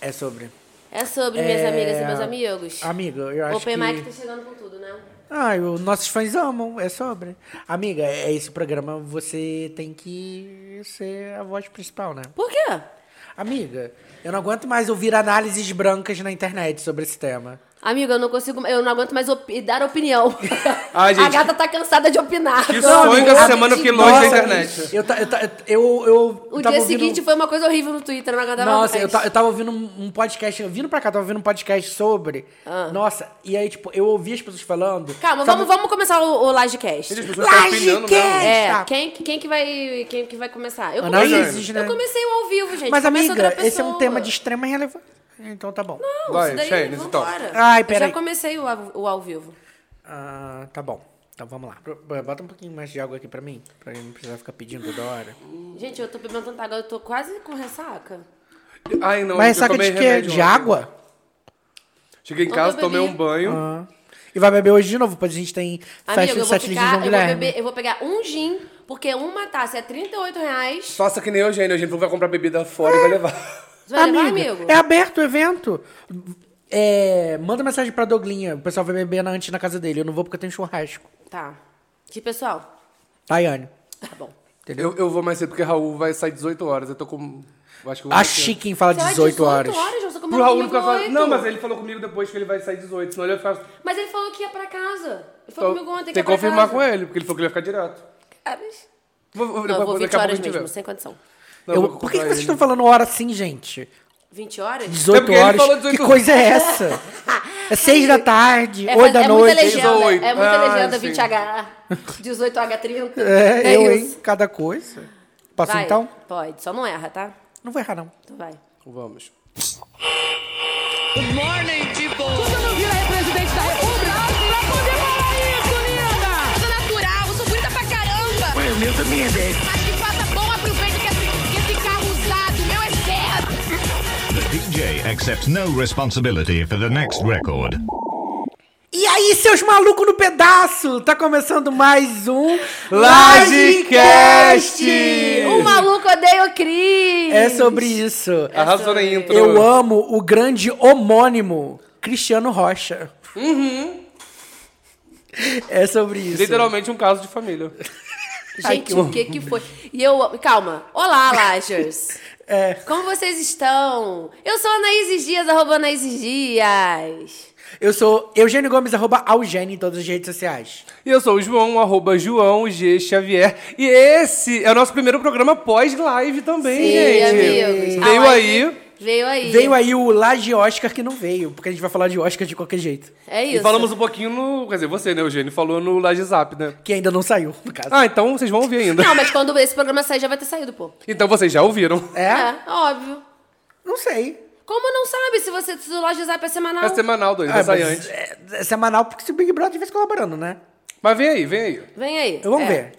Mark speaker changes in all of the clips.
Speaker 1: É sobre.
Speaker 2: É sobre minhas
Speaker 1: É,
Speaker 2: amigas e meus amigos.
Speaker 1: Amiga, eu acho
Speaker 2: Open
Speaker 1: que...
Speaker 2: Mic tá chegando com tudo, né?
Speaker 1: Ah, os nossos fãs amam, é sobre. Amiga, é esse programa, você tem que ser a voz principal, né?
Speaker 2: Por quê?
Speaker 1: Amiga, eu não aguento mais ouvir análises brancas na internet sobre esse tema.
Speaker 2: Amiga, eu não consigo. Eu não aguento mais opi- dar opinião.
Speaker 3: Ai, gente.
Speaker 2: A gata tá cansada de opinar.
Speaker 3: Que
Speaker 2: Não,
Speaker 3: sonho que
Speaker 2: amiga,
Speaker 3: essa semana eu fiquei longe da
Speaker 2: nossa,
Speaker 3: internet.
Speaker 1: Eu, ta- eu, ta- eu, eu
Speaker 2: O
Speaker 1: tava
Speaker 2: dia
Speaker 1: ouvindo-
Speaker 2: seguinte foi uma coisa horrível no Twitter, eu não aguentava
Speaker 1: Nossa,
Speaker 2: mais.
Speaker 1: eu, ta- eu tava ouvindo um um podcast, eu vindo pra cá, tava ouvindo um podcast sobre. Nossa, e aí, tipo, eu ouvi as pessoas falando.
Speaker 2: Ah. Calma,
Speaker 1: sabe-
Speaker 2: vamos, vamos começar o, o Livecast.
Speaker 3: Gente, as pessoas estão opinando mesmo.
Speaker 2: É,
Speaker 1: Tá.
Speaker 2: quem, quem, que vai, quem que vai começar? Eu
Speaker 1: Análises,
Speaker 2: comecei,
Speaker 1: né?
Speaker 2: eu comecei o ao vivo, gente.
Speaker 1: Mas,
Speaker 2: Começa outra
Speaker 1: amiga, esse é um
Speaker 2: pessoa.
Speaker 1: tema de extrema relevância. Então tá bom.
Speaker 2: Não,
Speaker 3: Vai,
Speaker 2: isso daí,
Speaker 3: Shane, então.
Speaker 2: vambora.
Speaker 1: Ai,
Speaker 2: Eu
Speaker 1: peraí.
Speaker 2: já comecei o ao, o ao vivo.
Speaker 1: Ah, tá bom. Então vamos lá. Pro- Bota um pouquinho mais de água aqui pra mim, pra eu não precisar ficar pedindo toda hora.
Speaker 2: Gente, eu tô bebendo tanta água, eu tô quase com ressaca.
Speaker 3: Ai, não,
Speaker 1: Mas
Speaker 3: gente, eu
Speaker 1: ressaca
Speaker 3: tomei
Speaker 1: de quê?
Speaker 3: remédio
Speaker 1: De
Speaker 3: ontem.
Speaker 1: água?
Speaker 3: Cheguei em
Speaker 2: Ontem
Speaker 3: casa,
Speaker 2: eu
Speaker 3: tomei
Speaker 2: bebi.
Speaker 3: um banho.
Speaker 1: Ah. E vai beber hoje de novo, pois a gente tem festa
Speaker 2: Amigo,
Speaker 1: de
Speaker 2: eu vou
Speaker 1: sete
Speaker 3: um
Speaker 1: de São
Speaker 2: ficar, eu vou,
Speaker 1: Guilherme.
Speaker 2: beber, eu vou pegar um gin, porque uma taça é R$ 38 reais.
Speaker 3: Faça que nem eu, Eugênio. A gente vai comprar bebida fora e
Speaker 2: É.
Speaker 3: vai levar.
Speaker 2: Você vai levar,
Speaker 1: Amiga,
Speaker 2: amigo?
Speaker 1: É aberto o evento. É, manda mensagem pra Doglinha. O pessoal vai beber na, antes na casa dele. Eu não vou porque eu tenho churrasco.
Speaker 2: Tá. Que pessoal?
Speaker 1: Daiane.
Speaker 2: Tá bom.
Speaker 3: Eu, eu vou mais cedo porque Raul vai sair 18 horas. Eu tô com. eu Acho que eu vou
Speaker 1: A
Speaker 3: mais cedo.
Speaker 1: Chiquinha fala
Speaker 2: Só é
Speaker 1: 18 horas.
Speaker 2: horas, João, você comeu
Speaker 3: Pro Raul
Speaker 2: comigo
Speaker 3: não ficar falando.
Speaker 2: oito.
Speaker 3: Não, mas ele falou comigo depois que ele vai sair 18, senão ele vai ficar.
Speaker 2: Mas ele falou que ia pra casa. Ele
Speaker 3: Então,
Speaker 2: falou comigo ontem que
Speaker 3: tem
Speaker 2: ia
Speaker 3: que
Speaker 2: pra
Speaker 3: confirmar
Speaker 2: casa.
Speaker 3: com ele, porque ele falou que ele vai ficar direto.
Speaker 2: Caras.
Speaker 3: Vou, vou,
Speaker 2: Não, eu vou
Speaker 3: daqui a
Speaker 2: 20
Speaker 3: pouco
Speaker 2: horas
Speaker 3: a gente
Speaker 2: mesmo,
Speaker 3: vê.
Speaker 2: sem condição.
Speaker 3: Não,
Speaker 1: Eu-
Speaker 3: vou
Speaker 1: por que, que
Speaker 3: comprar
Speaker 1: vocês
Speaker 3: ele.
Speaker 1: estão falando hora assim, gente?
Speaker 2: 20 horas?
Speaker 1: 18
Speaker 3: É ele
Speaker 1: horas.
Speaker 3: falou 18
Speaker 1: que coisa é essa? É 6 da tarde,
Speaker 2: É,
Speaker 1: 8
Speaker 2: faz-
Speaker 1: da
Speaker 2: é
Speaker 1: noite.
Speaker 2: muita legenda,
Speaker 3: 18.
Speaker 2: é muita
Speaker 3: Ah,
Speaker 2: legenda,
Speaker 3: sim.
Speaker 2: 20H, 18H30.
Speaker 1: É, eu,
Speaker 2: isso.
Speaker 1: hein? Cada coisa. Posso
Speaker 2: Vai,
Speaker 1: então?
Speaker 2: Pode, só não erra, tá?
Speaker 1: Não vou errar, não.
Speaker 2: Então vai.
Speaker 3: Vamos.
Speaker 4: Você não vira a é presidente da República? Pra poder falar isso, linda!
Speaker 5: sou natural, eu sou bonita pra caramba.
Speaker 6: O meu também é 10.
Speaker 5: Acho que faça bom aproveita que esse, que esse carro usado, meu é certo.
Speaker 6: The DJ accepts no responsibility for the next record.
Speaker 1: E aí, seus malucos no pedaço! Tá começando mais um
Speaker 3: Lagecast!
Speaker 2: O maluco odeia o Cris!
Speaker 1: É sobre isso.
Speaker 2: É.
Speaker 3: Arrasou na intro.
Speaker 1: Eu amo o grande homônimo Cristiano Rocha.
Speaker 2: Uhum.
Speaker 1: É sobre isso.
Speaker 3: Literalmente um caso de família.
Speaker 2: Gente, o que que foi? E eu... Calma. Olá, Lagers.
Speaker 1: É.
Speaker 2: Como vocês estão? Eu sou Anaíses Dias, arroba Anaíses Dias.
Speaker 1: Eu sou Eugênio Gomes, arroba Algene em todas as redes sociais.
Speaker 3: E eu sou o João, arroba João G. Xavier. E esse é o nosso primeiro programa pós-live também,
Speaker 2: Sim,
Speaker 3: gente.
Speaker 2: amigos.
Speaker 1: Ah,
Speaker 3: Veio
Speaker 2: A live
Speaker 3: aí.
Speaker 2: Veio aí.
Speaker 1: Veio aí o Laje Oscar que não veio, porque a gente vai falar de Oscar de qualquer jeito.
Speaker 2: É
Speaker 3: E
Speaker 2: isso.
Speaker 3: falamos um pouquinho no. Quer dizer, você, né, Eugênio? Falou no Laje Zap, né?
Speaker 1: Que ainda não saiu, no caso.
Speaker 3: Ah, então vocês vão ouvir ainda.
Speaker 2: Não, mas quando esse programa sair, já vai ter saído, pô.
Speaker 3: Então vocês já ouviram.
Speaker 1: É?
Speaker 2: É, óbvio.
Speaker 1: Não sei.
Speaker 2: Como não sabe se você se o Laje Zap é semanal?
Speaker 3: É semanal, dois, vai
Speaker 1: Ah,
Speaker 3: sair
Speaker 1: mas
Speaker 3: antes.
Speaker 1: é, é semanal, porque se o Big Brother estivesse colaborando, né?
Speaker 3: Mas vem aí, vem aí.
Speaker 2: Vem aí.
Speaker 1: Vamos
Speaker 2: É.
Speaker 1: ver.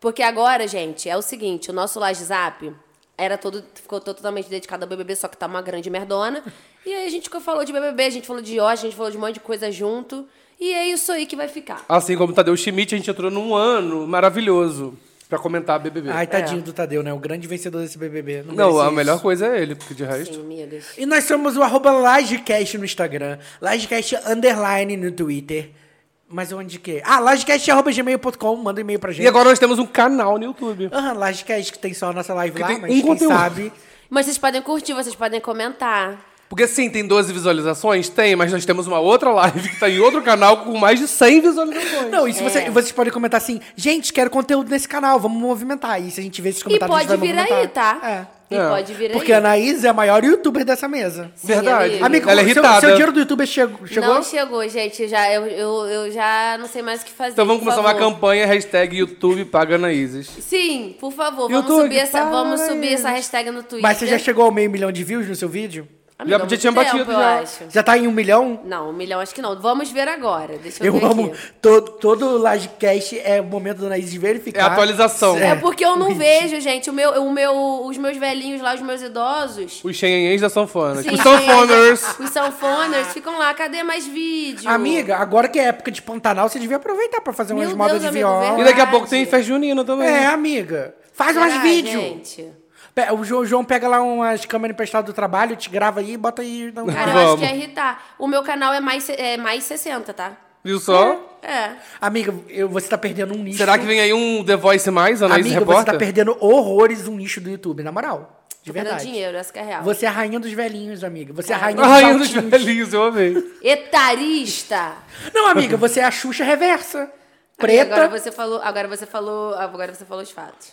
Speaker 2: Porque agora, gente, é o seguinte, o nosso Laje Zap era todo, ficou totalmente dedicado ao BBB, só que tá uma grande merdona. E aí a gente ficou- falou de BBB, a gente falou de Oz, a gente falou de um monte de coisa junto. E é isso aí que vai ficar.
Speaker 3: Assim como Tadeu Schmidt, a gente entrou num ano maravilhoso pra comentar BBB.
Speaker 1: Ai, tadinho do Tadeu, né? O grande vencedor desse BBB. Não,
Speaker 3: É. não,
Speaker 1: merecia
Speaker 3: a
Speaker 1: isso.
Speaker 3: melhor coisa é ele, porque de resto.
Speaker 2: Sim, amigas.
Speaker 1: E nós somos o arroba Lagecast no Instagram, Lagecast underline no Twitter. Mas onde que? Ah, lagecast arroba gmail.com, manda um e-mail pra gente.
Speaker 3: E agora nós temos um canal no YouTube.
Speaker 1: Aham, Lagecast, que tem só a nossa live lá,
Speaker 3: tem
Speaker 1: mas
Speaker 3: um
Speaker 1: quem
Speaker 3: conteúdo.
Speaker 1: sabe...
Speaker 2: Mas vocês podem curtir, vocês podem comentar.
Speaker 3: Porque sim, tem 12 visualizações? Tem, mas nós temos uma outra live que tá em outro canal com mais de 100 visualizações.
Speaker 1: Não, e se
Speaker 2: É.
Speaker 1: você- vocês podem comentar assim, gente, quero conteúdo nesse canal, vamos movimentar. E se a gente vê esses
Speaker 2: E
Speaker 1: comentários, a gente
Speaker 2: pode
Speaker 1: vai
Speaker 2: vir
Speaker 1: movimentar.
Speaker 2: aí, tá?
Speaker 1: É.
Speaker 2: E
Speaker 3: É.
Speaker 2: pode vir aí.
Speaker 1: Porque a Anaís é a maior youtuber dessa mesa.
Speaker 2: Sim,
Speaker 3: Verdade.
Speaker 2: amiga.
Speaker 1: Amigo,
Speaker 3: Ela é
Speaker 1: seu,
Speaker 3: irritada.
Speaker 1: seu dinheiro do youtuber chegou? chegou?
Speaker 2: Não chegou, gente. Já, eu, eu, eu já não sei mais o que fazer.
Speaker 3: Então vamos
Speaker 2: por
Speaker 3: começar uma
Speaker 2: favor.
Speaker 3: campanha hashtag YouTube paga Anaíses.
Speaker 2: Sim, por favor,
Speaker 3: YouTube,
Speaker 2: vamos subir, essa,
Speaker 3: para
Speaker 2: vamos subir
Speaker 3: aí.
Speaker 2: essa hashtag no Twitter.
Speaker 1: Mas você já chegou ao meio milhão de views no seu vídeo?
Speaker 2: Amiga,
Speaker 3: Já
Speaker 2: há
Speaker 3: podia
Speaker 2: muito
Speaker 3: tinha batido
Speaker 2: tempo, eu
Speaker 3: já.
Speaker 2: acho.
Speaker 1: Já tá em um milhão?
Speaker 2: Não, um milhão acho que não. Vamos ver agora. Deixa eu,
Speaker 1: Eu
Speaker 2: ver
Speaker 1: amo.
Speaker 2: aqui.
Speaker 1: Todo, todo livecast é o momento do Anaís de verificar.
Speaker 3: É a atualização.
Speaker 2: É porque eu não vejo, gente. O meu, o meu, os meus velhinhos lá, os meus idosos.
Speaker 3: Os xenhenhens da sanfona.
Speaker 2: Sim,
Speaker 3: Os sanfoners.
Speaker 2: Os sanfoners ficam lá. Cadê mais vídeo?
Speaker 1: Amiga, agora que é época de Pantanal, você devia aproveitar pra fazer umas
Speaker 2: Meu
Speaker 1: modas
Speaker 2: Deus,
Speaker 1: de
Speaker 2: amigo,
Speaker 1: viola.
Speaker 3: E daqui a
Speaker 2: Verdade.
Speaker 3: pouco tem festa junina também.
Speaker 1: É, amiga. Faz
Speaker 2: Será,
Speaker 1: mais vídeo.
Speaker 2: Gente?
Speaker 1: Pe- O Jo- João pega lá umas câmeras emprestadas do trabalho, te grava aí, bota aí. Não.
Speaker 2: Cara, eu acho
Speaker 3: Vamos.
Speaker 2: que é irritar. O meu canal é mais, se- é mais 60, tá?
Speaker 3: Viu só?
Speaker 2: É.
Speaker 1: Amiga, eu- você tá perdendo um nicho.
Speaker 3: Será que vem aí um The Voice mais, Anaís
Speaker 1: Amiga, você tá
Speaker 3: Repórter?
Speaker 1: perdendo horrores um nicho do YouTube, na moral. De
Speaker 2: Tô perdendo
Speaker 1: verdade.
Speaker 2: dinheiro, essa que é a real.
Speaker 1: Você é a rainha dos velhinhos, amiga. Você é a rainha,
Speaker 3: A rainha dos
Speaker 1: dos altinhos.
Speaker 3: velhinhos, eu amei.
Speaker 2: Etarista!
Speaker 1: Não, amiga, você é a Xuxa reversa. Preta,
Speaker 2: Agora você é falou, agora você falou, agora você falou os fatos.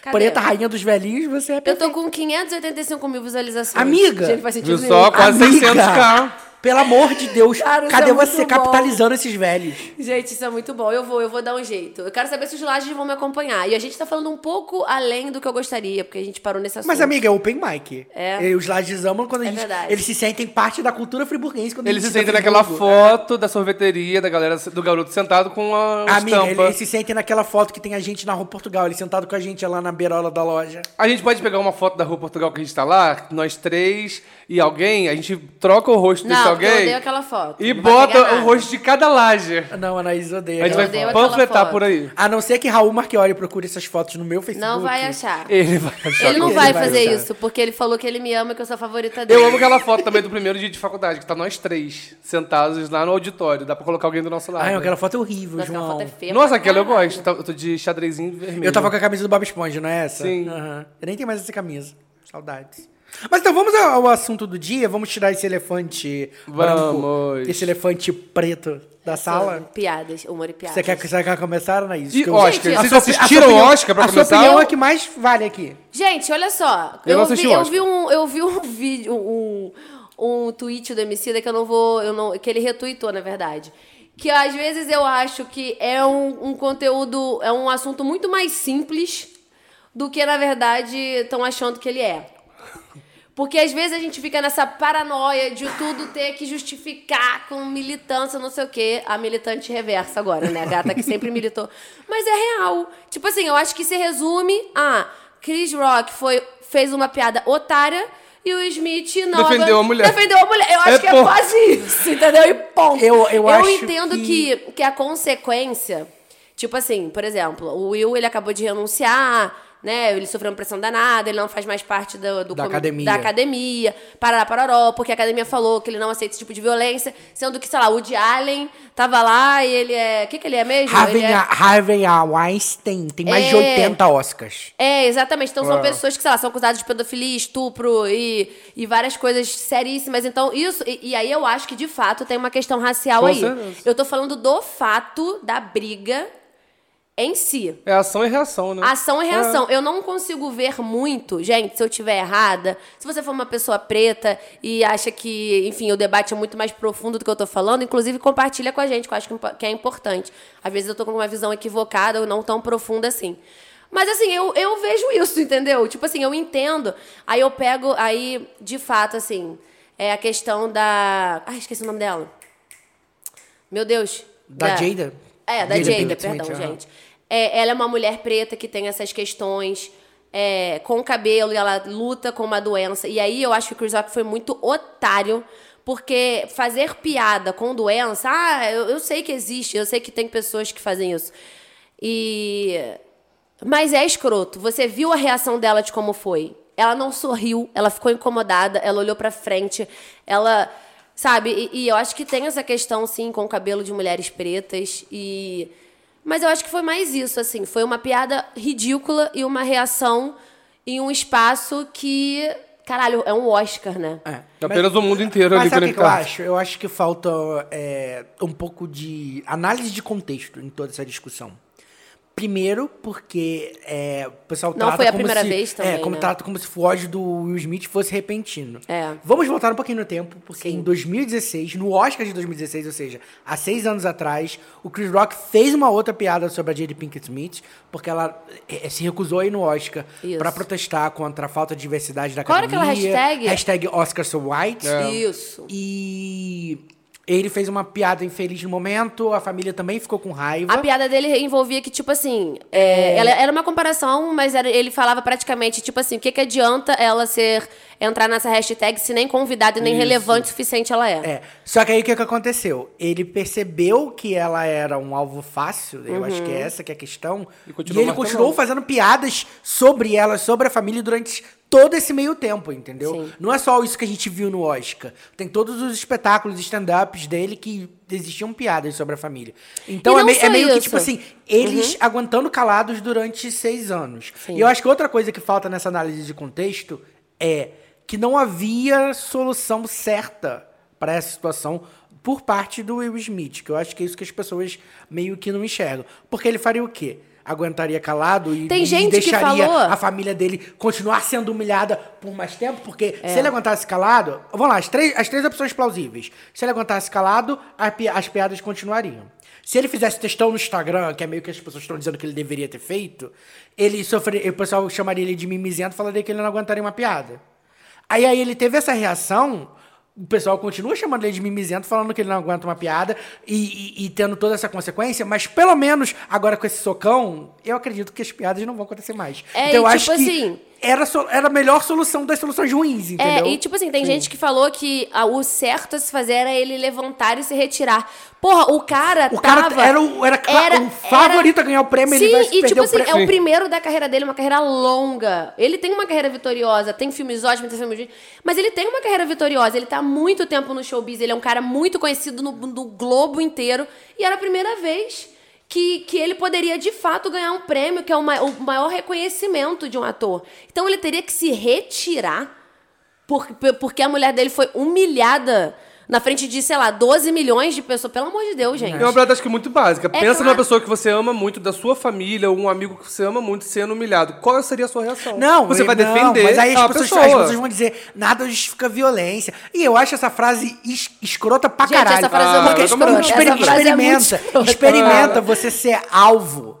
Speaker 2: Cadê?
Speaker 1: preta, rainha dos velhinhos, você é...
Speaker 2: Eu tô com 585 mil visualizações.
Speaker 1: Amiga!
Speaker 2: Gente, não faz sentido
Speaker 3: Viu só?
Speaker 2: nenhum.
Speaker 3: Quase
Speaker 1: Amiga,
Speaker 3: 600k.
Speaker 1: Pelo amor de Deus,
Speaker 2: Cara, isso
Speaker 1: cadê
Speaker 2: é muito
Speaker 1: você
Speaker 2: bom.
Speaker 1: capitalizando esses velhos?
Speaker 2: Gente, isso é muito bom. Eu vou, eu vou dar um jeito. Eu quero saber se os lajes vão me acompanhar. E a gente tá falando um pouco além do que eu gostaria, porque a gente parou nesse assunto.
Speaker 1: Mas, amiga, é open mic.
Speaker 2: É.
Speaker 1: E os lajes amam quando a
Speaker 2: É
Speaker 1: gente...
Speaker 2: verdade.
Speaker 1: Eles se sentem parte da cultura friburguense. Quando a
Speaker 3: Eles se
Speaker 1: gente cita
Speaker 3: sentem naquela
Speaker 1: Friburgo.
Speaker 3: foto da sorveteria, da galera do garoto sentado com a
Speaker 1: Amiga,
Speaker 3: estampa.
Speaker 1: eles se sentem naquela foto que tem a gente na Rua Portugal. Ele sentado com a gente lá na beirola da loja.
Speaker 3: A gente pode pegar uma foto da Rua Portugal que a gente tá lá, nós três e alguém, a gente troca o rosto
Speaker 2: Não,
Speaker 3: desse
Speaker 2: porque eu
Speaker 3: é alguém
Speaker 2: odeio aquela foto.
Speaker 3: e
Speaker 2: Não vai pegar
Speaker 3: bota
Speaker 2: nada.
Speaker 3: o rosto de cada laje.
Speaker 1: Não, Anaís odeia.
Speaker 3: A gente
Speaker 1: aquela
Speaker 2: odeio
Speaker 3: vai
Speaker 1: foto.
Speaker 2: aquela
Speaker 3: panfletar
Speaker 2: foto.
Speaker 3: por aí.
Speaker 1: A não ser que Raul Marchiori procure essas fotos no meu Facebook.
Speaker 2: Não vai achar.
Speaker 3: Ele vai achar
Speaker 2: Ele não
Speaker 3: que-
Speaker 2: vai
Speaker 1: vai
Speaker 2: fazer
Speaker 1: achar.
Speaker 2: isso, porque ele falou que ele me ama e que eu sou a favorita dele.
Speaker 3: Eu amo aquela foto também do primeiro dia de faculdade, que tá nós três sentados lá no auditório. Dá pra colocar alguém do nosso lado.
Speaker 1: Ai, aquela foto é horrível,
Speaker 2: Nossa, aquela
Speaker 1: João.
Speaker 2: foto é feia.
Speaker 3: Nossa,
Speaker 2: pra
Speaker 3: aquela eu
Speaker 2: caralho.
Speaker 3: gosto. Tá- Eu tô de xadrezinho vermelho.
Speaker 1: Eu tava com a camisa do Bob Esponja, não é essa?
Speaker 3: Sim.
Speaker 1: Aham. Eu nem tenho mais essa camisa. Saudades. Mas então vamos ao ao assunto do dia. Vamos tirar esse elefante branco,
Speaker 3: Vamos.
Speaker 1: esse elefante preto da
Speaker 2: Sim,
Speaker 1: sala.
Speaker 2: Piadas, humor e piadas.
Speaker 1: Você quer, você quer começar, Anaís?
Speaker 3: E
Speaker 1: Que eu-
Speaker 3: Oscar,
Speaker 2: Gente,
Speaker 3: vocês
Speaker 2: a
Speaker 3: assistiram o
Speaker 1: opinião-
Speaker 3: Oscar pra
Speaker 1: a
Speaker 3: começar?
Speaker 1: sua opinião é a que mais vale aqui.
Speaker 2: Gente, olha só.
Speaker 3: Eu
Speaker 2: Eu,
Speaker 3: não assisti
Speaker 2: vi,
Speaker 3: o
Speaker 2: eu
Speaker 3: Oscar.
Speaker 2: vi um, eu vi um vídeo, um, um tweet do MC que eu não vou, eu não, que ele retweetou, na verdade. Que às vezes eu acho que é um, um conteúdo, é um assunto muito mais simples do que na verdade estão achando que ele é. Porque às vezes a gente fica nessa paranoia de tudo ter que justificar com militância, não sei o quê. A militante reversa agora, né? A gata que sempre militou. Mas é real. Tipo assim, eu acho que se resume a Chris Rock foi, fez uma piada otária e o Smith não.
Speaker 3: Defendeu a mulher.
Speaker 2: Defendeu a mulher. Eu acho
Speaker 3: É
Speaker 2: que é
Speaker 3: ponto.
Speaker 2: quase isso, entendeu? E ponto.
Speaker 1: Eu- eu acho
Speaker 2: entendo
Speaker 1: que-
Speaker 2: que... que é a consequência. Tipo assim, por exemplo, o Will ele acabou de renunciar, né? Ele sofreu uma pressão danada, ele não faz mais parte do, do
Speaker 1: Da
Speaker 2: comi-
Speaker 1: academia.
Speaker 2: Da academia, parará, pararó, porque a academia falou que ele não aceita esse tipo de violência, sendo que, sei lá, o Woody Allen tava lá e ele é. O que, que ele é mesmo?
Speaker 1: Harvey,
Speaker 2: ele é...
Speaker 1: Harvey Weinstein tem mais de
Speaker 2: É.
Speaker 1: 80 Oscars.
Speaker 2: É, exatamente. Então são pessoas que, sei lá, são acusadas de pedofilia, estupro e, e várias coisas seríssimas. Então, isso. E, e aí eu acho que, de fato, tem uma questão racial
Speaker 3: Com
Speaker 2: aí.
Speaker 3: certeza.
Speaker 2: Eu tô falando do fato da briga em si.
Speaker 3: É ação e reação, né?
Speaker 2: Ação e reação. Eu não consigo ver muito, gente, se eu tiver errada. Se você for uma pessoa preta e acha que, enfim, o debate é muito mais profundo do que eu tô falando, inclusive compartilha com a gente, que eu acho que impo- que é importante. Às vezes eu tô com uma visão equivocada ou não tão profunda assim. Mas assim, eu, eu vejo isso, entendeu? Tipo assim, eu entendo. Aí eu pego, aí, de fato, assim, é a questão da. Ai, esqueci o nome dela. Meu Deus.
Speaker 1: Da Jada?
Speaker 2: É, da
Speaker 1: Jada
Speaker 2: Jada,
Speaker 1: Pinkett
Speaker 2: perdão,
Speaker 1: Smith, aham.
Speaker 2: gente. É, ela é uma mulher preta que tem essas questões é, com o cabelo e ela luta com uma doença. E aí eu acho que o Chris Rock foi muito otário. Porque fazer piada com doença, ah, eu, eu sei que existe, eu sei que tem pessoas que fazem isso. E. Mas é escroto. Você viu a reação dela de como foi. Ela não sorriu, ela ficou incomodada, ela olhou pra frente, ela. Sabe? E, e eu acho que tem essa questão, sim, com o cabelo de mulheres pretas e. Mas eu acho que foi mais isso, assim. Foi uma piada ridícula e uma reação em um espaço que. Caralho, é um Oscar, né?
Speaker 1: É.
Speaker 3: Apenas o mundo inteiro
Speaker 1: Mas
Speaker 3: ali
Speaker 1: sabe o que que eu
Speaker 3: conectado.
Speaker 1: acho? Eu acho que falta é, um pouco de análise de contexto em toda essa discussão. Primeiro, porque é, o pessoal
Speaker 2: Não
Speaker 1: trata
Speaker 2: foi a
Speaker 1: como
Speaker 2: primeira
Speaker 1: se,
Speaker 2: vez também,
Speaker 1: É, como
Speaker 2: né?
Speaker 1: trata como se o ódio do Will Smith fosse repentino.
Speaker 2: É.
Speaker 1: Vamos voltar um pouquinho no tempo, porque
Speaker 2: Sim.
Speaker 1: em 2016, no Oscar de 2016, ou seja, há seis anos atrás, o Chris Rock fez uma outra piada sobre a Jada Pinkett Smith, porque ela eh, se recusou a ir no Oscar
Speaker 2: Isso.
Speaker 1: pra protestar contra a falta de diversidade da
Speaker 2: Qual era
Speaker 1: academia. É.
Speaker 2: aquela hashtag?
Speaker 1: Hashtag Oscar So White.
Speaker 2: Isso.
Speaker 1: E Ele fez uma piada infeliz no momento, a família também ficou com raiva.
Speaker 2: A piada dele envolvia que, tipo assim, é, ela- era uma comparação, mas era- ele falava praticamente, tipo assim, o que, que adianta ela ser entrar nessa hashtag se nem convidada e nem relevante o suficiente ela é.
Speaker 1: É. Só que aí o que, que aconteceu? Ele percebeu que ela era um alvo fácil, eu acho que é essa que é a questão.
Speaker 3: E
Speaker 1: E,
Speaker 3: continuou
Speaker 1: ele
Speaker 3: martelando.
Speaker 1: continuou fazendo piadas sobre ela, sobre a família durante todo esse meio tempo, entendeu?
Speaker 2: Sim.
Speaker 1: Não é só isso que a gente viu no Oscar. Tem todos os espetáculos, stand-ups dele que existiam piadas sobre a família. Então
Speaker 2: E
Speaker 1: é,
Speaker 2: não
Speaker 1: mei- é
Speaker 2: só
Speaker 1: meio que
Speaker 2: isso.
Speaker 1: tipo assim, eles
Speaker 2: Uhum.
Speaker 1: aguentando calados durante seis anos. E eu acho que outra coisa que falta nessa análise de contexto é que não havia solução certa para essa situação por parte do Will Smith, que eu acho que é isso que as pessoas meio que não enxergam. Porque ele faria o quê? Aguentaria calado e,
Speaker 2: Tem
Speaker 1: e
Speaker 2: gente que
Speaker 1: deixaria
Speaker 2: falou-
Speaker 1: a família dele continuar sendo humilhada por mais tempo, porque se ele aguentasse calado, vamos lá, as três, as três opções plausíveis. Se ele aguentasse calado, a pi- as piadas continuariam. Se ele fizesse textão no Instagram, que é meio que as pessoas estão dizendo que ele deveria ter feito, ele sofreria, o pessoal chamaria ele de mimizento, falaria que ele não aguentaria uma piada. Aí, aí ele teve essa reação, o pessoal continua chamando ele de mimizento, falando que ele não aguenta uma piada e, e- e tendo toda essa consequência, mas pelo menos agora com esse socão, eu acredito que as piadas não vão acontecer mais.
Speaker 2: É,
Speaker 1: então eu
Speaker 2: e
Speaker 1: acho
Speaker 2: tipo
Speaker 1: que
Speaker 2: assim-
Speaker 1: era, so- era a melhor solução das soluções ruins, entendeu?
Speaker 2: É, e tipo assim, tem gente que falou que ah, o certo a se fazer era ele levantar e se retirar. Porra, o cara
Speaker 1: O cara
Speaker 2: tava-
Speaker 1: era o- era cla- o favorito a ganhar o prêmio,
Speaker 2: Sim,
Speaker 1: ele vai
Speaker 2: e
Speaker 1: perder
Speaker 2: tipo
Speaker 1: o
Speaker 2: assim,
Speaker 1: prêmio.
Speaker 2: é
Speaker 1: Sim.
Speaker 2: o primeiro da carreira dele, uma carreira longa. Ele tem uma carreira vitoriosa, tem filmes ótimos, tem filmes... Mas ele tem uma carreira vitoriosa, ele tá há muito tempo no showbiz, ele é um cara muito conhecido no, no globo inteiro. E era a primeira vez... Que, que ele poderia de fato ganhar um prêmio, que é o ma- o maior reconhecimento de um ator. Então ele teria que se retirar por- p- porque a mulher dele foi humilhada na frente de, sei lá, 12 milhões de pessoas. Pelo amor de Deus, gente.
Speaker 3: É uma piada acho que muito básica. Pensa
Speaker 2: claro.
Speaker 3: numa pessoa que você ama muito, da sua família, ou um amigo que você ama muito sendo humilhado. Qual seria a sua reação?
Speaker 1: Não,
Speaker 3: você
Speaker 1: eu-
Speaker 3: vai
Speaker 1: não,
Speaker 3: defender
Speaker 1: Mas aí as
Speaker 3: a
Speaker 1: pessoas,
Speaker 3: pessoa.
Speaker 1: as pessoas vão dizer, nada justifica violência. E eu acho essa frase es- escrota pra
Speaker 2: Gente,
Speaker 1: caralho.
Speaker 2: essa frase é
Speaker 1: porque
Speaker 2: muito
Speaker 1: exper-
Speaker 2: escrota.
Speaker 1: exper-
Speaker 2: Essa frase é muito
Speaker 1: experimenta,
Speaker 2: escrota.
Speaker 1: experimenta você ser alvo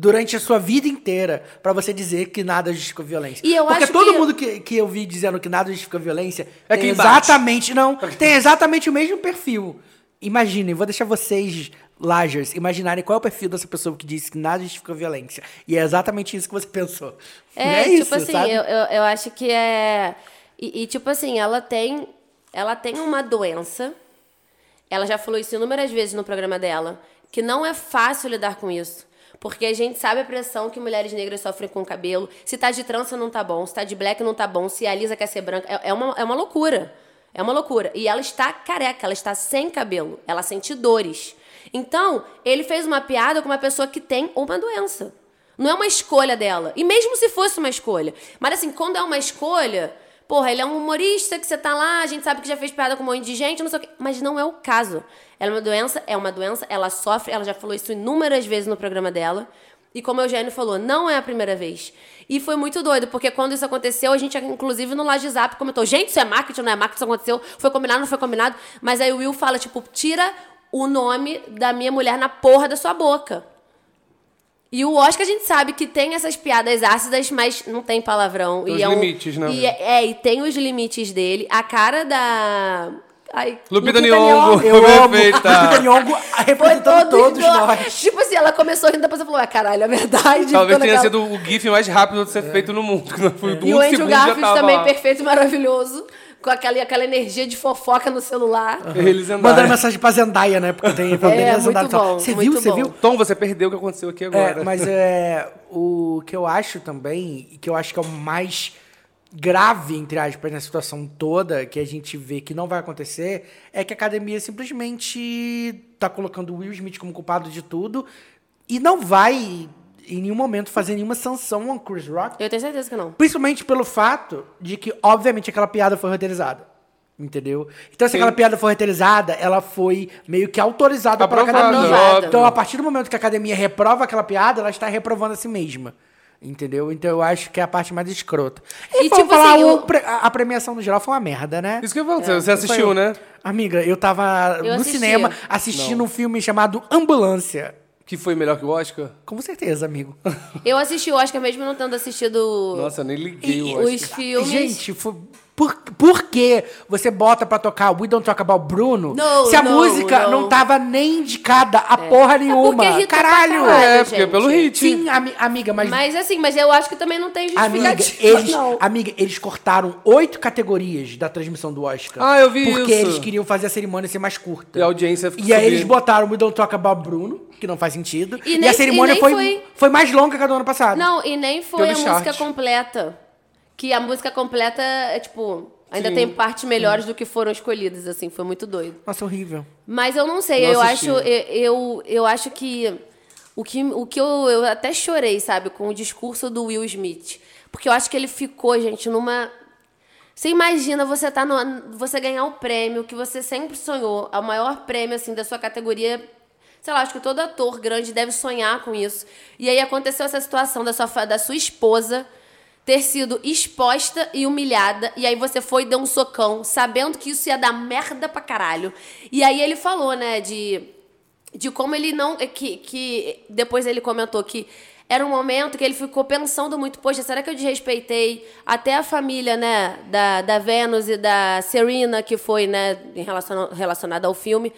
Speaker 1: durante a sua vida inteira pra você dizer que nada justifica violência.
Speaker 2: E eu
Speaker 1: porque
Speaker 2: acho
Speaker 1: todo
Speaker 2: que-
Speaker 1: mundo que, que eu vi dizendo que nada justifica violência
Speaker 3: É
Speaker 1: tem
Speaker 3: quem bate.
Speaker 1: exatamente não, tem exatamente o mesmo perfil. Imaginem, vou deixar vocês Lajers, imaginarem qual é o perfil dessa pessoa que disse que nada justifica violência. E é exatamente isso que você pensou.
Speaker 2: É,
Speaker 1: É
Speaker 2: tipo
Speaker 1: isso,
Speaker 2: assim,
Speaker 1: sabe?
Speaker 2: Eu, eu, eu acho que é. E, e, tipo assim, ela tem. Ela tem uma doença. Ela já falou isso inúmeras vezes no programa dela. Que não é fácil lidar com isso. Porque a gente sabe a pressão que mulheres negras sofrem com o cabelo. Se tá de trança, não tá bom. Se tá de black, não tá bom. Se a Lisa quer ser branca. É, é uma, é uma loucura. É uma loucura. E ela está careca, ela está sem cabelo. Ela sente dores. Então, ele fez uma piada com uma pessoa que tem uma doença. Não é uma escolha dela. E mesmo se fosse uma escolha. Mas assim, quando é uma escolha, porra, ele é um humorista que você tá lá, a gente sabe que já fez piada com um monte de gente, não sei o quê. Mas não é o caso. Ela é uma doença, é uma doença, ela sofre, ela já falou isso inúmeras vezes no programa dela. E como o Eugênio falou, não é a primeira vez. E foi muito doido, porque quando isso aconteceu, a gente, inclusive, no Laje Zap comentou: gente, isso é marketing, não é marketing, isso aconteceu, foi combinado, não foi combinado. Mas aí o Will fala, tipo, tira o nome da minha mulher na porra da sua boca. E o Oscar a gente sabe que tem essas piadas ácidas, mas não tem palavrão.
Speaker 3: Tem
Speaker 2: e
Speaker 3: os
Speaker 2: é um-
Speaker 3: limites, né?
Speaker 2: E é, é, e tem os limites dele. A cara da. Ai,
Speaker 3: Lupita Nyong'o.
Speaker 1: Eu amo
Speaker 3: Perfeita.
Speaker 1: Lupita Nyong'o
Speaker 2: Foi
Speaker 1: representando
Speaker 2: todos,
Speaker 1: todos
Speaker 2: nós.
Speaker 1: nós.
Speaker 2: Tipo assim, ela começou rindo, depois ela falou, é caralho, é verdade.
Speaker 3: Talvez
Speaker 1: tá
Speaker 2: Quando
Speaker 3: tenha
Speaker 2: aquela-
Speaker 3: sido o GIF mais rápido de ser feito no mundo. que não foi
Speaker 2: E
Speaker 3: um
Speaker 2: o Andrew
Speaker 3: segundo já
Speaker 2: Garfield
Speaker 3: tava
Speaker 2: também,
Speaker 3: lá.
Speaker 2: perfeito e maravilhoso. Com aquela, aquela energia de fofoca no celular.
Speaker 3: Eles
Speaker 1: Mandando
Speaker 3: andaram.
Speaker 1: mensagem pra Zendaya, né? Porque tem
Speaker 2: É,
Speaker 1: pandemia
Speaker 2: muito
Speaker 1: Zendaya. e tal.
Speaker 2: bom,
Speaker 1: Você
Speaker 2: muito
Speaker 1: viu? Você
Speaker 2: bom.
Speaker 1: viu?
Speaker 3: Tom, você perdeu o que aconteceu aqui agora.
Speaker 1: É, mas é, o que eu acho também, e que eu acho que é o mais grave, entre aspas, na situação toda, que a gente vê que não vai acontecer, é que a academia simplesmente tá colocando o Will Smith como culpado de tudo e não vai, em nenhum momento, fazer nenhuma sanção ao Chris Rock
Speaker 2: Eu tenho certeza que não.
Speaker 1: Principalmente pelo fato de que, obviamente, aquela piada foi roteirizada. Entendeu? Então, se
Speaker 3: Sim.
Speaker 1: aquela piada foi roteirizada, ela foi meio que autorizada pela
Speaker 3: Aprovada,
Speaker 1: academia.
Speaker 2: Aprovada.
Speaker 1: Então, a partir do momento que a academia reprova aquela piada, ela está reprovando a si mesma. Entendeu? Então, eu acho que é a parte mais escrota. E,
Speaker 2: E,
Speaker 1: vamos
Speaker 2: tipo
Speaker 1: falar,
Speaker 2: assim,
Speaker 1: o
Speaker 2: eu-
Speaker 1: pre- a a premiação no geral foi uma merda, né?
Speaker 3: Isso que eu falo, você- você
Speaker 1: Foi
Speaker 3: assistiu,
Speaker 1: eu.
Speaker 3: né?
Speaker 1: Amiga, eu tava
Speaker 2: Eu
Speaker 1: no
Speaker 2: assisti.
Speaker 1: cinema assistindo um filme chamado Ambulância.
Speaker 3: Que foi melhor que o Oscar?
Speaker 1: Com certeza, amigo.
Speaker 2: Eu assisti o Oscar mesmo não tendo assistido
Speaker 3: Nossa, eu nem liguei
Speaker 1: E-
Speaker 3: o
Speaker 1: e
Speaker 3: Oscar.
Speaker 2: os filmes.
Speaker 1: Gente, foi Por, por que você bota pra tocar We Don't Talk About Bruno
Speaker 2: No,
Speaker 1: se a
Speaker 2: no,
Speaker 1: música
Speaker 2: no.
Speaker 1: não É. tava nem indicada a porra nenhuma?
Speaker 2: irrita É pra
Speaker 1: tá Caralho!
Speaker 2: caralho,
Speaker 3: É, porque
Speaker 2: gente.
Speaker 3: pelo hit.
Speaker 1: Sim, ami- amiga, mas.
Speaker 2: Mas assim, mas eu acho que também não tem
Speaker 1: Amiga
Speaker 2: justificativa,
Speaker 1: eles,
Speaker 2: não.
Speaker 1: amiga, eles cortaram oito categorias da transmissão do Oscar.
Speaker 3: Ah, eu vi
Speaker 1: Porque
Speaker 3: isso.
Speaker 1: eles queriam fazer a cerimônia ser mais curta.
Speaker 3: E a audiência
Speaker 1: E aí
Speaker 3: subir.
Speaker 1: eles botaram We Don't Talk About Bruno, que não faz sentido.
Speaker 2: E
Speaker 1: E,
Speaker 2: nem-
Speaker 1: a
Speaker 2: e
Speaker 1: cerimônia
Speaker 2: nem
Speaker 1: foi,
Speaker 2: foi-
Speaker 1: foi... mais longa que a do ano passado.
Speaker 2: Não, e nem foi a
Speaker 3: Pelo
Speaker 2: música
Speaker 3: chart.
Speaker 2: completa. Que a música completa é tipo. Ainda tem partes melhores do que foram escolhidas, assim, foi muito doido.
Speaker 1: Nossa, horrível.
Speaker 2: Mas eu não sei,
Speaker 3: Não
Speaker 2: eu acho,
Speaker 3: assisti.
Speaker 2: eu, eu, eu acho que o que, o que eu, eu até chorei, sabe, com o discurso do Will Smith. Porque eu acho que ele ficou, gente, numa. Você imagina você tá no, você ganhar o prêmio que você sempre sonhou, o maior prêmio assim da sua categoria. Sei lá, acho que todo ator grande deve sonhar com isso. E aí aconteceu essa situação da sua, fa- da sua esposa ter sido exposta e humilhada. E aí você foi e deu um socão, sabendo que isso ia dar merda pra caralho. E aí ele falou, né, de de como ele não. Que, que depois ele comentou que era um momento que ele ficou pensando muito, poxa, será que eu desrespeitei até a família, né, da, da Venus e da Serena, que foi, né, em relaciona- relacionada ao filme.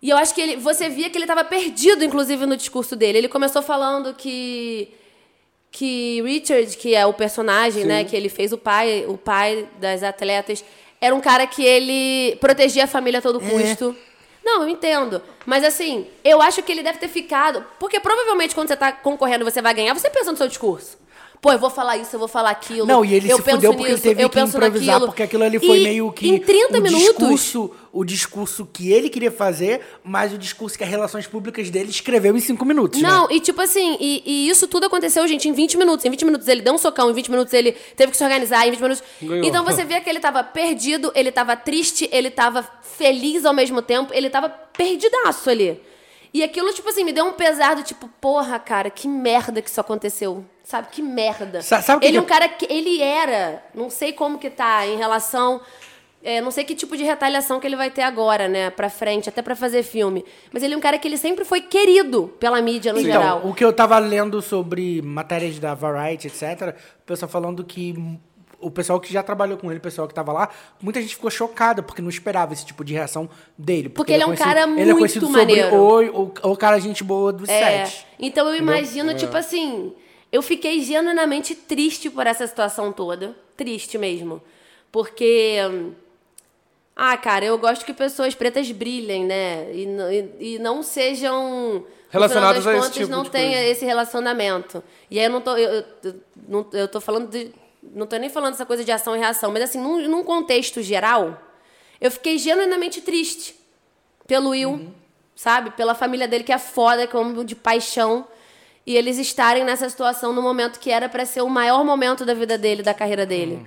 Speaker 2: E eu acho que ele, você via que ele estava perdido, inclusive, no discurso dele. Ele começou falando que que Richard, que é o personagem, né, que ele fez o pai, o pai das atletas, era um cara que ele protegia a família a todo
Speaker 1: É.
Speaker 2: custo. Não, eu entendo. Mas assim, eu acho que ele deve ter ficado, porque provavelmente quando você tá concorrendo, você vai ganhar, você pensa no seu discurso. Pô, eu vou falar isso, eu vou falar aquilo.
Speaker 1: Não, e ele
Speaker 2: eu
Speaker 1: se
Speaker 2: penso
Speaker 1: fudeu porque
Speaker 2: nisso,
Speaker 1: ele teve
Speaker 2: eu
Speaker 1: que
Speaker 2: penso
Speaker 1: improvisar,
Speaker 2: naquilo.
Speaker 1: porque aquilo ali foi
Speaker 2: E
Speaker 1: meio que.
Speaker 2: Em 30
Speaker 1: o
Speaker 2: minutos.
Speaker 1: Discurso, o discurso que ele queria fazer, mas o discurso que as relações públicas dele escreveu em cinco minutos. né?
Speaker 2: Não, e tipo assim, e, e isso tudo aconteceu, gente, em 20 minutos. Em 20 minutos ele deu um socão, em 20 minutos ele teve que se organizar, em 20 minutos.
Speaker 3: Ganhou.
Speaker 2: Então você vê que ele tava perdido, ele tava triste, ele tava feliz ao mesmo tempo, ele tava perdidaço ali. E aquilo, tipo assim, me deu um pesar do tipo, porra, cara, que merda que isso aconteceu. Sabe, que merda.
Speaker 1: Sa- sabe o que
Speaker 2: ele é
Speaker 1: que
Speaker 2: um cara que. Ele era, não sei como que tá em relação. é, não sei que tipo de retaliação que ele vai ter agora, né? Pra frente, até pra fazer filme. Mas ele é um cara que ele sempre foi querido pela mídia no geral.
Speaker 1: Então, o que eu tava lendo sobre matérias da Variety, etc., o pessoal falando que hum, o pessoal que já trabalhou com ele, o pessoal que tava lá, muita gente ficou chocada, porque não esperava esse tipo de reação dele.
Speaker 2: Porque ele é um
Speaker 1: conhecido-
Speaker 2: cara
Speaker 1: Ele é
Speaker 2: muito
Speaker 1: conhecido
Speaker 2: maneiro.
Speaker 1: sobre o, o, o cara gente boa do
Speaker 2: É,
Speaker 1: set.
Speaker 2: Então eu imagino,
Speaker 1: É.
Speaker 2: tipo assim, eu fiquei genuinamente triste por essa situação toda. Triste mesmo. Porque. hum, Ah, cara, eu gosto que pessoas pretas brilhem, né? E, n- e- e não sejam.
Speaker 3: Relacionadas
Speaker 2: no final
Speaker 3: a
Speaker 2: das
Speaker 3: esse
Speaker 2: contas,
Speaker 3: tipo
Speaker 2: não
Speaker 3: de
Speaker 2: tenha
Speaker 3: coisa.
Speaker 2: esse relacionamento. E aí eu não tô. Eu, eu- eu não, eu tô falando de. Não tô nem falando essa coisa de ação e reação, mas assim, num, num contexto geral, eu fiquei genuinamente triste pelo Will,
Speaker 3: Uhum.
Speaker 2: sabe? Pela família dele, que é foda, que é um homem de paixão. E eles estarem nessa situação no momento que era pra ser o maior momento da vida dele, da carreira dele.
Speaker 3: Uhum.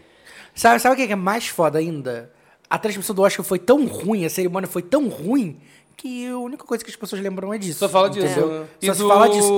Speaker 1: Sabe, sabe o que é que é mais foda ainda? A transmissão do Oscar foi tão ruim, a cerimônia foi tão ruim, que a única coisa que as pessoas lembram é disso.
Speaker 3: Só fala disso.
Speaker 1: entendeu?
Speaker 3: né?
Speaker 1: Só
Speaker 3: e
Speaker 1: se
Speaker 3: do...
Speaker 1: fala disso.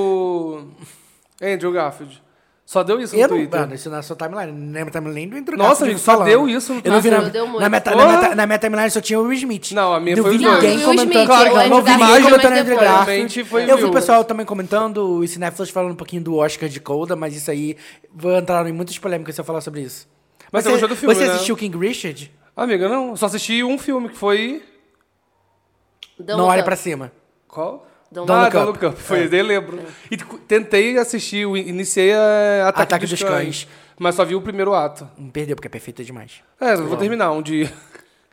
Speaker 3: Andrew Garfield. Só deu isso no
Speaker 1: Eu não,
Speaker 3: Twitter.
Speaker 1: mano, isso na sua timeline. Na minha timeline do Andrew
Speaker 3: Nossa,
Speaker 1: Garfield
Speaker 3: gente, só
Speaker 1: falando.
Speaker 3: deu isso no
Speaker 1: eu não vi na,
Speaker 2: Twitter. Deu muito.
Speaker 1: na, minha, na,
Speaker 3: Porra.
Speaker 1: minha, na minha timeline só tinha o Will Smith.
Speaker 3: Não, a minha
Speaker 1: não
Speaker 3: foi
Speaker 1: vi
Speaker 3: os dois.
Speaker 1: ninguém
Speaker 2: Não, o Will
Speaker 1: comentando.
Speaker 2: Smith, Claro que o não.
Speaker 1: não vi
Speaker 2: Andrew
Speaker 1: ninguém
Speaker 2: Garfield
Speaker 1: comentando
Speaker 2: mais
Speaker 1: Andrew
Speaker 2: depois.
Speaker 1: Garfield.
Speaker 3: Realmente foi
Speaker 1: Eu vi
Speaker 3: Will.
Speaker 1: o pessoal também comentando, os cinéfilos falando um pouquinho do Oscar de Coda, mas isso aí vai entrar em muitas polêmicas se eu falar sobre isso.
Speaker 3: Mas você
Speaker 1: você,
Speaker 3: gostou do filme,
Speaker 1: você
Speaker 3: né?
Speaker 1: assistiu King Richard?
Speaker 3: Amiga, não. eu Só assisti um filme que foi.
Speaker 2: Don't
Speaker 1: não
Speaker 2: Look
Speaker 1: olha
Speaker 2: Up.
Speaker 1: pra cima.
Speaker 3: Qual?
Speaker 2: Don't
Speaker 3: ah,
Speaker 1: Look
Speaker 3: Don't
Speaker 1: Up. É.
Speaker 3: Look Up. Foi, eu lembro. E cu- tentei assistir, o- iniciei a Ataque,
Speaker 1: Ataque
Speaker 3: dos,
Speaker 1: dos
Speaker 3: cães,
Speaker 1: Cães.
Speaker 3: Mas só vi o primeiro ato.
Speaker 1: Não perdeu, porque é perfeito demais.
Speaker 3: É, eu vou terminar um dia.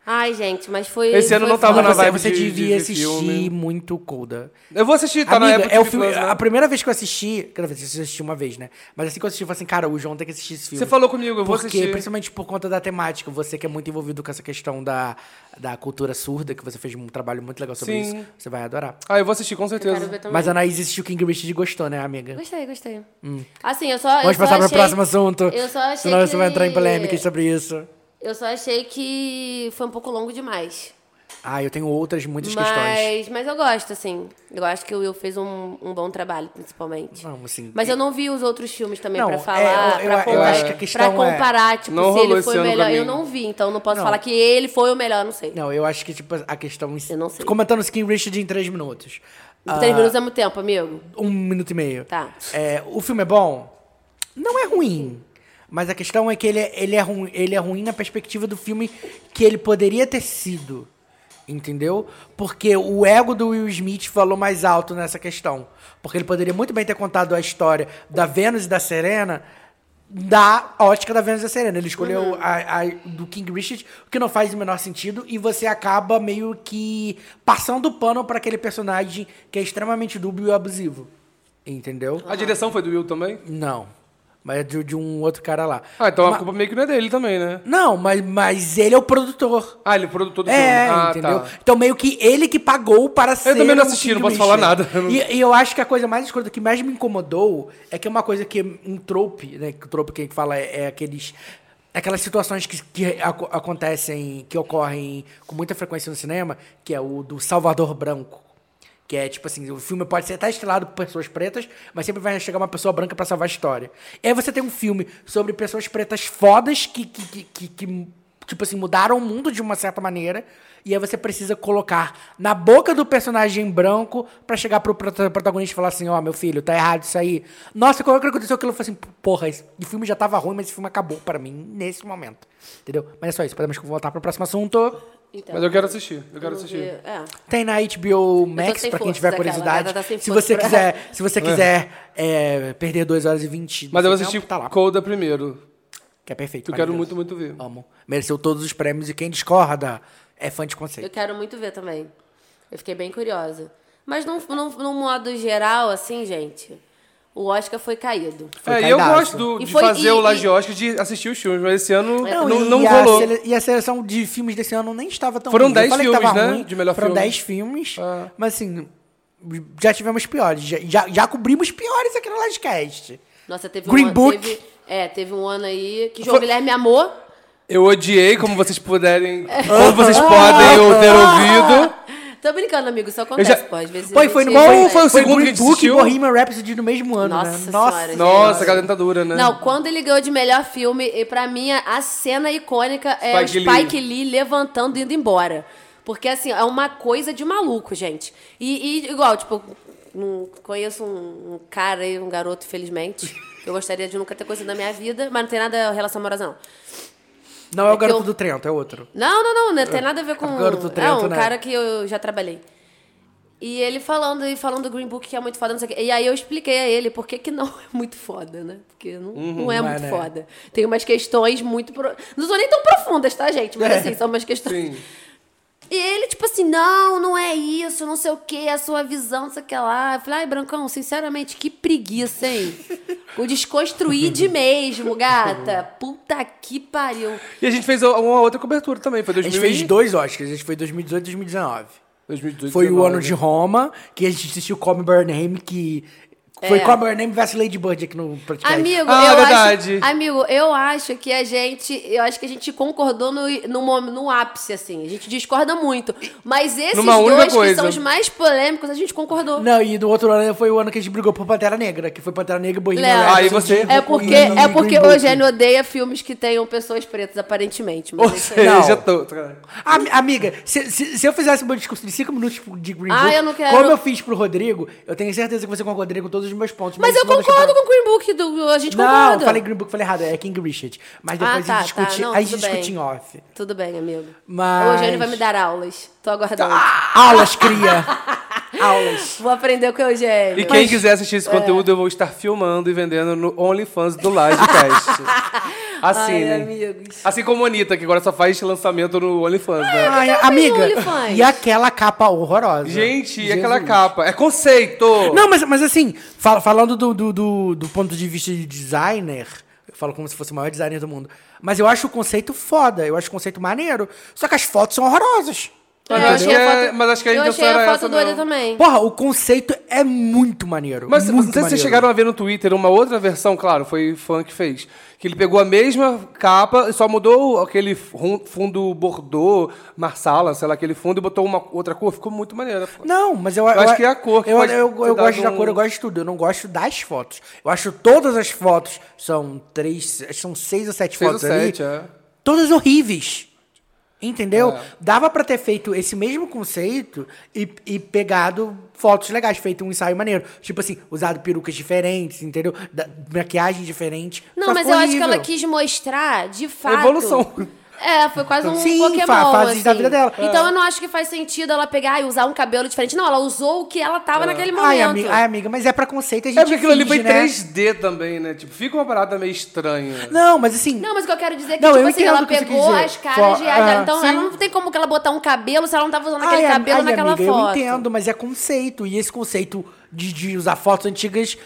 Speaker 2: Ai, gente, mas foi.
Speaker 3: Esse ano
Speaker 2: foi
Speaker 3: não tava
Speaker 2: foda.
Speaker 1: Mas
Speaker 3: Tá
Speaker 1: você,
Speaker 3: na vibe
Speaker 1: você
Speaker 3: de- de
Speaker 1: devia
Speaker 3: ver
Speaker 1: assistir
Speaker 3: filme.
Speaker 1: muito Coda.
Speaker 3: Eu vou assistir, tá na
Speaker 1: Amiga,
Speaker 3: época
Speaker 1: é o
Speaker 3: do
Speaker 1: filme.
Speaker 3: Plus, né?
Speaker 1: A primeira vez que eu assisti. Quer dizer, eu assisti uma vez, né? Mas assim que eu assisti, eu falei assim, cara, o João tem que assistir esse filme.
Speaker 3: Você falou comigo, eu vou
Speaker 1: Porque,
Speaker 3: assistir.
Speaker 1: Principalmente por conta da temática. Você que é muito envolvido com essa questão da, da cultura surda, que você fez um trabalho muito legal sobre
Speaker 3: Sim.
Speaker 1: isso. Você vai adorar.
Speaker 3: Ah, eu vou assistir, com
Speaker 2: Quero ver
Speaker 3: certeza.
Speaker 2: também.
Speaker 1: Mas a Anaís assistiu King Richard e gostou, né, amiga?
Speaker 2: Gostei, gostei. Assim, eu só.
Speaker 1: Vamos
Speaker 2: eu só
Speaker 1: passar para o
Speaker 2: achei-
Speaker 1: próximo assunto.
Speaker 2: Eu só achei
Speaker 1: Senão
Speaker 2: que...
Speaker 1: você vai entrar em polêmicas sobre isso.
Speaker 2: Eu só achei que foi um pouco longo demais.
Speaker 1: Ah, eu tenho outras muitas questões.
Speaker 2: Mas, mas eu gosto, assim. Eu acho que o Will fez um, um bom trabalho, principalmente.
Speaker 1: Não, assim,
Speaker 2: mas eu não vi os outros filmes também
Speaker 1: Não,
Speaker 2: pra
Speaker 1: é,
Speaker 2: falar,
Speaker 1: eu- eu-
Speaker 2: pra,
Speaker 1: eu
Speaker 2: comparar,
Speaker 1: acho que a questão é,
Speaker 2: pra comparar, tipo,
Speaker 3: Não
Speaker 2: se
Speaker 3: rolou
Speaker 2: ele
Speaker 3: esse
Speaker 2: foi
Speaker 3: ano pra
Speaker 2: melhor.
Speaker 3: mim.
Speaker 2: Eu não vi, então não posso
Speaker 1: Não.
Speaker 2: falar que ele foi o melhor, não sei.
Speaker 1: Não, eu acho que, tipo, a questão.
Speaker 2: Eu não sei.
Speaker 1: Comentando King Richard em três minutos.
Speaker 2: Três
Speaker 1: Ah,
Speaker 2: minutos é muito tempo, amigo.
Speaker 1: Um minuto e meio.
Speaker 2: Tá.
Speaker 1: É, o filme é bom? Não é ruim. Mas a questão é que ele é, ele é, ruim, ele é ruim na perspectiva do filme que ele poderia ter sido. Entendeu? Porque o ego do Will Smith falou mais alto nessa questão. Porque ele poderia muito bem ter contado a história da Vênus e da Serena da ótica da Vênus e da Serena. Ele escolheu a, a do King Richard, o que não faz o menor sentido, e você acaba meio que passando o pano para aquele personagem que é extremamente dúbio e abusivo. Entendeu?
Speaker 3: A direção foi do Will também?
Speaker 1: Não. Mas é de, de um outro cara lá.
Speaker 3: Ah, então
Speaker 1: Ma-
Speaker 3: a culpa meio que não é dele também, né?
Speaker 1: Não, mas, mas ele é o produtor.
Speaker 3: Ah, ele é produtor do filme.
Speaker 1: É,
Speaker 3: ah,
Speaker 1: entendeu?
Speaker 3: tá.
Speaker 1: Então meio que ele que pagou para ser um
Speaker 3: também não
Speaker 1: o
Speaker 3: assisti,
Speaker 1: King
Speaker 3: não posso
Speaker 1: Richard.
Speaker 3: falar nada. Eu não-
Speaker 1: E, e eu acho que a coisa mais escrota que mais me incomodou é que é uma coisa que um trope, né? Que o trope quem fala é, é aqueles é aquelas situações que, que aco- acontecem, que ocorrem com muita frequência no cinema, que é o do Salvador Branco. Que é tipo assim, o filme pode ser até estrelado por pessoas pretas, mas sempre vai chegar uma pessoa branca pra salvar a história. E aí você tem um filme sobre pessoas pretas fodas que, que, que, que- que, tipo assim, mudaram o mundo de uma certa maneira. E aí você precisa colocar na boca do personagem branco pra chegar pro prota- protagonista e falar assim, ó, meu filho, tá errado isso aí. Nossa, como é que aconteceu aquilo? Eu falei assim, porra, esse filme já tava ruim, mas esse filme acabou pra mim nesse momento. Entendeu? Mas é só isso, podemos voltar pro próximo assunto.
Speaker 2: Então,
Speaker 3: Mas eu quero assistir, eu quero
Speaker 2: vamos
Speaker 3: assistir.
Speaker 2: ver. É.
Speaker 1: Tem na HBO Max,
Speaker 2: sem
Speaker 1: pra quem
Speaker 2: forças,
Speaker 1: tiver
Speaker 2: aquela,
Speaker 1: curiosidade.
Speaker 2: ela tá sem
Speaker 1: se,
Speaker 2: forças
Speaker 1: você
Speaker 2: pra-
Speaker 1: quiser, se você quiser é, perder 2 horas e 20 do
Speaker 3: Mas
Speaker 1: seu
Speaker 3: eu vou assistir
Speaker 1: tempo, tá lá.
Speaker 3: Coda primeiro.
Speaker 1: Que é perfeito.
Speaker 3: Que eu quero muito,
Speaker 1: maravilhoso.
Speaker 3: muito ver.
Speaker 1: Amo. Mereceu todos os prêmios e quem discorda é fã de
Speaker 2: Eu
Speaker 1: conceito.
Speaker 2: quero muito ver também. Eu fiquei bem curiosa. Mas num, num, num modo geral, assim, gente, o Oscar foi caído.
Speaker 1: Foi
Speaker 3: é, e eu
Speaker 1: caidaço.
Speaker 3: gosto do-
Speaker 2: E
Speaker 3: de
Speaker 2: foi-
Speaker 3: fazer
Speaker 2: e-
Speaker 3: o Laje
Speaker 2: e-
Speaker 3: Oscar de assistir os filmes, mas esse ano não,
Speaker 1: e,
Speaker 3: não
Speaker 1: e a
Speaker 3: rolou.
Speaker 1: sele- e a seleção de filmes desse ano nem estava tão
Speaker 3: Foram
Speaker 1: ruim. Eu
Speaker 3: 10
Speaker 1: falei que
Speaker 3: filmes,
Speaker 1: tava
Speaker 3: né,
Speaker 1: ruim,
Speaker 3: de melhor
Speaker 1: Foram
Speaker 3: filme.
Speaker 1: 10 filmes,
Speaker 3: Ah.
Speaker 1: mas assim, já tivemos piores. Já, já, já cobrimos piores aqui no Livecast.
Speaker 2: Nossa, teve
Speaker 1: Green
Speaker 2: um ano.
Speaker 1: Book.
Speaker 2: Teve, é, teve um ano aí que João Guilherme amou.
Speaker 3: Eu odiei, como vocês puderem, como vocês podem ou ter ouvido.
Speaker 2: Tô brincando, amigo, isso acontece,
Speaker 3: já-
Speaker 2: pô. Às vezes a
Speaker 1: Foi, foi no
Speaker 2: gente-
Speaker 3: Qual é, foi o segundo
Speaker 1: Green
Speaker 3: que a gente
Speaker 1: Book e
Speaker 3: assistiu?
Speaker 1: Bohemian Rhapsody no mesmo ano,
Speaker 2: Nossa
Speaker 1: né?
Speaker 2: senhora, gente.
Speaker 3: Nossa, aquela dentadura, né?
Speaker 2: Não, quando ele ganhou de melhor filme, e pra mim a- a cena icônica é
Speaker 3: Spike
Speaker 2: o
Speaker 3: Lee.
Speaker 2: Spike Lee levantando e indo embora. Porque, assim, é uma coisa de maluco, gente. E, e igual, tipo, um- conheço um, um cara aí, um garoto, felizmente. que Eu gostaria de nunca ter conhecido na minha vida, mas não tem nada em relação amorosa, não.
Speaker 1: Não é o
Speaker 2: que
Speaker 1: garoto
Speaker 2: eu-
Speaker 1: do Trento, é outro.
Speaker 2: Não, não, não, não tem nada a ver com.
Speaker 1: Agora do
Speaker 2: é
Speaker 1: Trento,
Speaker 2: um
Speaker 1: né?
Speaker 2: cara que eu já trabalhei. E ele falando e falando do Green Book que é muito foda, não sei o quê. E aí eu expliquei a ele por que, que não é muito foda, né? Porque não, não é
Speaker 1: não é,
Speaker 2: muito
Speaker 1: né?
Speaker 2: foda. Tem umas questões muito. Pro... Não são nem tão profundas, tá, gente? Mas assim, são umas questões.
Speaker 3: Sim.
Speaker 2: E ele, tipo assim, não, não é isso, não sei o que, a sua visão, não sei o que lá. Eu falei, ai, Brancão, sinceramente, que preguiça, hein? O desconstruir de mesmo, gata. Puta que pariu.
Speaker 3: E a gente fez uma outra cobertura também, foi
Speaker 1: A gente
Speaker 3: 2000
Speaker 1: fez
Speaker 3: e-
Speaker 1: dois Oscars, a gente foi 2018 e 2019.
Speaker 3: 2018.
Speaker 1: Foi o ano
Speaker 3: 19,
Speaker 1: de Roma, que a gente assistiu Come By Your Name, que...
Speaker 3: É.
Speaker 1: Foi Come By Your Name versus Lady Bird aqui no podcast.
Speaker 2: Amigo,
Speaker 3: Ah,
Speaker 2: eu
Speaker 3: verdade.
Speaker 2: acho. Amigo, eu acho que a gente. Eu acho que a gente concordou no, no, mom- no ápice, assim. A gente discorda muito. Mas esses
Speaker 3: Numa única
Speaker 2: dois que
Speaker 3: coisa.
Speaker 2: são os mais polêmicos, a gente concordou.
Speaker 1: Não, e do outro ano foi o ano que a gente brigou por Pantera Negra, que foi Pantera Negra e assim, Bohemian
Speaker 2: Léo.
Speaker 1: Rhapsody.
Speaker 3: Aí Ah, você-
Speaker 2: É porque,
Speaker 1: E-
Speaker 2: é porque
Speaker 1: tipo, Green
Speaker 2: o
Speaker 1: Book.
Speaker 2: Eugênio odeia filmes que tenham pessoas pretas, aparentemente. Mas
Speaker 3: Ou
Speaker 2: é isso aí.
Speaker 3: seja,
Speaker 1: Não.
Speaker 3: tô...
Speaker 1: Ami- Amiga, se, se- se eu fizesse meu discurso de 5 minutos pro- de Green
Speaker 2: Ah,
Speaker 1: Book,
Speaker 2: eu não quero-
Speaker 1: como eu fiz pro Rodrigo, eu tenho certeza que você concordaria com todos os meus pontos.
Speaker 2: Mas eu
Speaker 1: isso não deixa
Speaker 2: concordo
Speaker 1: pra-
Speaker 2: com o Green Book, do, a gente
Speaker 1: Não, eu
Speaker 2: concorda.
Speaker 1: falei Green Book, falei errado, é King Richard. Mas depois
Speaker 2: Ah, tá,
Speaker 1: a gente discute,
Speaker 2: tá, não,
Speaker 1: a gente
Speaker 2: tudo
Speaker 1: discute
Speaker 2: bem.
Speaker 1: em off.
Speaker 2: Tudo bem, amigo.
Speaker 1: Mas-
Speaker 2: O Eugênio vai me dar aulas. Tô aguardando.
Speaker 3: Ah!
Speaker 1: Aulas, cria. Aulas.
Speaker 2: Vou aprender com o Eugênio.
Speaker 3: E quem quiser assistir esse conteúdo, eu vou estar filmando e vendendo no OnlyFans do Livecast. assim,
Speaker 2: Ai,
Speaker 3: né?
Speaker 2: amigos.
Speaker 3: Assim como a Anitta, que agora só faz lançamento no OnlyFans, né?
Speaker 1: Ai,
Speaker 2: ela fez
Speaker 1: amiga,
Speaker 2: OnlyFans?
Speaker 1: e aquela capa horrorosa?
Speaker 3: Gente, e
Speaker 1: Jesus.
Speaker 3: aquela capa? É conceito!
Speaker 1: Não, mas, mas assim, fal- falando do, do, do, do ponto de vista de designer, eu falo como se fosse o maior designer do mundo. Mas eu acho o conceito foda, eu acho o conceito maneiro. Só que as fotos são horrorosas.
Speaker 2: É,
Speaker 3: Mas
Speaker 2: eu
Speaker 3: acho que
Speaker 2: achei a
Speaker 3: é-
Speaker 2: foto,
Speaker 3: mas acho que a
Speaker 2: eu
Speaker 3: intenção
Speaker 2: achei
Speaker 3: era
Speaker 2: a
Speaker 3: essa
Speaker 2: foto doida
Speaker 3: mesmo.
Speaker 2: também.
Speaker 1: Porra, o conceito é muito maneiro.
Speaker 3: Mas
Speaker 1: muito
Speaker 3: não sei se vocês
Speaker 1: maneiro.
Speaker 3: chegaram a ver no Twitter uma outra versão, claro, foi fã que fez. Que ele pegou a mesma capa e só mudou aquele fun- fundo bordô, marsala, sei lá, aquele fundo e botou uma outra cor. Ficou muito maneiro.
Speaker 1: Não, mas eu,
Speaker 3: acho que é a cor que
Speaker 1: eu,
Speaker 3: pode
Speaker 1: eu, eu,
Speaker 3: ter dado
Speaker 1: gosto da
Speaker 3: um-
Speaker 1: cor, eu gosto de tudo. Eu não gosto das fotos. Eu acho todas as fotos são três, são seis ou sete
Speaker 3: Seis ou
Speaker 1: fotos
Speaker 3: sete,
Speaker 1: Hum, ali,
Speaker 3: é.
Speaker 1: todas horríveis. Entendeu? Dava pra ter feito esse mesmo conceito e, e pegado fotos legais, feito um ensaio maneiro. Tipo assim, usado perucas diferentes, entendeu? Da- maquiagem diferente.
Speaker 2: Não,
Speaker 1: Só
Speaker 2: mas eu
Speaker 1: ficou
Speaker 2: acho que ela
Speaker 1: horrível.
Speaker 2: quis mostrar, de fato.
Speaker 3: Evolução.
Speaker 2: É, foi quase um
Speaker 1: Sim,
Speaker 2: Pokémon.
Speaker 1: fa- fases
Speaker 2: assim.
Speaker 1: da vida dela.
Speaker 2: Então eu não acho que faz sentido ela pegar e usar um cabelo diferente. Não, ela usou o que ela tava naquele momento.
Speaker 1: Ah. Ai, amiga, ai, amiga, mas é preconceito, a gente
Speaker 3: É porque aquilo ali
Speaker 1: finge,
Speaker 3: foi
Speaker 1: né?
Speaker 3: 3D também, né? Tipo, fica uma parada meio estranha.
Speaker 1: Não, mas assim...
Speaker 2: Não, mas o que eu quero dizer é que,
Speaker 1: Não,
Speaker 2: tipo
Speaker 1: eu
Speaker 2: assim,
Speaker 1: entendo
Speaker 2: ela
Speaker 1: o que você quis
Speaker 2: pegou
Speaker 1: dizer.
Speaker 2: as caras
Speaker 1: Fo-
Speaker 2: e as dela.
Speaker 1: ah,
Speaker 2: Então
Speaker 1: sim.
Speaker 2: ela não tem como que ela botar um cabelo se ela não tava usando aquele
Speaker 1: Ai, am-
Speaker 2: cabelo
Speaker 1: ai,
Speaker 2: naquela
Speaker 1: amiga,
Speaker 2: foto.
Speaker 1: Eu entendo, mas é conceito. E esse conceito de, de usar fotos antigas.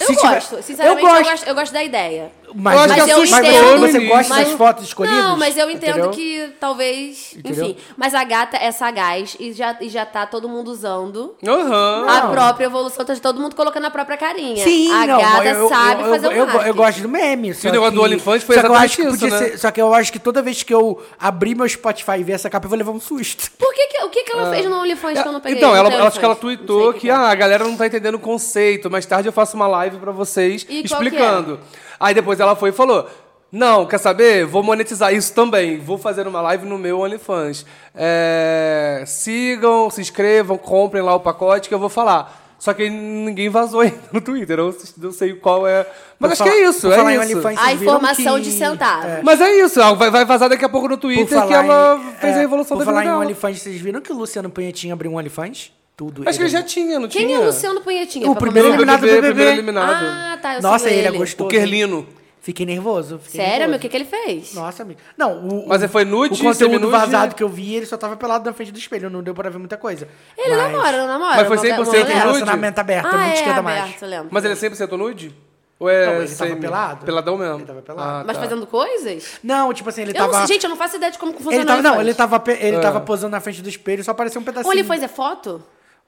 Speaker 2: Eu
Speaker 1: se tiver-
Speaker 2: gosto, sinceramente, eu gosto. Eu, gosto, da ideia.
Speaker 1: Mas,
Speaker 3: Eu acho
Speaker 1: mas,
Speaker 3: que é
Speaker 1: eu
Speaker 3: assustou
Speaker 1: entendo,
Speaker 3: no
Speaker 1: você
Speaker 3: início.
Speaker 1: gosta
Speaker 2: Mas-
Speaker 1: das fotos escolhidas?
Speaker 2: Não, mas eu entendo
Speaker 1: entendeu?
Speaker 2: que talvez.
Speaker 1: Entendeu?
Speaker 2: Enfim. Mas a gata é sagaz e já, e já tá todo mundo usando.
Speaker 3: Aham.
Speaker 2: A própria evolução, tá todo mundo colocando a própria carinha.
Speaker 1: Sim,
Speaker 2: a
Speaker 1: não,
Speaker 2: gata
Speaker 1: eu- eu-
Speaker 2: sabe
Speaker 1: eu,
Speaker 2: fazer
Speaker 1: eu,
Speaker 2: um
Speaker 1: eu, eu
Speaker 2: marketing.
Speaker 1: gosto do meme. só
Speaker 3: o negócio
Speaker 1: que-
Speaker 3: do OnlyFans foi
Speaker 1: só que eu acho que
Speaker 3: exatamente
Speaker 1: podia
Speaker 3: isso, né?
Speaker 1: ser- Só que eu acho que toda vez que eu abrir meu Spotify e ver essa capa, eu vou levar um susto.
Speaker 2: Por que, que- o que, que
Speaker 1: Ah.
Speaker 2: ela fez no OnlyFans que eu não peguei?
Speaker 3: Então,
Speaker 2: Não
Speaker 3: ela,
Speaker 2: tem
Speaker 3: ela- acho que ela
Speaker 2: OnlyFans. Não
Speaker 3: tweetou
Speaker 2: sei o
Speaker 3: que,
Speaker 2: é.
Speaker 3: ah, a galera não tá entendendo o conceito. Mais tarde eu faço uma live pra vocês
Speaker 2: E qual que é?
Speaker 3: explicando. Aí depois ela foi e falou: Não, quer saber? Vou monetizar isso também. Vou fazer uma live no meu OnlyFans. É, sigam, se inscrevam, comprem lá o pacote que eu vou falar. Só que ninguém vazou ainda no Twitter. Eu não sei qual é. Mas
Speaker 1: Por
Speaker 3: acho
Speaker 1: falar-
Speaker 3: que é isso.
Speaker 1: por falar em
Speaker 3: É isso.
Speaker 1: OnlyFans,
Speaker 2: A
Speaker 1: vocês viram
Speaker 2: informação
Speaker 1: que-
Speaker 2: de centavo.
Speaker 1: É.
Speaker 3: Mas é isso. Vai, vai vazar daqui a pouco no
Speaker 1: Por
Speaker 3: Twitter que
Speaker 1: falar em-
Speaker 3: ela fez
Speaker 1: é,
Speaker 3: a revolução
Speaker 1: Por
Speaker 3: da vida
Speaker 1: falar em
Speaker 3: dela.
Speaker 1: OnlyFans, vocês viram que o Luciano Panhetinha abriu um OnlyFans? Tudo.
Speaker 3: Acho que ele já
Speaker 1: é-
Speaker 3: tinha, não
Speaker 2: Quem
Speaker 3: tinha?
Speaker 2: é o Luciano Punhetinha?
Speaker 1: O
Speaker 2: pra
Speaker 1: é primeiro
Speaker 2: começar?
Speaker 1: eliminado do BBB.
Speaker 3: Primeiro eliminado.
Speaker 2: Ah, tá, eu
Speaker 1: Nossa,
Speaker 2: sigo
Speaker 1: ele é
Speaker 2: ele.
Speaker 1: gostoso.
Speaker 3: O Kerlino.
Speaker 1: Fiquei nervoso. fiquei
Speaker 2: Sério,
Speaker 1: nervoso.
Speaker 2: meu, o que, que ele fez?
Speaker 1: Nossa, amigo. Não, o,
Speaker 3: Mas
Speaker 1: o-
Speaker 3: foi nude,
Speaker 1: O conteúdo
Speaker 3: seminude?
Speaker 1: vazado que eu vi, ele só tava pelado na frente do espelho, não deu pra ver muita coisa.
Speaker 2: Ele
Speaker 1: Mas-
Speaker 2: namora, não namora?
Speaker 3: Mas foi
Speaker 2: Uma-
Speaker 3: 100%
Speaker 2: uma-
Speaker 1: É,
Speaker 3: nude?
Speaker 1: relacionamento aberto,
Speaker 2: Ah,
Speaker 1: não
Speaker 2: é,
Speaker 1: esquenta mais.
Speaker 2: aberto, lembro.
Speaker 3: Mas ele é 100% nude? Ou é
Speaker 1: Não, ele tava
Speaker 3: semi?
Speaker 1: pelado.
Speaker 3: Peladão mesmo?
Speaker 1: Ele tava pelado.
Speaker 3: Ah,
Speaker 2: Mas
Speaker 3: tá.
Speaker 2: fazendo coisas?
Speaker 1: Não, tipo assim, ele
Speaker 2: Eu não
Speaker 1: tava.
Speaker 2: sei, gente, eu não faço ideia de como funciona
Speaker 1: ele tava, não, ele
Speaker 2: OnlyFans.
Speaker 1: tava, pe-
Speaker 3: Ah.
Speaker 1: ele tava posando na frente do espelho, só apareceu um pedacinho.
Speaker 2: Ou ele faz é foto?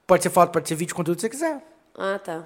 Speaker 1: Pode ser foto, pode ser vídeo, conteúdo que você quiser.
Speaker 2: Ah, tá.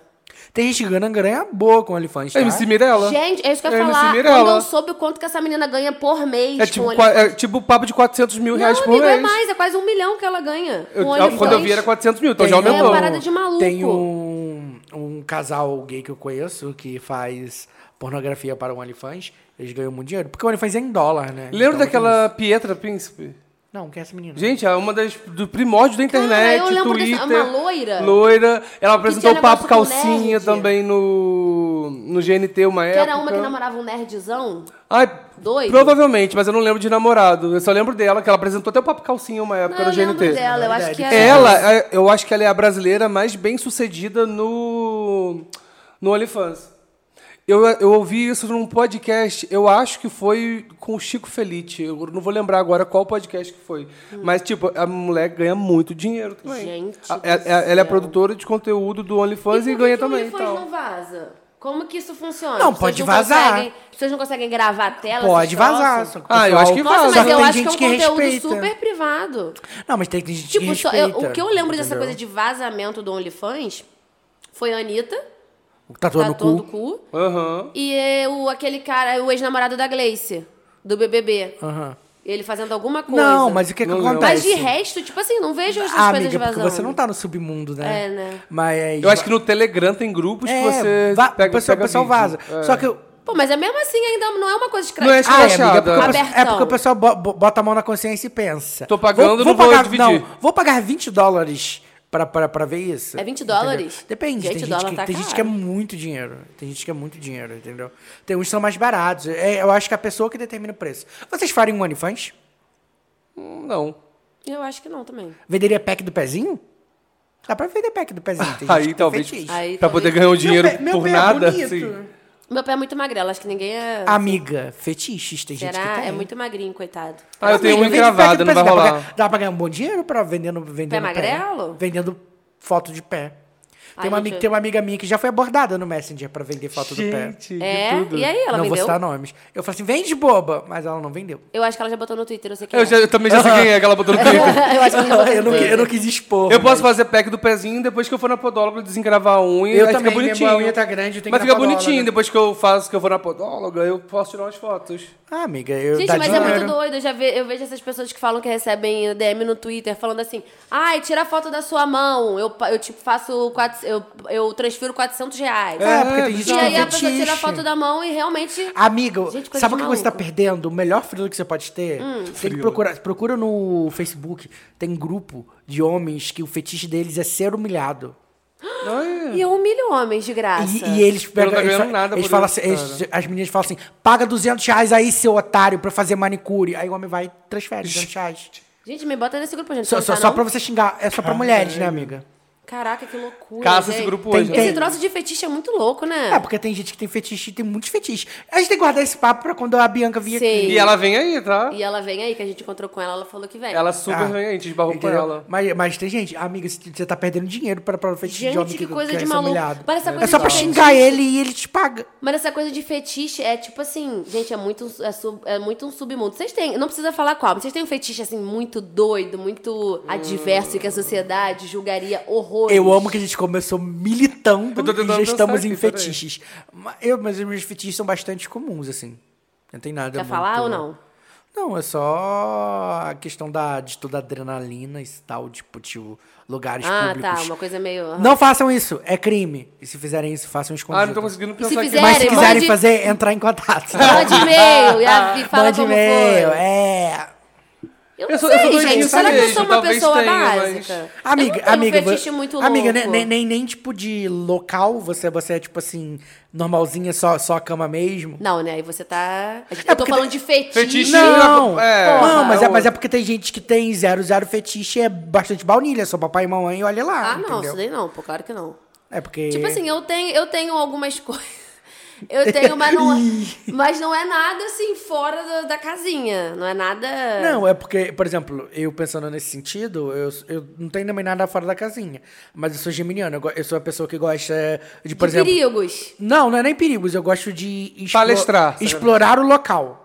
Speaker 1: Tem gente que ganha ganha boa com OnlyFans, tá?
Speaker 3: MC É Mirella?
Speaker 2: Gente, é isso que eu ia
Speaker 3: É MC
Speaker 2: falar.
Speaker 3: Mirella.
Speaker 2: Quando eu soube o quanto que essa menina ganha por mês
Speaker 3: É
Speaker 2: com
Speaker 3: tipo,
Speaker 2: o
Speaker 3: qua-
Speaker 2: OnlyFans.
Speaker 3: é tipo papo de 400 mil reais
Speaker 2: não,
Speaker 3: por
Speaker 2: amigo,
Speaker 3: mês.
Speaker 2: é mais. É quase um milhão que ela ganha com
Speaker 3: Eu-
Speaker 2: o
Speaker 3: ah,
Speaker 2: OnlyFans.
Speaker 3: quando eu vi era 400 mil, então já
Speaker 1: Tem
Speaker 2: É uma
Speaker 3: aumentou.
Speaker 2: parada de maluco.
Speaker 1: Tem um, um casal gay que eu conheço que faz pornografia para o OnlyFans. Eles ganham muito dinheiro. Porque o OnlyFans é em dólar, né?
Speaker 3: Lembra
Speaker 1: Então,
Speaker 3: daquela Pietra Príncipe?
Speaker 1: Não, quem é essa menina?
Speaker 3: Gente, é uma das do primórdio da internet,
Speaker 2: Cara, eu lembro
Speaker 3: Twitter.
Speaker 2: dessa- uma loira.
Speaker 3: Loira. Ela apresentou
Speaker 2: tinha
Speaker 3: o papo
Speaker 2: negócio com
Speaker 3: calcinha
Speaker 2: nerd.
Speaker 3: também no no GNT uma
Speaker 2: Que
Speaker 3: época.
Speaker 2: era uma que namorava um nerdzão.
Speaker 3: Ai,
Speaker 2: Doido.
Speaker 3: provavelmente, mas eu não lembro de namorado. Eu só lembro dela, que ela apresentou até o papo calcinha uma época
Speaker 2: Não,
Speaker 3: no
Speaker 2: eu
Speaker 3: GNT.
Speaker 2: lembro dela, eu acho que era.
Speaker 3: Ela, é, eu acho que ela é a brasileira mais bem sucedida no, no OnlyFans. Eu, eu ouvi isso num podcast, eu acho que foi com o Chico Felite. Eu não vou lembrar agora qual podcast que foi. Mas, tipo, a mulher ganha muito dinheiro também.
Speaker 2: Hum. Gente
Speaker 3: A-
Speaker 2: do
Speaker 3: é- é- ela é
Speaker 2: céu.
Speaker 3: produtora de conteúdo do
Speaker 2: E
Speaker 3: OnlyFans e,
Speaker 2: por que
Speaker 3: ganha
Speaker 2: que
Speaker 3: também.
Speaker 2: O OnlyFans
Speaker 3: então.
Speaker 2: não vaza? Como que isso funciona?
Speaker 1: Não,
Speaker 2: As pessoas
Speaker 1: pode vazar.
Speaker 2: conseguem- As pessoas não conseguem gravar a tela?
Speaker 1: Pode
Speaker 2: essas
Speaker 1: vazar.
Speaker 2: troças?
Speaker 1: só que o
Speaker 3: Ah, eu
Speaker 1: pessoal-
Speaker 3: acho que
Speaker 2: Nossa,
Speaker 1: só
Speaker 3: vaza.
Speaker 2: mas
Speaker 1: que
Speaker 2: eu
Speaker 1: tem
Speaker 2: acho que é um
Speaker 1: gente que
Speaker 2: conteúdo
Speaker 1: respeita.
Speaker 2: super privado.
Speaker 1: Não, mas tem, tem gente
Speaker 2: Tipo,
Speaker 1: que
Speaker 2: só-
Speaker 1: respeita.
Speaker 2: eu- o que eu lembro dessa coisa
Speaker 1: entendeu?
Speaker 2: de vazamento do OnlyFans foi a Anitta,
Speaker 1: Tá Tatuando o
Speaker 2: tatuando o
Speaker 1: cu.
Speaker 2: cu,
Speaker 3: Aham.
Speaker 2: e eh, o, aquele cara, o ex-namorado da Gleice, do BBB.
Speaker 1: Aham.
Speaker 2: Ele fazendo alguma coisa.
Speaker 1: Não, mas o que, que
Speaker 3: Não, não.
Speaker 2: Mas
Speaker 1: acontece?
Speaker 2: de resto, tipo assim, não vejo essas
Speaker 1: Ah,
Speaker 2: coisas
Speaker 1: amiga, porque
Speaker 2: vazando.
Speaker 1: você não tá no submundo, né?
Speaker 2: É, né?
Speaker 1: Mas...
Speaker 3: Eu acho que no Telegram tem grupos
Speaker 1: É,
Speaker 3: que você
Speaker 1: va-
Speaker 3: pega,
Speaker 1: o pessoal,
Speaker 3: pega
Speaker 1: o pessoal
Speaker 3: vídeo.
Speaker 1: vaza.
Speaker 3: É.
Speaker 1: Só que... eu-
Speaker 2: Pô, mas é mesmo assim ainda não é uma coisa escra...
Speaker 3: Não
Speaker 1: Ah,
Speaker 3: é
Speaker 1: é, amiga,
Speaker 3: Escrachada.
Speaker 1: porque o pessoal- é
Speaker 2: Abertão.
Speaker 1: porque o pessoal bo- bo- bota a mão na consciência e pensa.
Speaker 3: Tô pagando, não vou
Speaker 1: pagar,
Speaker 3: dividir.
Speaker 1: Não, vou pagar 20 dólares pra, pra, pra ver isso.
Speaker 2: É 20 dólares?
Speaker 1: Entendeu? Depende.
Speaker 2: Gente,
Speaker 1: tem gente,
Speaker 2: dólar
Speaker 1: que,
Speaker 2: tá
Speaker 1: tem gente
Speaker 2: caro.
Speaker 1: que é muito dinheiro. Tem gente que é muito dinheiro, entendeu? Tem uns que são mais baratos. É, eu acho que é a pessoa que determina o preço. Vocês fariam um OnlyFans?
Speaker 3: Não.
Speaker 1: assim.
Speaker 2: Eu acho que não também.
Speaker 1: Venderia pack do pezinho? Dá pra vender pack do pezinho. tem gente que
Speaker 3: Aí
Speaker 1: tem
Speaker 3: talvez.
Speaker 1: fetiche.
Speaker 2: Aí, tá
Speaker 3: pra
Speaker 2: talvez.
Speaker 3: poder ganhar um dinheiro
Speaker 1: pé- meu
Speaker 3: por
Speaker 1: pé é
Speaker 3: nada.
Speaker 1: bonito.
Speaker 3: assim.
Speaker 2: Meu pé é muito magrelo, acho que ninguém é...
Speaker 1: Ah, Amiga, fetiches, tem gente que tá
Speaker 2: Será?
Speaker 1: tem.
Speaker 2: É muito magrinho, coitado.
Speaker 3: Ah, eu tenho um
Speaker 1: Amiga, vende pack
Speaker 3: engravado,
Speaker 1: do
Speaker 3: não vai
Speaker 1: pezinho. Dá pra
Speaker 3: rolar.
Speaker 1: ganhar- Dá pra ganhar um bom dinheiro pra vendendo, vendendo
Speaker 2: magrelo?
Speaker 1: Vendendo foto de pé. Tem,
Speaker 2: Ai,
Speaker 1: uma
Speaker 2: gente,
Speaker 1: amiga,
Speaker 2: eu-
Speaker 1: tem uma amiga minha que já foi abordada no Messenger pra vender foto do pé.
Speaker 3: de
Speaker 2: É?
Speaker 3: tudo.
Speaker 2: E aí, ela
Speaker 1: não vou
Speaker 2: vendeu?
Speaker 1: citar nomes. Eu falei assim, vende boba, mas ela não vendeu.
Speaker 2: Eu acho que ela já botou no Twitter, eu sei quem
Speaker 3: Eu,
Speaker 2: é.
Speaker 3: já- eu também já sei quem é que ela botou no Twitter.
Speaker 2: eu acho que ela já
Speaker 1: eu, não, qui- eu
Speaker 2: botou no Twitter.
Speaker 1: não quis expor.
Speaker 3: Eu
Speaker 1: mas-
Speaker 3: posso fazer pack do pezinho depois que eu for na podóloga desengravar a unha.
Speaker 1: Eu
Speaker 3: aí
Speaker 1: também,
Speaker 3: fica
Speaker 1: minha
Speaker 3: bonitinho.
Speaker 1: unha tá grande, eu tenho
Speaker 3: Mas
Speaker 1: que ir
Speaker 3: fica
Speaker 1: na podóloga.
Speaker 3: bonitinho, depois que eu faço, que eu vou na podóloga, eu posso tirar umas fotos.
Speaker 1: Ah, amiga, eu
Speaker 2: Gente,
Speaker 1: dá
Speaker 2: mas é
Speaker 1: dinheiro.
Speaker 2: muito doido. Eu já ve- eu vejo essas pessoas que falam que recebem DM no Twitter falando assim: ai, tira a foto da sua mão. Eu, pa- eu tipo, faço quatro, eu, eu transfiro 400 reais.
Speaker 1: É, porque tem gente
Speaker 2: E
Speaker 1: que
Speaker 2: aí
Speaker 1: tem
Speaker 2: a pessoa tira a
Speaker 1: fetiche. Ah.
Speaker 2: foto da mão e realmente.
Speaker 1: Amigo,
Speaker 2: Gente, coisa
Speaker 1: sabe o
Speaker 2: de
Speaker 1: que você tá
Speaker 2: maluco. Hum.
Speaker 1: perdendo? O melhor frilo que você pode ter? Tem que
Speaker 3: né?
Speaker 1: procurar, procura no Facebook, tem grupo de homens que o fetiche deles é ser humilhado.
Speaker 2: E eu humilho homens de graça.
Speaker 1: E, e é- eles pegam.
Speaker 3: não tá
Speaker 1: eles,
Speaker 3: ganhando nada
Speaker 1: eles
Speaker 3: por
Speaker 1: falam
Speaker 3: isso,
Speaker 1: assim- eles- as meninas falam assim: paga 200 reais aí, seu otário, pra fazer manicure. Aí o homem vai e transfere 200 reais.
Speaker 2: Gente, me bota nesse grupo, gente.
Speaker 1: Só,
Speaker 2: não
Speaker 1: só,
Speaker 2: tá,
Speaker 1: só
Speaker 2: não?
Speaker 1: pra você xingar. É
Speaker 3: Ah,
Speaker 1: só pra mulheres, né, amiga?
Speaker 2: Caraca, que loucura.
Speaker 3: Caça
Speaker 2: gente.
Speaker 3: esse grupo
Speaker 1: Tem-
Speaker 3: hoje.
Speaker 1: tem-
Speaker 2: Esse troço de fetiche é muito louco, né?
Speaker 1: É, porque tem gente que tem fetiche, tem muitos fetiches. A gente tem que guardar esse papo pra quando a Bianca vir
Speaker 2: Sim.
Speaker 1: aqui.
Speaker 3: E ela vem aí, tá?
Speaker 2: E ela vem aí, que a gente encontrou com ela, ela falou que vem.
Speaker 3: Ela super
Speaker 1: Ah,
Speaker 3: vem aí, a gente esbarrou com
Speaker 1: entendeu?
Speaker 3: ela.
Speaker 1: Mas, mas tem gente, amiga, você você tá perdendo dinheiro pra, pra fetiche de
Speaker 2: Gente,
Speaker 1: homem
Speaker 2: que coisa
Speaker 1: quer
Speaker 2: de
Speaker 1: ser
Speaker 2: maluco.
Speaker 1: humilhado.
Speaker 2: Parece a
Speaker 1: é
Speaker 2: coisa
Speaker 1: só
Speaker 2: do
Speaker 1: pra
Speaker 2: fetiche.
Speaker 1: xingar ele e ele te paga.
Speaker 2: Mas essa coisa de fetiche é tipo assim, gente, é muito, um- é sub- é muito um submundo. Vocês têm, não precisa falar qual, mas vocês têm um fetiche assim muito doido, muito adverso e que a sociedade julgaria horror.
Speaker 1: Eu amo que a gente começou militando
Speaker 3: Eu tô
Speaker 1: e
Speaker 3: tentando
Speaker 1: já estamos
Speaker 3: pensar
Speaker 1: em
Speaker 3: aqui, peraí.
Speaker 1: fetiches. Mas, eu, mas os meus fetiches são bastante comuns, assim. Não tem nada
Speaker 2: Quer
Speaker 1: muito-
Speaker 2: falar ou não?
Speaker 1: Não, é só a questão da, de toda a adrenalina e tal, tipo, tipo lugares
Speaker 2: ah,
Speaker 1: públicos.
Speaker 2: tá, uma coisa meio.
Speaker 1: Não façam isso, é crime. E se fizerem isso, façam escondido.
Speaker 3: Ah, não tô conseguindo pensar aqui.
Speaker 2: fizer-
Speaker 1: Mas se
Speaker 2: Sério,
Speaker 1: quiserem
Speaker 2: mande-
Speaker 1: fazer, entrar em contato.
Speaker 2: Mande e-mail e a- e fala
Speaker 1: Mande
Speaker 2: como
Speaker 1: e-mail,
Speaker 2: foi.
Speaker 1: é.
Speaker 2: Eu não
Speaker 3: Eu sou- eu
Speaker 2: sei,
Speaker 3: sou doidinho,
Speaker 2: gente. Será que eu
Speaker 3: sabe?
Speaker 2: sou uma
Speaker 3: Talvez
Speaker 2: pessoa
Speaker 3: tenha, mas-
Speaker 2: básica?
Speaker 1: Amiga,
Speaker 2: eu não tenho
Speaker 1: amiga,
Speaker 2: um fetiche
Speaker 1: vo-
Speaker 2: muito
Speaker 1: amiga,
Speaker 2: louco.
Speaker 1: ne- nem, nem, nem tipo de local, você, você é tipo assim, normalzinha, só, só a cama mesmo.
Speaker 2: Não, né? Aí você tá.
Speaker 1: É
Speaker 2: Eu tô
Speaker 1: porque
Speaker 2: falando
Speaker 1: tem-
Speaker 2: de fetiche.
Speaker 3: Fetiche
Speaker 1: Não,
Speaker 3: é-
Speaker 1: não mas, é,
Speaker 3: é
Speaker 1: mas é porque tem gente que tem zero, zero fetiche e é bastante baunilha, só papai e mamãe, e olha lá.
Speaker 2: Ah, não,
Speaker 1: entendeu?
Speaker 2: isso daí não, pô, claro que não.
Speaker 1: É porque.
Speaker 2: Tipo assim, eu tenho, eu tenho algumas coisas. Eu tenho, mas não, é, mas não é nada assim fora da, da casinha. Não é nada.
Speaker 1: Não, é porque, por exemplo, eu pensando nesse sentido, eu, eu não tenho também nada fora da casinha. Mas eu sou geminiano, eu, go- eu sou a pessoa que gosta de, por
Speaker 2: de
Speaker 1: exemplo.
Speaker 2: perigos.
Speaker 1: Não, não é nem perigos, eu gosto de explo-
Speaker 3: Palestrar, sabe?
Speaker 1: explorar o local.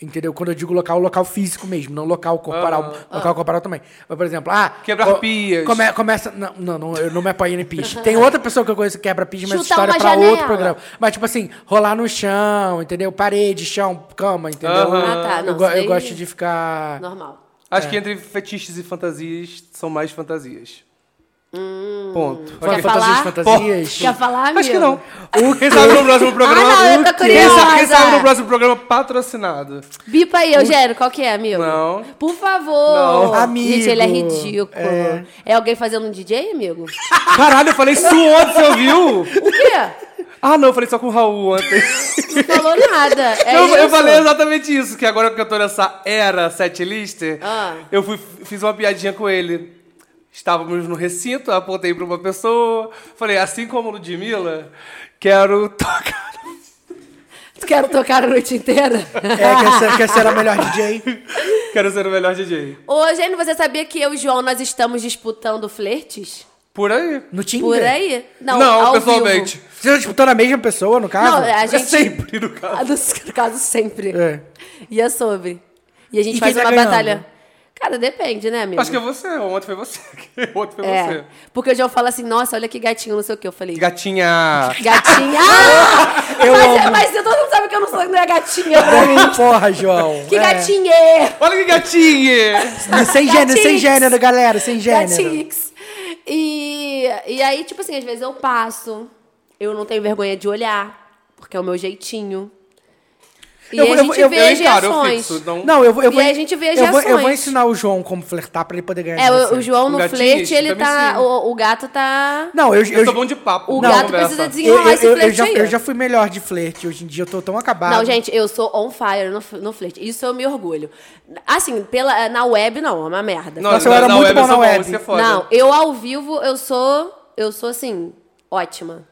Speaker 1: Entendeu? Quando eu digo local, local físico mesmo, não local corporal. Local corporal também. Mas, por exemplo, ah.
Speaker 3: Quebrar Ah. pias.
Speaker 1: come- começa. Não, não, não, eu não me apanhei em pias. Tem outra pessoa que eu conheço que quebra pias, mas
Speaker 2: Chutar
Speaker 1: história
Speaker 2: uma
Speaker 1: pra
Speaker 2: janela.
Speaker 1: outro programa. Mas, tipo assim, rolar no chão, entendeu? Parede, chão, cama, entendeu?
Speaker 2: Aham. Ah, tá, não,
Speaker 1: eu, go-
Speaker 2: isso
Speaker 1: eu
Speaker 2: daí-
Speaker 1: gosto de
Speaker 3: É.
Speaker 1: ficar.
Speaker 2: Normal.
Speaker 3: Acho que entre fetiches e fantasias são mais fantasias. Ponto.
Speaker 1: Fala
Speaker 2: Hum. Quer
Speaker 3: Ok.
Speaker 1: fantasias,
Speaker 2: falar?
Speaker 1: fantasias.
Speaker 2: Quer falar, amigo?
Speaker 3: Acho que não.
Speaker 1: O
Speaker 3: Quem sabe no próximo programa.
Speaker 2: Ah, não, eu tô
Speaker 3: Quem sa- Quem sabe
Speaker 2: curiosa.
Speaker 3: no próximo programa patrocinado.
Speaker 2: Bipa aí, Eugênio, qual que é, amigo?
Speaker 3: Não.
Speaker 2: Por favor.
Speaker 3: Não.
Speaker 1: Amigo.
Speaker 2: Gente, ele é ridículo.
Speaker 1: É.
Speaker 2: É, alguém fazendo um DJ, amigo? O
Speaker 3: Caralho, eu falei isso ontem, você ouviu?
Speaker 2: quê?
Speaker 3: Ah, não, eu falei só com o Raul ontem.
Speaker 2: Não falou nada. É
Speaker 3: eu, eu
Speaker 2: isso?
Speaker 3: falei exatamente isso, que agora que eu tô nessa era setlist,
Speaker 2: Ah.
Speaker 3: eu fui, fiz uma piadinha com ele. Estávamos no recinto, apontei pra uma pessoa, falei, assim como Ludmilla, quero tocar.
Speaker 2: Tu Quero tocar a noite inteira.
Speaker 1: É, quer ser, quer ser a melhor DJ.
Speaker 3: Quero ser o melhor DJ.
Speaker 2: Ô, Eugênio, você sabia que eu e o João, nós estamos disputando flertes?
Speaker 3: Por aí.
Speaker 1: No Tinder.
Speaker 2: Por aí? Não, ao
Speaker 3: pessoalmente.
Speaker 2: Vivo.
Speaker 1: Vocês estão disputando a mesma pessoa, no caso?
Speaker 2: Não, a gente...
Speaker 3: sempre, no caso.
Speaker 2: Ah, No no caso, sempre.
Speaker 1: É.
Speaker 2: E é sobre. E a gente
Speaker 1: E
Speaker 2: faz
Speaker 1: quem tá
Speaker 2: uma
Speaker 1: ganhando?
Speaker 2: batalha. Cara, depende, né, amigo?
Speaker 3: Acho que é você, ontem foi você. Ontem foi
Speaker 2: É.
Speaker 3: você.
Speaker 2: Porque o João fala assim, nossa, olha que gatinho, não sei o que. Eu falei,
Speaker 3: Gatinha.
Speaker 2: gatinha! Ah!
Speaker 1: Eu
Speaker 2: mas,
Speaker 1: amo.
Speaker 2: mas todo mundo sabe que eu não, sou, não é gatinha pra mim.
Speaker 1: Porra, João.
Speaker 2: Que
Speaker 1: É.
Speaker 2: gatinha!
Speaker 3: Olha que gatinha!
Speaker 1: Sem gênero, sem
Speaker 2: Gatinhos.
Speaker 1: gênero, galera, sem gênero.
Speaker 2: Gatix. E, e aí, tipo assim, às vezes eu passo, eu não tenho vergonha de olhar, porque é o meu jeitinho. E
Speaker 1: Eu-
Speaker 2: aí a
Speaker 1: eu-
Speaker 2: gente
Speaker 1: eu-
Speaker 2: vê
Speaker 1: eu
Speaker 2: as
Speaker 3: encaro, eu
Speaker 2: reações.
Speaker 3: fixo, não-
Speaker 1: Não, eu, vou- eu
Speaker 2: E
Speaker 1: vou.
Speaker 2: aí a gente vê as
Speaker 1: eu, vou, eu vou
Speaker 2: reações.
Speaker 1: ensinar o João como flertar pra ele poder ganhar.
Speaker 2: É,
Speaker 1: de
Speaker 2: o,
Speaker 1: você.
Speaker 2: o João
Speaker 3: Um
Speaker 2: no
Speaker 3: gatinho,
Speaker 2: flerte, ele
Speaker 3: também
Speaker 2: tá.
Speaker 3: sim.
Speaker 2: O, o gato tá.
Speaker 1: Não, eu, eu,
Speaker 3: Eu sou bom de papo.
Speaker 2: O
Speaker 3: não,
Speaker 2: gato
Speaker 3: conversa.
Speaker 2: precisa desenrolar.
Speaker 1: eu, eu,
Speaker 2: esse
Speaker 1: eu
Speaker 2: flerte
Speaker 1: já,
Speaker 2: aí.
Speaker 1: eu já fui melhor de flerte. Hoje em dia eu tô tão acabado.
Speaker 2: Não, gente, eu sou on fire no, no flerte. Isso eu me orgulho. Assim, pela, na web, não, é uma merda.
Speaker 3: Não,
Speaker 1: Nossa, eu
Speaker 3: na-
Speaker 1: era
Speaker 3: na
Speaker 1: muito bom
Speaker 3: eu sou
Speaker 1: na web.
Speaker 3: isso é foda.
Speaker 2: Não, eu ao vivo, eu sou. Eu sou assim, ótima.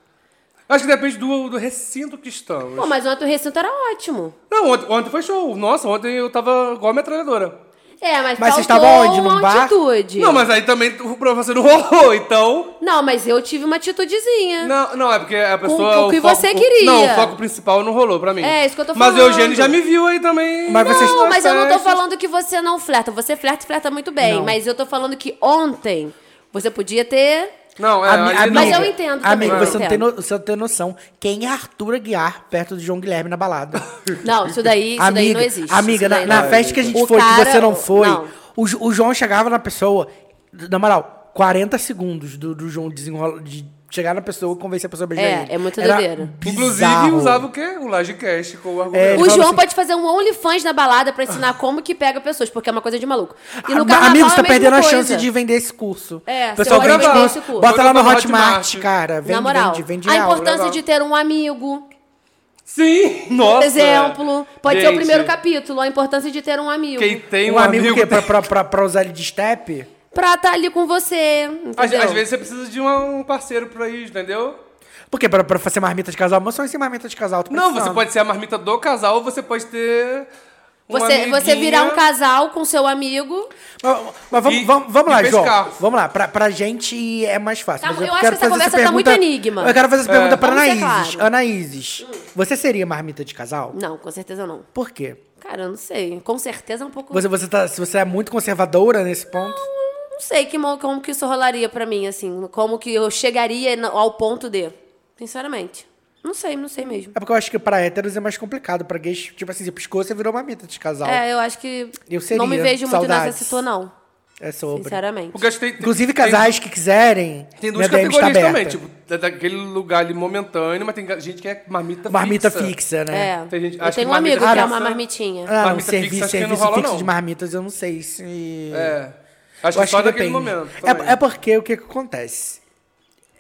Speaker 3: Acho que depende do, do recinto que estamos.
Speaker 2: Pô, mas ontem o recinto era ótimo.
Speaker 3: Não, ontem, ontem foi show. Nossa, ontem eu tava igual a metralhadora.
Speaker 2: É, mas,
Speaker 1: Mas vocês
Speaker 2: faltou
Speaker 1: estavam onde? Num
Speaker 2: uma
Speaker 1: bar?
Speaker 2: atitude.
Speaker 3: Não, mas aí também o pra você não rolou, então.
Speaker 2: Não, mas eu tive uma atitudezinha.
Speaker 3: Não, não, é porque a pessoa.
Speaker 2: Com- com o que você queria.
Speaker 3: Não, o foco principal não rolou pra mim.
Speaker 2: É, isso que eu tô
Speaker 3: Mas o
Speaker 2: falando.
Speaker 3: Eugênio já me viu aí também.
Speaker 1: Mas vocês-
Speaker 2: Não,
Speaker 3: nas
Speaker 2: mas eu não tô
Speaker 3: festas.
Speaker 2: falando que você não flerta. Você flerta e flerta muito bem.
Speaker 1: Não.
Speaker 2: Mas eu tô falando que ontem você podia ter.
Speaker 3: Não, é.
Speaker 1: Ami-
Speaker 3: aí
Speaker 1: amiga,
Speaker 3: não.
Speaker 2: Mas eu entendo também,
Speaker 1: Amigo,
Speaker 2: eu
Speaker 1: você, não tem
Speaker 2: entendo.
Speaker 1: no- você não tem noção quem é Arthur Aguiar perto do João Guilherme na balada.
Speaker 2: Não, isso daí, isso daí
Speaker 1: amiga,
Speaker 2: não existe.
Speaker 1: Amiga,
Speaker 2: isso
Speaker 1: na,
Speaker 2: daí
Speaker 1: na
Speaker 2: não.
Speaker 1: festa que a gente
Speaker 2: O
Speaker 1: foi,
Speaker 2: cara-
Speaker 1: que você não foi,
Speaker 2: não.
Speaker 1: O, Jo- o João chegava na pessoa, na moral, 40 segundos do, do João desenrola, de chegar na pessoa e convencer a pessoa a beijar
Speaker 2: É,
Speaker 1: ele.
Speaker 2: é muito
Speaker 1: Era
Speaker 2: doideira.
Speaker 3: Inclusive,
Speaker 1: bizarro.
Speaker 3: usava o quê? O Lagecast com o
Speaker 1: É,
Speaker 3: argumento.
Speaker 1: ele
Speaker 2: O
Speaker 1: falava
Speaker 2: João
Speaker 1: assim,
Speaker 2: pode fazer um OnlyFans na balada pra ensinar como que pega pessoas, porque é uma coisa de maluco. E no
Speaker 1: "Ah,
Speaker 2: carnaval
Speaker 1: Amigos,
Speaker 2: é a
Speaker 1: tá
Speaker 2: mesma
Speaker 1: perdendo a
Speaker 2: coisa.
Speaker 1: chance de vender esse curso.
Speaker 2: É,
Speaker 1: O pessoal
Speaker 2: você pode
Speaker 1: vende
Speaker 2: vender
Speaker 1: curso.
Speaker 2: esse curso.
Speaker 1: Bota lá no
Speaker 3: Bota no
Speaker 1: Hotmart,
Speaker 3: Hotmart.
Speaker 1: cara. Vende,
Speaker 2: na moral,
Speaker 1: vende, vende
Speaker 2: a
Speaker 1: real.
Speaker 2: importância
Speaker 3: legal.
Speaker 2: de ter um amigo,
Speaker 3: Sim! Nossa!
Speaker 1: é.
Speaker 2: por exemplo. Pode ser o
Speaker 3: Gente,
Speaker 2: primeiro capítulo, a importância de ter um amigo.
Speaker 3: Quem tem
Speaker 1: Um, amigo, que pra, pra, pra, pra usar ele de step?
Speaker 2: Pra estar ali com você,
Speaker 3: Às,
Speaker 2: entendeu?
Speaker 3: às vezes você precisa de uma- um parceiro pra isso, entendeu?
Speaker 1: Por quê? Pra, pra fazer marmita de casal? Mas só sem marmita de casal. tô
Speaker 3: Não, você
Speaker 1: precisando.
Speaker 3: pode ser a marmita do casal ou você pode ter. uma
Speaker 2: Você, você
Speaker 3: amiguinha.
Speaker 2: virar um casal com seu amigo.
Speaker 1: Mas, mas vamos,
Speaker 3: E-
Speaker 1: vamos, vamos
Speaker 3: e
Speaker 1: lá, João.
Speaker 3: pescar.
Speaker 1: Vamos lá. Pra, pra gente é mais fácil.
Speaker 2: Tá,
Speaker 1: mas
Speaker 2: eu acho que essa conversa tá muito enigma.
Speaker 1: Eu quero
Speaker 3: É.
Speaker 1: fazer essa pergunta pra
Speaker 2: Vamos ser
Speaker 1: Anaíses.
Speaker 2: claro.
Speaker 1: Anaíses, você seria marmita de casal?
Speaker 2: Não, com certeza não.
Speaker 1: Por quê?
Speaker 2: Cara, eu não sei. Com certeza é um pouco.
Speaker 1: Você, você, tá, se você é muito conservadora nesse ponto?
Speaker 2: Não sei que, mo- como que isso rolaria pra mim, assim. Como que eu chegaria na- ao ponto de. Sinceramente. Não sei, não sei mesmo.
Speaker 1: É porque eu acho que pra héteros é mais complicado. Pra gays, tipo assim, você piscou, você virou marmita de casal. É,
Speaker 2: É, eu acho que.
Speaker 1: Eu seria.
Speaker 2: Não me vejo muito
Speaker 1: Saudades.
Speaker 2: nessa situação, não.
Speaker 1: É sobre.
Speaker 2: Sinceramente.
Speaker 3: Porque acho que tem,
Speaker 1: Inclusive,
Speaker 3: tem-
Speaker 1: casais que quiserem.
Speaker 3: Tem duas
Speaker 1: minha DM tá
Speaker 3: categorias também,
Speaker 1: aberta.
Speaker 3: tipo, da- daquele lugar ali momentâneo, mas tem gente que é marmita,
Speaker 1: Marmita
Speaker 3: fixa.
Speaker 1: fixa, né?
Speaker 2: É.
Speaker 3: Tem gente-
Speaker 2: eu
Speaker 3: acho
Speaker 2: tenho
Speaker 3: que
Speaker 2: um amigo
Speaker 3: marmita
Speaker 2: que é
Speaker 3: fixa-
Speaker 2: uma marmitinha.
Speaker 1: Ah, não,
Speaker 3: Marmita
Speaker 1: serviço,
Speaker 3: fixa, acho que não
Speaker 1: serviço
Speaker 3: rola,
Speaker 1: fixo
Speaker 3: não.
Speaker 1: de marmitas, eu não sei se.
Speaker 3: É. Acho
Speaker 1: Eu
Speaker 3: que só naquele
Speaker 1: depende.
Speaker 3: momento.
Speaker 1: É-
Speaker 3: também.
Speaker 1: É, porque o que, que acontece?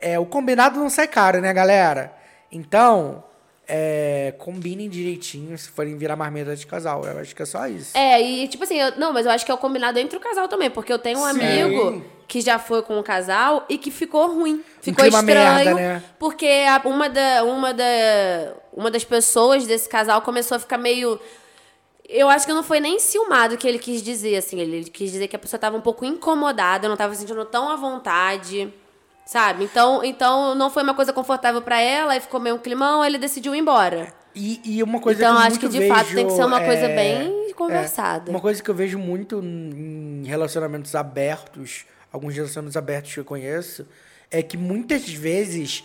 Speaker 1: É, o combinado não sai caro, né, galera? Então, é, combinem direitinho se forem virar marmita de casal. Eu acho que é só isso.
Speaker 2: É, e tipo assim, eu- não, mas eu acho que é o combinado entre o casal também, porque eu tenho um amigo que já foi com o casal e que ficou ruim. Ficou
Speaker 1: Um clima merda,
Speaker 2: estranho.
Speaker 1: né?
Speaker 2: Porque a- uma, da, uma, da, uma das pessoas desse casal começou a ficar meio. Eu acho que não foi nem ciumado o que ele quis dizer, assim. Ele, ele quis dizer que a pessoa tava um pouco incomodada, não tava se sentindo tão à vontade. Sabe? Então, então não foi uma coisa confortável pra ela, aí ficou meio um climão, aí ele decidiu ir embora.
Speaker 1: E, e uma coisa
Speaker 2: Então,
Speaker 1: que eu
Speaker 2: acho que
Speaker 1: muito
Speaker 2: de fato
Speaker 1: vejo,
Speaker 2: tem que ser uma coisa
Speaker 1: é,
Speaker 2: bem
Speaker 1: é,
Speaker 2: conversada.
Speaker 1: uma coisa que eu vejo muito em relacionamentos abertos, alguns relacionamentos abertos que eu conheço, é que muitas vezes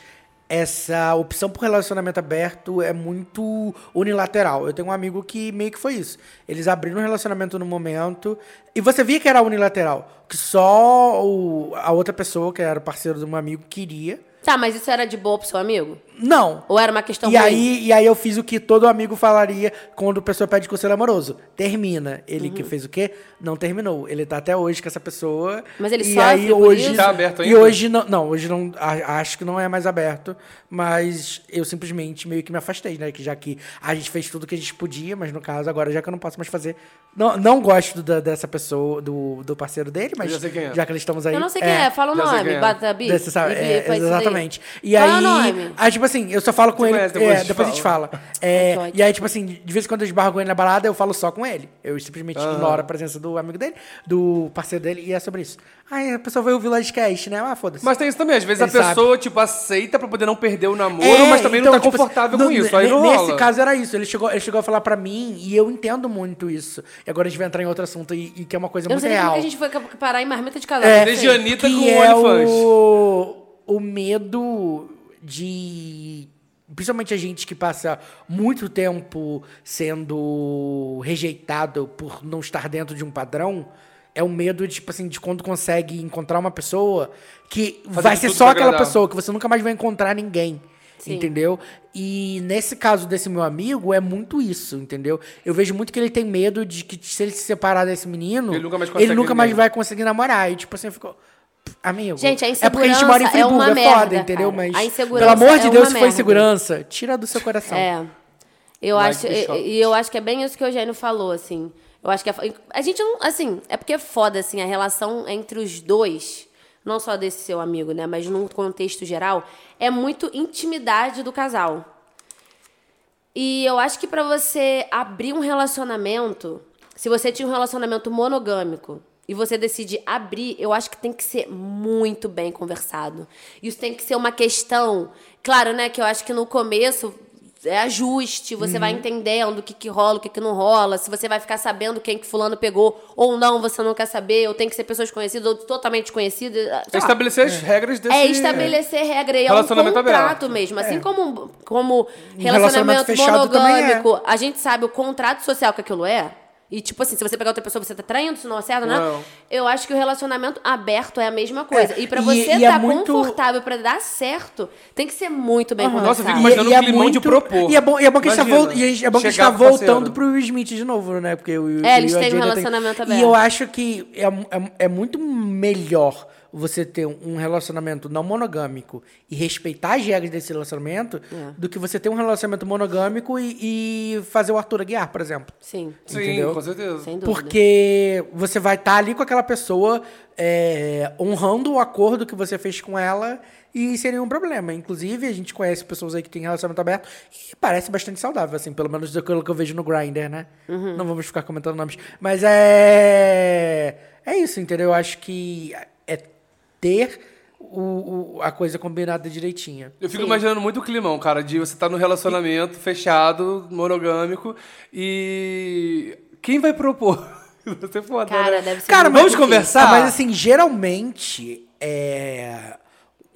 Speaker 1: essa opção por relacionamento aberto é muito unilateral. Eu tenho um amigo que meio que foi isso. Eles abriram um relacionamento no momento e você via que era unilateral, que só o- a outra pessoa, que era o parceiro do meu amigo, queria.
Speaker 2: Tá, mas isso era de boa pro seu amigo?
Speaker 1: Não,
Speaker 2: Ou era uma questão
Speaker 1: e
Speaker 2: ruim?
Speaker 1: aí, e aí eu fiz o que todo amigo falaria quando a pessoa pede conselho amoroso. Termina. Ele
Speaker 2: Uhum.
Speaker 1: que fez o quê? Não terminou. Ele tá até hoje com essa pessoa.
Speaker 2: Mas ele
Speaker 1: e
Speaker 2: sofre
Speaker 1: aí,
Speaker 2: por
Speaker 1: hoje,
Speaker 2: isso?
Speaker 3: Tá aberto
Speaker 1: E
Speaker 3: ainda?
Speaker 1: hoje não, não, hoje não, a- acho que não é mais aberto, mas eu simplesmente meio que me afastei, né? Que já que a gente fez tudo que a gente podia, mas no caso agora já que eu não posso mais fazer, não, não gosto da- dessa pessoa, do, do parceiro dele, mas
Speaker 3: já sei quem é.
Speaker 1: já que eles estamos aí.
Speaker 2: Eu não sei quem é, fala o
Speaker 3: já sei quem
Speaker 2: nome,
Speaker 3: é.
Speaker 2: bata bi.
Speaker 1: Você sabe,
Speaker 2: bi-
Speaker 1: é,
Speaker 2: faz isso daí.
Speaker 1: exatamente. E
Speaker 2: Qual é o
Speaker 1: aí,
Speaker 2: nome?
Speaker 1: aí, tipo assim, eu só falo com ele.
Speaker 3: conhece,
Speaker 1: é,
Speaker 3: depois a
Speaker 1: depois,
Speaker 3: gente
Speaker 1: a gente fala. É, e aí, tipo assim, de vez em quando eu esbarro com ele na balada, eu falo só com ele. Eu simplesmente ignoro a presença do amigo dele, do parceiro dele, e é sobre isso. Aí a pessoa vai ouvir o Lodcast, né? Ah, foda-se.
Speaker 3: Mas tem isso também, às vezes
Speaker 1: Ele
Speaker 3: a pessoa, tipo, aceita pra poder não perder o namoro,
Speaker 1: É,
Speaker 3: mas também
Speaker 1: então,
Speaker 3: não tá
Speaker 1: tipo,
Speaker 3: confortável
Speaker 1: no-
Speaker 3: com isso. Aí
Speaker 1: ne-
Speaker 3: não rola.
Speaker 1: Nesse caso era isso. Ele chegou, ele chegou a falar pra mim, e eu entendo muito isso. E agora a gente vai entrar em outro assunto, e, e que é uma coisa
Speaker 2: Eu não
Speaker 1: muito
Speaker 2: sei nem como
Speaker 1: real.
Speaker 2: que a gente foi cap- parar em marmita de casal.
Speaker 1: É,
Speaker 2: não sei.
Speaker 3: Desde Anitta com
Speaker 1: que
Speaker 3: o
Speaker 1: é
Speaker 3: OnlyFans.
Speaker 1: o, o medo de. Principalmente a gente que passa muito tempo sendo rejeitado por não estar dentro de um padrão. É o medo, tipo assim, de quando consegue encontrar uma pessoa que
Speaker 3: Fazer
Speaker 1: vai
Speaker 3: de
Speaker 1: ser
Speaker 3: tudo
Speaker 1: só
Speaker 3: pra
Speaker 1: aquela
Speaker 3: agradar.
Speaker 1: pessoa, que você nunca mais vai encontrar ninguém.
Speaker 2: Sim.
Speaker 1: Entendeu? E nesse caso desse meu amigo, é muito isso, entendeu? Eu vejo muito que ele tem medo de que se ele se separar desse menino,
Speaker 3: Ele nunca mais
Speaker 1: ele
Speaker 3: consegue
Speaker 1: nunca mais
Speaker 3: ninguém.
Speaker 1: vai conseguir namorar. E tipo assim, ficou. Amigo.
Speaker 2: Gente, a
Speaker 1: É porque a gente mora em
Speaker 2: insegurança é
Speaker 1: Friburgo,
Speaker 2: uma
Speaker 1: é, foda,
Speaker 2: merda,
Speaker 1: entendeu?
Speaker 2: cara.
Speaker 1: Mas.
Speaker 2: A
Speaker 1: pelo
Speaker 2: insegurança
Speaker 1: amor de
Speaker 2: é
Speaker 1: Deus,
Speaker 2: uma
Speaker 1: se for
Speaker 2: merda.
Speaker 1: insegurança, tira do seu coração.
Speaker 2: É. Eu
Speaker 3: Like
Speaker 2: acho,
Speaker 3: the
Speaker 2: e,
Speaker 3: shot.
Speaker 2: e eu acho que é bem isso que o Eugênio falou, assim. Eu acho que é, fo- a gente não, assim, é porque é foda assim a relação entre os dois, não só desse seu amigo, né, mas num contexto geral, é muito intimidade do casal. E eu acho que pra você abrir um relacionamento, se você tinha um relacionamento monogâmico e você decide abrir, eu acho que tem que ser muito bem conversado. Isso tem que ser uma questão, claro, né, que eu acho que no começo é ajuste, você vai entendendo o que, que rola, o que, que não rola, se você vai ficar sabendo quem que fulano pegou ou não, você não quer saber, ou tem que ser pessoas conhecidas ou totalmente desconhecidas. sei lá.
Speaker 3: É estabelecer as regras desse...
Speaker 2: É estabelecer regra e é um
Speaker 3: Relacionamento
Speaker 2: contrato
Speaker 3: aberto.
Speaker 2: mesmo. Assim como, um- como
Speaker 1: relacionamento
Speaker 2: relacionamento,
Speaker 1: fechado também é.
Speaker 2: monogâmico, a gente sabe o contrato social que aquilo é. E, tipo assim, se você pegar outra pessoa, você tá traindo, se não acerta, né?
Speaker 3: Não.
Speaker 2: Eu acho que o relacionamento aberto é a mesma coisa.
Speaker 1: É,
Speaker 2: E pra
Speaker 1: e-
Speaker 2: você
Speaker 1: e é
Speaker 2: estar
Speaker 1: muito-
Speaker 2: confortável pra dar certo, tem que ser muito bem confortável.
Speaker 3: Nossa, eu fico imaginando
Speaker 1: E- e
Speaker 3: um climão de propor.
Speaker 1: E é bom, e é bom que a gente tá,
Speaker 3: Imagina.
Speaker 1: vol- e a gente- é bom que a gente tá
Speaker 3: Chegar pro
Speaker 1: voltando
Speaker 3: parceiro.
Speaker 1: pro Will Smith de novo, né? Porque o Will
Speaker 2: É, eles
Speaker 1: e o
Speaker 2: têm um
Speaker 1: Adidas têm-
Speaker 2: relacionamento
Speaker 1: E
Speaker 2: aberto.
Speaker 1: eu acho que é, é, é muito melhor você ter um relacionamento não monogâmico e respeitar as regras desse relacionamento
Speaker 2: É.
Speaker 1: do que você ter um relacionamento monogâmico e, e fazer o Arthur Aguiar, por exemplo.
Speaker 2: Sim,
Speaker 3: Sim,
Speaker 1: Entendeu?
Speaker 3: com certeza.
Speaker 2: sem dúvida.
Speaker 1: Porque você vai estar ali com aquela pessoa é, honrando o acordo que você fez com ela e seria um problema. Inclusive, a gente conhece pessoas aí que têm relacionamento aberto e parece bastante saudável, assim, pelo menos daquilo que eu vejo no Grindr, né?
Speaker 2: Uhum.
Speaker 1: Não vamos ficar comentando nomes. Mas é. É isso, entendeu? Eu acho que é ter o- o- a coisa combinada direitinha.
Speaker 3: Eu fico imaginando muito o climão, cara, de você estar tá num relacionamento fechado, monogâmico, e. Quem vai propor? Você é foda,
Speaker 2: Cara,
Speaker 3: né?
Speaker 2: deve ser
Speaker 1: Cara,
Speaker 2: muito
Speaker 1: mas
Speaker 3: vamos conversar?
Speaker 1: Ah, mas assim, geralmente, é,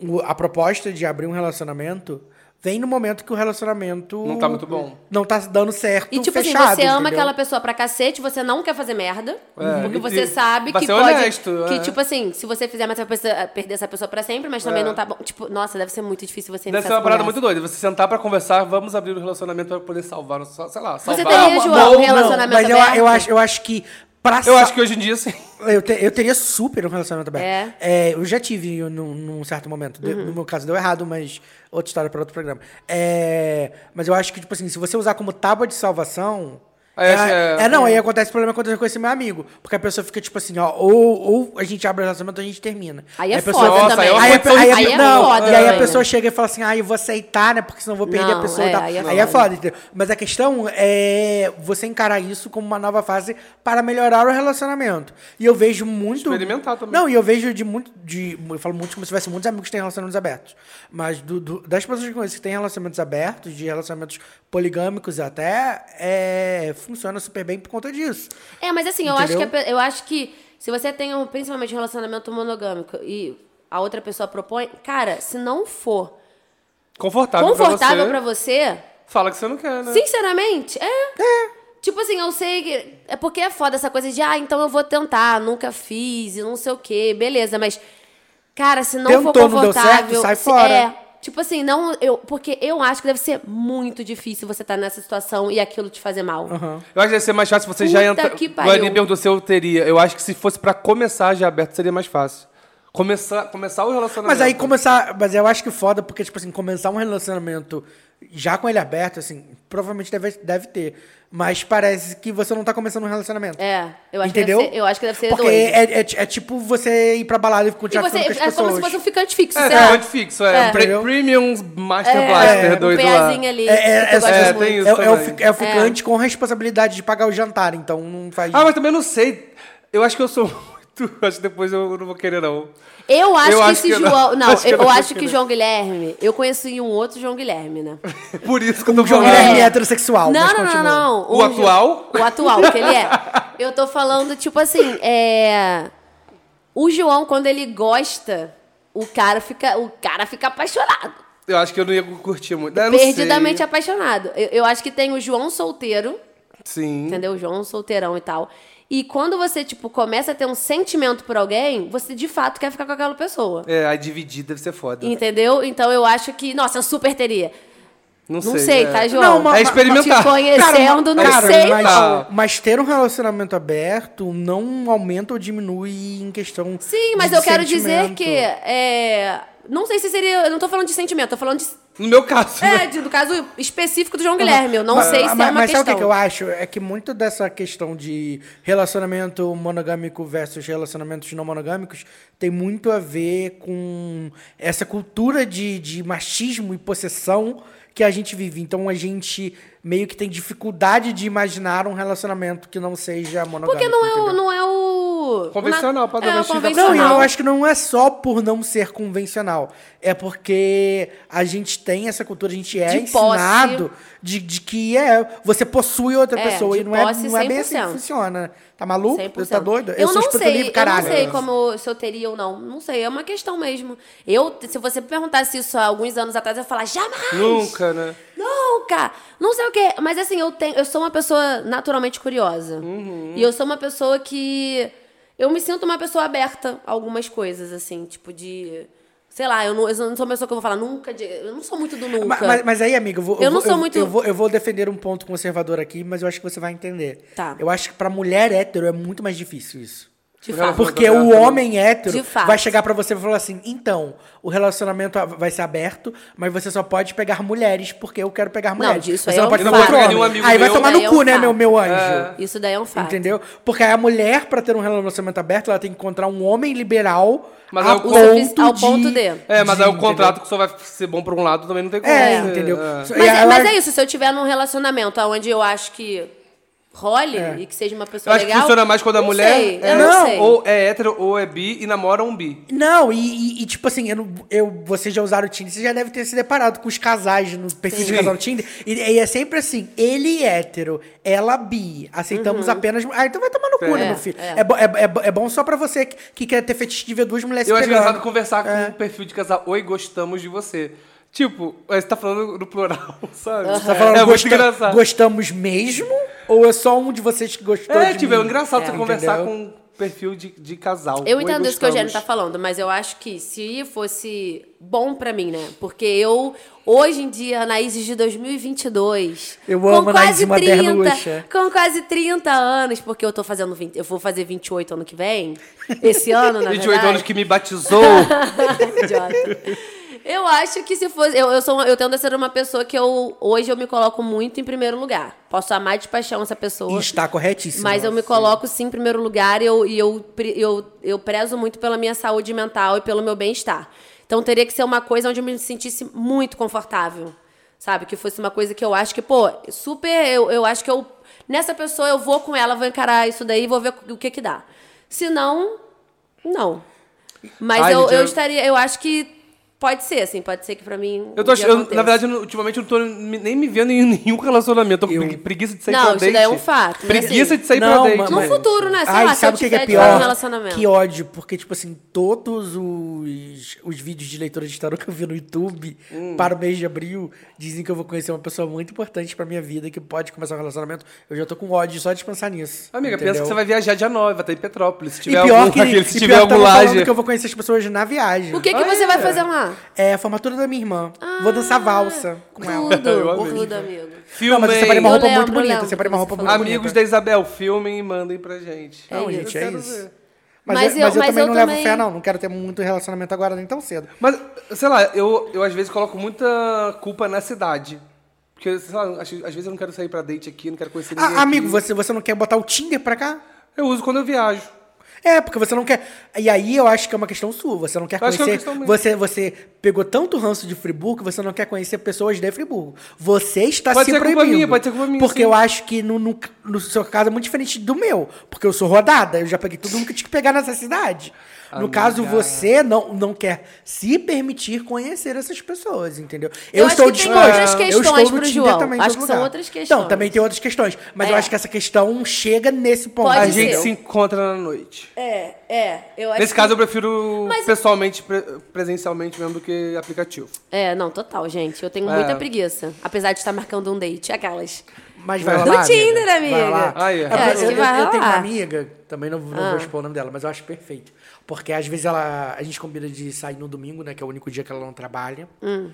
Speaker 1: o- a proposta de abrir um relacionamento vem no momento que o relacionamento.
Speaker 3: Não tá muito bom.
Speaker 1: Não tá dando certo.
Speaker 2: E tipo
Speaker 1: fechado,
Speaker 2: assim, você ama
Speaker 1: entendeu?
Speaker 2: aquela pessoa pra cacete, você não quer fazer merda.
Speaker 3: É,
Speaker 2: Porque
Speaker 3: e-
Speaker 2: você
Speaker 3: e
Speaker 2: sabe
Speaker 3: vai
Speaker 2: que
Speaker 3: ser
Speaker 2: pode.
Speaker 3: honesto,
Speaker 2: que,
Speaker 3: é.
Speaker 2: tipo assim, se você fizer mais, você vai perce- perder essa pessoa pra sempre, mas também
Speaker 3: É.
Speaker 2: não tá bom. Tipo, nossa, deve ser muito difícil você
Speaker 3: Deve
Speaker 2: iniciar
Speaker 3: ser uma
Speaker 2: essa
Speaker 3: parada muito
Speaker 2: conversa.
Speaker 3: doida. Você sentar pra conversar, vamos abrir o relacionamento pra poder salvar, o- sei lá, salvar.
Speaker 2: teria, João, um relacionamento
Speaker 1: mas eu,
Speaker 2: aberto?
Speaker 1: eu, acho, eu acho que. Pra
Speaker 3: Ah, Eu acho que hoje em dia, sim.
Speaker 1: Eu, te- eu teria super um relacionamento aberto.
Speaker 2: É. Uhum.
Speaker 1: eu já tive eu, num, num certo momento. De- No meu caso deu errado, mas outra história para outro programa. É, mas eu acho que, tipo assim, se você usar como tábua de salvação.
Speaker 3: Aí
Speaker 1: É,
Speaker 3: acho-
Speaker 1: é,
Speaker 3: é.
Speaker 1: não, aí acontece o problema quando eu conheci meu amigo. Porque a pessoa fica tipo assim, ó, ou, ou a gente abre o relacionamento ou a gente termina.
Speaker 2: Aí é
Speaker 1: a pessoa,
Speaker 2: foda
Speaker 3: Nossa,
Speaker 2: também.
Speaker 3: aí é uma
Speaker 1: Aí, a,
Speaker 3: condição
Speaker 1: aí, a-
Speaker 2: Aí é
Speaker 1: não,
Speaker 2: foda
Speaker 1: e aí a
Speaker 2: também,
Speaker 1: pessoa
Speaker 2: né?
Speaker 1: chega e fala assim, ah, eu vou aceitar, né? Porque senão eu vou perder a
Speaker 2: Não,
Speaker 1: pessoa. e
Speaker 2: é,
Speaker 1: tal.
Speaker 2: aí é
Speaker 1: Aí é
Speaker 2: foda.
Speaker 1: foda. entendeu? Mas a questão é você encarar isso como uma nova fase para melhorar o relacionamento. E eu vejo muito.
Speaker 3: Experimentar também.
Speaker 1: Não, e eu vejo de muito. De, eu falo muito como se tivesse muitos amigos que têm relacionamentos abertos. Mas do- do- das pessoas que eu conheço que têm relacionamentos abertos, de relacionamentos poligâmicos até, é, funciona super bem por conta disso.
Speaker 2: É, mas assim, eu acho, que,
Speaker 1: Entendeu?
Speaker 2: a pe- eu acho que se você tem um, principalmente um relacionamento monogâmico e a outra pessoa propõe, cara, se não for
Speaker 3: Confortável,
Speaker 2: confortável pra
Speaker 3: Tá pra você.
Speaker 2: você,
Speaker 3: Fala que você não quer, né?
Speaker 2: sinceramente, é. Tipo assim, eu sei que. É porque é foda essa coisa de, ah, então eu vou tentar, nunca fiz e não sei o quê, beleza, mas. Cara, se não for
Speaker 1: Tentou, não deu certo,
Speaker 2: confortável.
Speaker 1: sai
Speaker 2: se-
Speaker 1: fora.
Speaker 2: É, tipo assim, não. Eu, porque eu acho que deve ser muito difícil você estar nessa situação e aquilo te fazer mal.
Speaker 3: Eu acho que ia ser mais fácil se você
Speaker 2: Puta
Speaker 3: já entrar.
Speaker 2: que pariu.
Speaker 3: Guarani perguntou se eu teria. Eu acho que se fosse pra começar já aberto, seria mais fácil. Começar, começar o
Speaker 1: Mas
Speaker 3: relacionamento.
Speaker 1: aí começar. Mas eu acho que foda, porque, tipo assim, começar um relacionamento já com ele aberto, assim, provavelmente deve, deve ter. Mas parece que você não tá começando um relacionamento.
Speaker 2: É, eu acho
Speaker 1: Entendeu?
Speaker 2: que deve ser, eu acho que deve ser
Speaker 1: Porque
Speaker 2: doido.
Speaker 1: é, é, é tipo você ir pra balada e
Speaker 2: E
Speaker 1: continuar
Speaker 2: você,
Speaker 1: ficando com as
Speaker 2: é como
Speaker 1: pessoas.
Speaker 2: se fosse um ficante fixo,
Speaker 3: É,
Speaker 2: sei lá.
Speaker 3: é fixo, é.
Speaker 2: É.
Speaker 3: Pre- Premium Master Blaster
Speaker 2: é, um
Speaker 3: doido lá.
Speaker 2: PAzinho ali.
Speaker 1: É, é,
Speaker 2: que eu
Speaker 1: é,
Speaker 2: gosto
Speaker 1: é,
Speaker 3: é,
Speaker 2: muito.
Speaker 3: tem isso
Speaker 1: é o- é o
Speaker 3: também.
Speaker 1: fi- é o ficante com responsabilidade de pagar o jantar, então não faz.
Speaker 3: Ah, mas também não sei. Eu acho que eu sou muito. Acho que depois eu não vou querer, não.
Speaker 2: Eu acho
Speaker 3: Eu
Speaker 2: que
Speaker 3: acho
Speaker 2: esse
Speaker 3: que não.
Speaker 2: João. Não,
Speaker 3: Acho que
Speaker 2: eu,
Speaker 3: eu não
Speaker 2: acho
Speaker 3: vou
Speaker 2: que
Speaker 3: querer.
Speaker 2: João Guilherme. Eu conheci um outro João Guilherme, né?
Speaker 3: Por isso que eu tô
Speaker 1: João
Speaker 3: falando.
Speaker 1: Guilherme
Speaker 2: É.
Speaker 1: heterossexual.
Speaker 2: Não,
Speaker 1: mas
Speaker 2: não, não,
Speaker 1: continua.
Speaker 2: não.
Speaker 3: O atual?
Speaker 2: Jo- O atual, que ele é. Eu tô falando, tipo assim, é. O João, quando ele gosta, o cara fica, o cara fica apaixonado.
Speaker 3: Eu acho que eu não ia curtir muito. Ah, Eu não
Speaker 2: perdidamente
Speaker 3: sei.
Speaker 2: apaixonado. Eu, eu acho que tem o João solteiro,
Speaker 3: Sim.
Speaker 2: entendeu? João solteirão e tal. E quando você, tipo, começa a ter um sentimento por alguém, você de fato quer ficar com aquela pessoa.
Speaker 3: É, a dividir deve ser foda. né?
Speaker 2: Entendeu? Então eu acho que, nossa, eu super teria.
Speaker 3: Não sei.
Speaker 2: Não sei,
Speaker 3: é.
Speaker 2: tá, João?
Speaker 1: Não, mas-
Speaker 3: É experimentar.
Speaker 2: Te conhecendo, não
Speaker 1: cara,
Speaker 2: sei.
Speaker 1: mas,
Speaker 2: não.
Speaker 3: não.
Speaker 1: mas ter um relacionamento aberto não aumenta ou diminui em questão.
Speaker 2: Sim, mas
Speaker 1: de
Speaker 2: eu quero dizer
Speaker 1: sentimento.
Speaker 2: que. é, não sei se seria. Eu não tô falando de sentimento, tô falando de.
Speaker 3: No meu caso. né?
Speaker 2: É, de- do caso específico do João Guilherme. Eu não
Speaker 1: Mas-
Speaker 2: sei se é
Speaker 1: mas-
Speaker 2: uma
Speaker 1: Mas
Speaker 2: questão.
Speaker 1: sabe o que que eu acho? É que muito dessa questão de relacionamento monogâmico versus relacionamentos não monogâmicos tem muito a ver com essa cultura de, de machismo e possessão que a gente vive. Então a gente meio que tem dificuldade de imaginar um relacionamento que não seja monogâmico.
Speaker 2: Porque não é, o,
Speaker 1: entendeu?
Speaker 2: não é o, tipo.
Speaker 3: Convencional,
Speaker 2: na-
Speaker 3: padrões
Speaker 2: é,
Speaker 3: de vida
Speaker 1: Não, e
Speaker 2: convencional.
Speaker 1: eu acho que não é só por não ser convencional. É porque a gente tem essa cultura, a gente é
Speaker 2: De
Speaker 1: ensinado de, de que é, você possui outra
Speaker 2: É,
Speaker 1: pessoa.
Speaker 2: de
Speaker 1: E não é,
Speaker 2: posse,
Speaker 1: não é bem assim que
Speaker 2: 100%.
Speaker 1: funciona. Tá maluco?
Speaker 2: 100%.
Speaker 1: Você tá doido?
Speaker 2: Eu, não
Speaker 1: espírito
Speaker 2: sei,
Speaker 1: livre,
Speaker 2: eu não
Speaker 1: caralho. né?
Speaker 2: sei como é se eu teria ou não. Não sei, é uma questão mesmo. Eu, se você me perguntasse isso há alguns anos atrás, eu ia falar, jamais!
Speaker 3: Nunca, né?
Speaker 2: Nunca! Não sei o quê. Mas assim, eu tenho. Eu sou uma pessoa naturalmente curiosa. E eu sou uma pessoa que. Eu me sinto uma pessoa aberta a algumas coisas, assim, tipo de. Sei lá, eu não, eu não sou uma pessoa que eu vou falar nunca. de- eu não sou muito do nunca.
Speaker 1: Ma- Mas, mas aí, amiga, eu, vou,
Speaker 2: Eu não
Speaker 1: vou-
Speaker 2: sou muito-
Speaker 1: Eu vou, eu vou defender um ponto conservador aqui, mas eu acho que você vai entender.
Speaker 2: Tá.
Speaker 1: Eu acho que pra mulher hétero é muito mais difícil isso.
Speaker 2: de
Speaker 3: Ela
Speaker 2: fato.
Speaker 1: Porque
Speaker 3: Exato.
Speaker 1: o homem hétero
Speaker 2: De fato.
Speaker 1: vai chegar pra você e falar assim: então, o relacionamento vai ser aberto, mas você só pode pegar mulheres, porque eu quero pegar mulheres.
Speaker 2: disso
Speaker 1: você
Speaker 2: aí
Speaker 1: não
Speaker 2: é um
Speaker 1: pode
Speaker 2: fato.
Speaker 1: pegar outro
Speaker 2: Eu não vou pegar
Speaker 1: homem.
Speaker 3: nenhum amigo
Speaker 1: Aí vai
Speaker 3: meu.
Speaker 1: tomar no
Speaker 2: Isso
Speaker 1: cu,
Speaker 2: daí é
Speaker 1: né,
Speaker 2: um
Speaker 1: meu, meu anjo?
Speaker 3: É.
Speaker 2: Isso daí é um fato.
Speaker 1: Entendeu? Porque aí a mulher, pra ter um relacionamento aberto, ela tem que encontrar um homem liberal
Speaker 3: Mas
Speaker 1: a
Speaker 3: aí o-
Speaker 1: ponto
Speaker 2: O sufici-
Speaker 1: de,
Speaker 2: ao ponto de-
Speaker 3: É, mas
Speaker 1: de,
Speaker 3: aí o
Speaker 1: entendeu?
Speaker 3: contrato que só vai ser bom pra um lado também não tem como.
Speaker 1: É,
Speaker 3: ser,
Speaker 1: entendeu?
Speaker 3: é.
Speaker 1: E
Speaker 2: Mas, é-
Speaker 1: ela-
Speaker 2: mas é isso, se eu tiver num relacionamento onde eu acho que role e que seja uma
Speaker 3: Eu
Speaker 2: pessoa
Speaker 3: acho que
Speaker 2: legal.
Speaker 3: funciona mais quando a
Speaker 2: não
Speaker 3: mulher
Speaker 2: sei,
Speaker 3: é,
Speaker 2: eu não, sei.
Speaker 3: ou é hétero ou é bi e namora um bi.
Speaker 1: Não, e, e- e, tipo assim, eu, não- eu, vocês já usaram o Tinder, vocês já devem ter se deparado com os casais no perfil de
Speaker 3: Sim.
Speaker 1: casal no Tinder. E, e é sempre assim, ele hétero, ela bi,
Speaker 3: Uhum.
Speaker 1: aceitamos apenas... Ah, então vai tomar no cu, né,
Speaker 2: É,
Speaker 1: meu filho? É,
Speaker 2: é.
Speaker 1: bo- é bo- é bo- é bom só pra você que, que quer ter fetiche de ver duas mulheres
Speaker 3: Eu
Speaker 1: se
Speaker 3: acho
Speaker 1: pegando.
Speaker 3: engraçado conversar com
Speaker 2: É.
Speaker 3: um perfil de casal. Oi, gostamos de você. Tipo, aí você tá falando no plural, sabe?
Speaker 1: Você tá falando,
Speaker 3: é muito
Speaker 1: "Gosta-
Speaker 3: engraçado.
Speaker 1: gostamos mesmo? Ou é só um de vocês que gostou
Speaker 3: É,
Speaker 1: de
Speaker 3: tipo,
Speaker 1: mim?
Speaker 3: é engraçado você
Speaker 1: É.
Speaker 3: conversar
Speaker 1: Entendeu?
Speaker 3: com um perfil de, de casal.
Speaker 2: Eu
Speaker 3: Oi,
Speaker 2: entendo isso que o Eugênio tá
Speaker 3: gostamos.
Speaker 2: falando, mas eu acho que se fosse bom pra mim, né? Porque eu, hoje em dia, Anaíses de 2022,
Speaker 1: Eu
Speaker 2: com
Speaker 1: amo a Anaíses
Speaker 2: quase
Speaker 1: Moderna
Speaker 2: 30,
Speaker 1: Luxa.
Speaker 2: com quase 30 anos, porque eu tô fazendo 20, eu vou fazer 28 ano que vem, esse ano, na
Speaker 3: 28
Speaker 2: verdade.
Speaker 3: anos que me batizou.
Speaker 2: Idiota. Eu acho que se fosse. Eu, eu, sou, uma- eu tendo a ser uma pessoa que eu. Hoje eu me coloco muito em primeiro lugar. Posso amar de paixão essa
Speaker 1: E
Speaker 2: pessoa.
Speaker 1: está corretíssimo. né?
Speaker 2: Mas eu me coloco sim em primeiro lugar e eu, e eu, pre- eu, eu prezo muito pela minha saúde mental e pelo meu bem-estar. Então teria que ser uma coisa onde eu me sentisse muito confortável. Sabe? Que fosse uma coisa que eu acho que, pô, super. Eu, eu acho que eu. Nessa pessoa eu vou com ela, vou encarar isso daí e vou ver o que que dá. Se não, não. Mas
Speaker 3: Ai,
Speaker 2: eu,
Speaker 3: gente,
Speaker 2: eu
Speaker 3: eu-
Speaker 2: estaria. Eu acho que pode ser, assim, pode ser que pra mim.
Speaker 3: Eu tô
Speaker 2: um
Speaker 3: ach-
Speaker 2: dia
Speaker 3: eu,
Speaker 2: aconteça.
Speaker 3: na verdade, eu não- ultimamente eu não tô me- nem me vendo em nenhum relacionamento. Eu tô com pregui- preguiça de sair
Speaker 2: Não,
Speaker 3: pra
Speaker 2: isso
Speaker 3: date.
Speaker 2: daí é um fato, né?
Speaker 3: Preguiça
Speaker 2: Assim,
Speaker 3: de sair
Speaker 1: Não,
Speaker 3: pra date.
Speaker 1: mas-
Speaker 2: No
Speaker 1: mas-
Speaker 2: futuro, né? Sei
Speaker 1: Ai,
Speaker 2: lá, se
Speaker 1: sabe
Speaker 2: eu
Speaker 1: o que, que é
Speaker 2: tiver
Speaker 1: pior?
Speaker 2: um relacionamento.
Speaker 1: Que ódio, porque, tipo assim, todos os, os vídeos de leitura de tarô que eu vi no YouTube
Speaker 3: Hum.
Speaker 1: para o mês de abril dizem que eu vou conhecer uma pessoa muito importante pra minha vida que pode começar um relacionamento. Eu já tô com ódio só de pensar nisso.
Speaker 3: Amiga,
Speaker 1: entendeu?
Speaker 3: pensa que você vai viajar dia 9, vai estar em Petrópolis. Se
Speaker 1: E
Speaker 3: tiver
Speaker 1: pior
Speaker 3: algum,
Speaker 1: que,
Speaker 3: aquele,
Speaker 1: e
Speaker 3: se tiver
Speaker 1: pior que
Speaker 3: algum
Speaker 1: tava falando
Speaker 3: laje.
Speaker 1: que eu vou conhecer as pessoas na viagem.
Speaker 2: O que, que
Speaker 3: Ah,
Speaker 2: você
Speaker 3: é.
Speaker 2: vai fazer lá?
Speaker 1: É a formatura da minha irmã. vou dançar valsa com ela.
Speaker 2: Tudo,
Speaker 3: Eu amei.
Speaker 2: tudo, amigo.
Speaker 1: Não, mas eu separei uma roupa
Speaker 2: Eu
Speaker 3: Filmem.
Speaker 1: muito
Speaker 2: lembro,
Speaker 1: bonita.
Speaker 2: lembro
Speaker 1: Eu separei uma
Speaker 2: que
Speaker 1: roupa
Speaker 2: você
Speaker 1: muito bonita.
Speaker 3: Amigos da Isabel, filmem e mandem pra gente.
Speaker 1: Não,
Speaker 2: isso.
Speaker 1: gente, é
Speaker 3: quero
Speaker 1: isso.
Speaker 3: ver.
Speaker 1: Mas,
Speaker 2: Mas
Speaker 1: eu,
Speaker 2: eu-
Speaker 1: mas eu
Speaker 2: mas
Speaker 1: também
Speaker 2: eu
Speaker 1: não levo
Speaker 2: também-
Speaker 1: fé, não. Não quero ter muito relacionamento agora, nem tão cedo.
Speaker 3: Mas, sei lá, eu, eu às vezes coloco muita culpa na cidade. Porque, sei lá, às, às vezes eu não quero sair pra date aqui, não quero conhecer ninguém.
Speaker 1: Ah, amigo,
Speaker 3: aqui.
Speaker 1: você, você não quer botar o Tinder pra cá?
Speaker 3: Eu uso quando eu viajo.
Speaker 1: É, porque você não quer. E aí eu acho que é uma questão sua. Você não quer
Speaker 3: Eu acho que é uma
Speaker 1: conhecer.
Speaker 3: questão minha.
Speaker 1: você, você pegou tanto ranço de Friburgo que você não quer conhecer pessoas de Friburgo. Você está
Speaker 3: Pode
Speaker 1: se
Speaker 3: ser culpa
Speaker 1: proibindo.
Speaker 3: minha, pode ser culpa minha,
Speaker 1: Porque
Speaker 3: sim.
Speaker 1: eu acho que no, no, no seu caso é muito diferente do meu. Porque eu sou rodada. Eu já peguei tudo que eu tinha que pegar nessa cidade. No
Speaker 3: Amiga.
Speaker 1: caso, você não, não quer se permitir conhecer essas pessoas, entendeu?
Speaker 2: Eu
Speaker 1: Eu,
Speaker 2: acho
Speaker 1: estou
Speaker 2: que tem
Speaker 1: disposto.
Speaker 2: outras
Speaker 1: eu
Speaker 2: questões
Speaker 1: estou no
Speaker 2: pro
Speaker 1: Tinder
Speaker 2: João.
Speaker 1: também. em
Speaker 2: Acho
Speaker 1: todo
Speaker 2: que são
Speaker 1: lugar.
Speaker 2: outras questões.
Speaker 1: Não, também tem outras questões. Mas eu
Speaker 2: É.
Speaker 1: acho que essa questão chega nesse ponto.
Speaker 2: Pode
Speaker 3: a
Speaker 2: ser.
Speaker 3: gente
Speaker 1: entendeu?
Speaker 3: se encontra na noite.
Speaker 2: É, é. Eu acho
Speaker 3: Nesse
Speaker 2: que-
Speaker 3: caso, eu prefiro
Speaker 2: Mas-
Speaker 3: pessoalmente, pre- presencialmente mesmo do que aplicativo.
Speaker 2: É, não, total, gente. Eu tenho
Speaker 3: É.
Speaker 2: muita preguiça. Apesar de estar marcando um date, aquelas.
Speaker 1: Mas vai
Speaker 2: No
Speaker 1: rolar.
Speaker 2: Tinder, amiga.
Speaker 1: Vai rolar.
Speaker 3: Ah, é.
Speaker 1: É
Speaker 3: Eu
Speaker 1: porque
Speaker 2: acho
Speaker 1: eu,
Speaker 2: que vai
Speaker 1: eu- eu tenho uma
Speaker 2: rolar.
Speaker 1: amiga, também não, não
Speaker 2: Ah.
Speaker 1: vou expor o nome dela, mas eu acho perfeito. Porque às vezes ela, a gente combina de sair no domingo, né? Que é o único dia que ela não trabalha.
Speaker 2: Hum.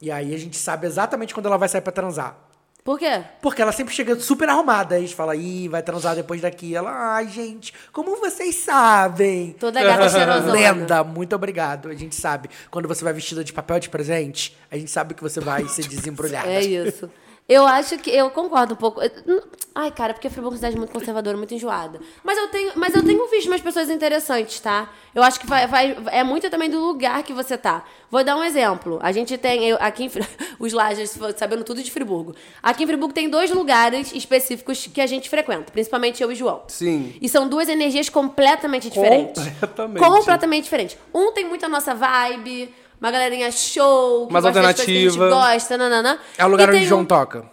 Speaker 1: E aí a gente sabe exatamente quando ela vai sair pra transar.
Speaker 2: Por quê?
Speaker 1: Porque ela sempre chega super arrumada. Aí a gente fala, ih, vai transar depois daqui. Ela, ai, gente, como vocês sabem?
Speaker 2: Toda gata cheirosona.
Speaker 1: Lenda, muito obrigado. A gente sabe. Quando você vai vestida de papel de presente, a gente sabe que você vai ser desembrulhada.
Speaker 2: É isso. Eu acho que. Eu concordo um pouco. Eu- n- Ai, cara, porque Friburgo é uma cidade muito conservadora, muito enjoada. Mas eu tenho, mas eu tenho visto umas pessoas interessantes, tá? Eu acho que vai, vai- é muito também do lugar que você tá. Vou dar um exemplo. A gente tem. eu- aqui em Fri- Os Lages, sabendo tudo de Friburgo. Aqui em Friburgo tem dois lugares específicos que a gente frequenta, principalmente eu e João.
Speaker 3: Sim.
Speaker 2: E são duas energias completamente diferentes.
Speaker 3: Completamente.
Speaker 2: Completamente diferentes. Um tem muito a nossa vibe. Uma galerinha show, que
Speaker 3: Mais
Speaker 2: gosta das coisas que a gente
Speaker 3: alternativa.
Speaker 2: gosta, nananã.
Speaker 1: É o lugar
Speaker 2: E
Speaker 1: onde
Speaker 2: tem
Speaker 1: João
Speaker 2: um-
Speaker 1: toca.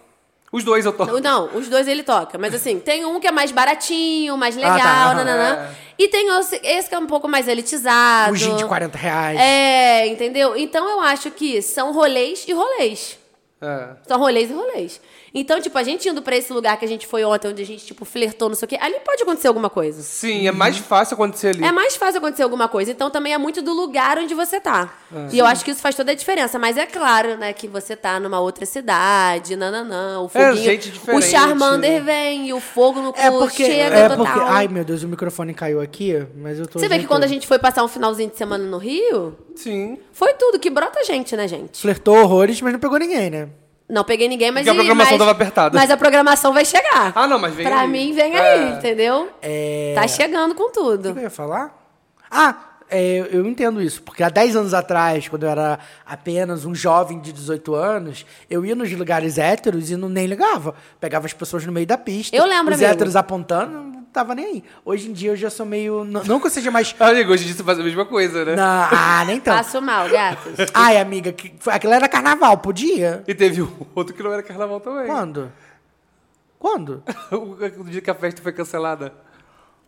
Speaker 3: Os dois eu tô.
Speaker 2: não, não, os dois ele toca. Mas assim, tem um que é mais baratinho, mais legal,
Speaker 1: tá.
Speaker 2: nananã. E tem esse, esse que é um pouco mais elitizado.
Speaker 1: O gin de 40 reais.
Speaker 2: É, entendeu? Então eu acho que são rolês e rolês.
Speaker 3: É.
Speaker 2: São rolês e rolês. Então, tipo, a gente indo pra esse lugar que a gente foi ontem, onde a gente, tipo, flertou, não sei o quê, ali pode acontecer alguma coisa.
Speaker 3: Sim, é mais fácil acontecer ali.
Speaker 2: É mais fácil acontecer alguma coisa, então também é muito do lugar onde você tá.
Speaker 3: É.
Speaker 2: E eu acho que isso faz toda a diferença. Mas é claro, né, que você tá numa outra cidade, nananã, o foguinho...
Speaker 3: É, gente
Speaker 2: o
Speaker 3: diferente, né?
Speaker 2: Charmander vem, o fogo no cu
Speaker 1: É porque.
Speaker 2: chega
Speaker 1: é
Speaker 2: total.
Speaker 1: porque. Ai, meu Deus, o microfone caiu aqui, mas eu tô.
Speaker 2: você vê que
Speaker 1: ajeitando.
Speaker 2: quando a gente foi passar um finalzinho de semana no Rio,
Speaker 3: Sim.
Speaker 2: foi tudo, que brota gente, né, gente?
Speaker 1: Flertou horrores, mas não pegou ninguém, né?
Speaker 2: Não peguei ninguém, mas...
Speaker 3: Porque a
Speaker 2: e-
Speaker 3: programação
Speaker 2: mas-
Speaker 3: tava apertada.
Speaker 2: Mas a programação vai chegar.
Speaker 3: Ah, não, mas vem
Speaker 2: Pra
Speaker 3: aí.
Speaker 2: mim, vem
Speaker 3: É. Então.
Speaker 2: aí, entendeu?
Speaker 1: É.
Speaker 2: Tá chegando com
Speaker 1: O que
Speaker 2: tudo.
Speaker 1: eu ia falar? Ah, é, eu- eu entendo isso, porque há 10 anos atrás, quando eu era apenas um jovem de 18 anos, eu ia nos lugares héteros e não, nem ligava. Pegava as pessoas no meio da pista.
Speaker 2: Eu lembro,
Speaker 1: Os
Speaker 2: amigo.
Speaker 1: héteros apontando, não tava nem aí. Hoje em dia eu já sou meio. n- Não que eu seja mais.
Speaker 3: Amigo, hoje em dia você faz a mesma coisa, né?
Speaker 1: Na- ah, nem tanto.
Speaker 2: Passo mal, gatos.
Speaker 1: Ai, amiga, que, foi- aquilo era carnaval, podia?
Speaker 3: E teve um outro que não era carnaval também.
Speaker 1: Quando? Quando?
Speaker 3: O o dia que a festa foi cancelada.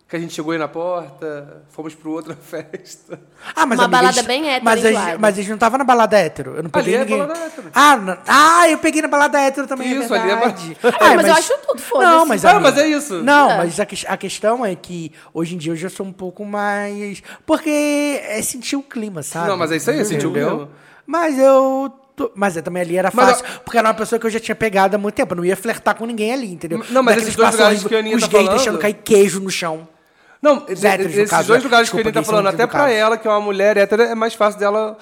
Speaker 3: Que a gente chegou aí na porta, fomos pro outra festa.
Speaker 1: Ah, mas
Speaker 2: Uma
Speaker 1: amiga,
Speaker 2: balada
Speaker 1: eles-
Speaker 2: bem hétero,
Speaker 1: Mas
Speaker 2: hein,
Speaker 1: eles,
Speaker 2: Eduardo?
Speaker 1: mas eles não estavam na balada hétero. Eu não peguei
Speaker 3: é
Speaker 1: ninguém.
Speaker 3: balada hétero.
Speaker 1: Ah, na- ah, eu peguei na balada hétero também.
Speaker 3: Isso,
Speaker 1: é
Speaker 3: ali é ba-
Speaker 1: verdade.
Speaker 3: Ah,
Speaker 1: Ai,
Speaker 2: mas eu acho tudo, foda-se.
Speaker 1: Não, mas,
Speaker 3: Ah,
Speaker 1: amiga,
Speaker 3: mas é isso.
Speaker 1: Não,
Speaker 2: É.
Speaker 1: mas a, que- a questão é que hoje em dia eu já sou um pouco mais. Porque é sentir o clima, sabe?
Speaker 3: Não, mas é isso aí, sentir o
Speaker 1: Entendeu?
Speaker 3: clima.
Speaker 1: Mas eu. tô- Mas eu também ali era
Speaker 3: Mas
Speaker 1: fácil, porque era uma pessoa que eu já tinha pegado há muito tempo. Eu não ia flertar com ninguém ali, entendeu?
Speaker 3: Não, mas
Speaker 1: Daqueles
Speaker 3: esses dois lugares
Speaker 1: passões,
Speaker 3: que a Aninha
Speaker 1: Os
Speaker 3: tá
Speaker 1: gays
Speaker 3: falando-
Speaker 1: deixando cair queijo no chão.
Speaker 3: Não, de-
Speaker 1: héteros, no
Speaker 3: esses
Speaker 1: caso,
Speaker 3: dois
Speaker 1: né?
Speaker 3: lugares que
Speaker 1: Desculpa,
Speaker 3: ele tá
Speaker 1: gays são
Speaker 3: falando,
Speaker 1: muito
Speaker 3: até pra
Speaker 1: educados.
Speaker 3: ela, que é uma mulher hétera, é mais fácil dela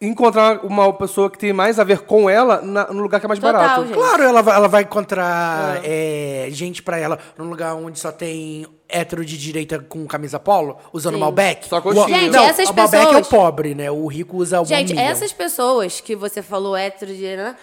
Speaker 3: encontrar uma pessoa que tem mais a ver com ela na- no lugar que é mais
Speaker 2: Total,
Speaker 3: barato.
Speaker 2: gente.
Speaker 1: Claro, ela vai, ela vai
Speaker 2: Ah.
Speaker 1: encontrar é, gente pra ela num lugar onde só tem hétero de direita com camisa polo, usando Malbec.
Speaker 3: Só coxinha.
Speaker 1: O-
Speaker 3: Gente,
Speaker 1: não,
Speaker 2: essas
Speaker 1: o Malbec é o
Speaker 2: pessoas-
Speaker 1: pobre, né? O rico usa o
Speaker 2: Gente,
Speaker 1: One
Speaker 2: essas pessoas que você falou hétero de né?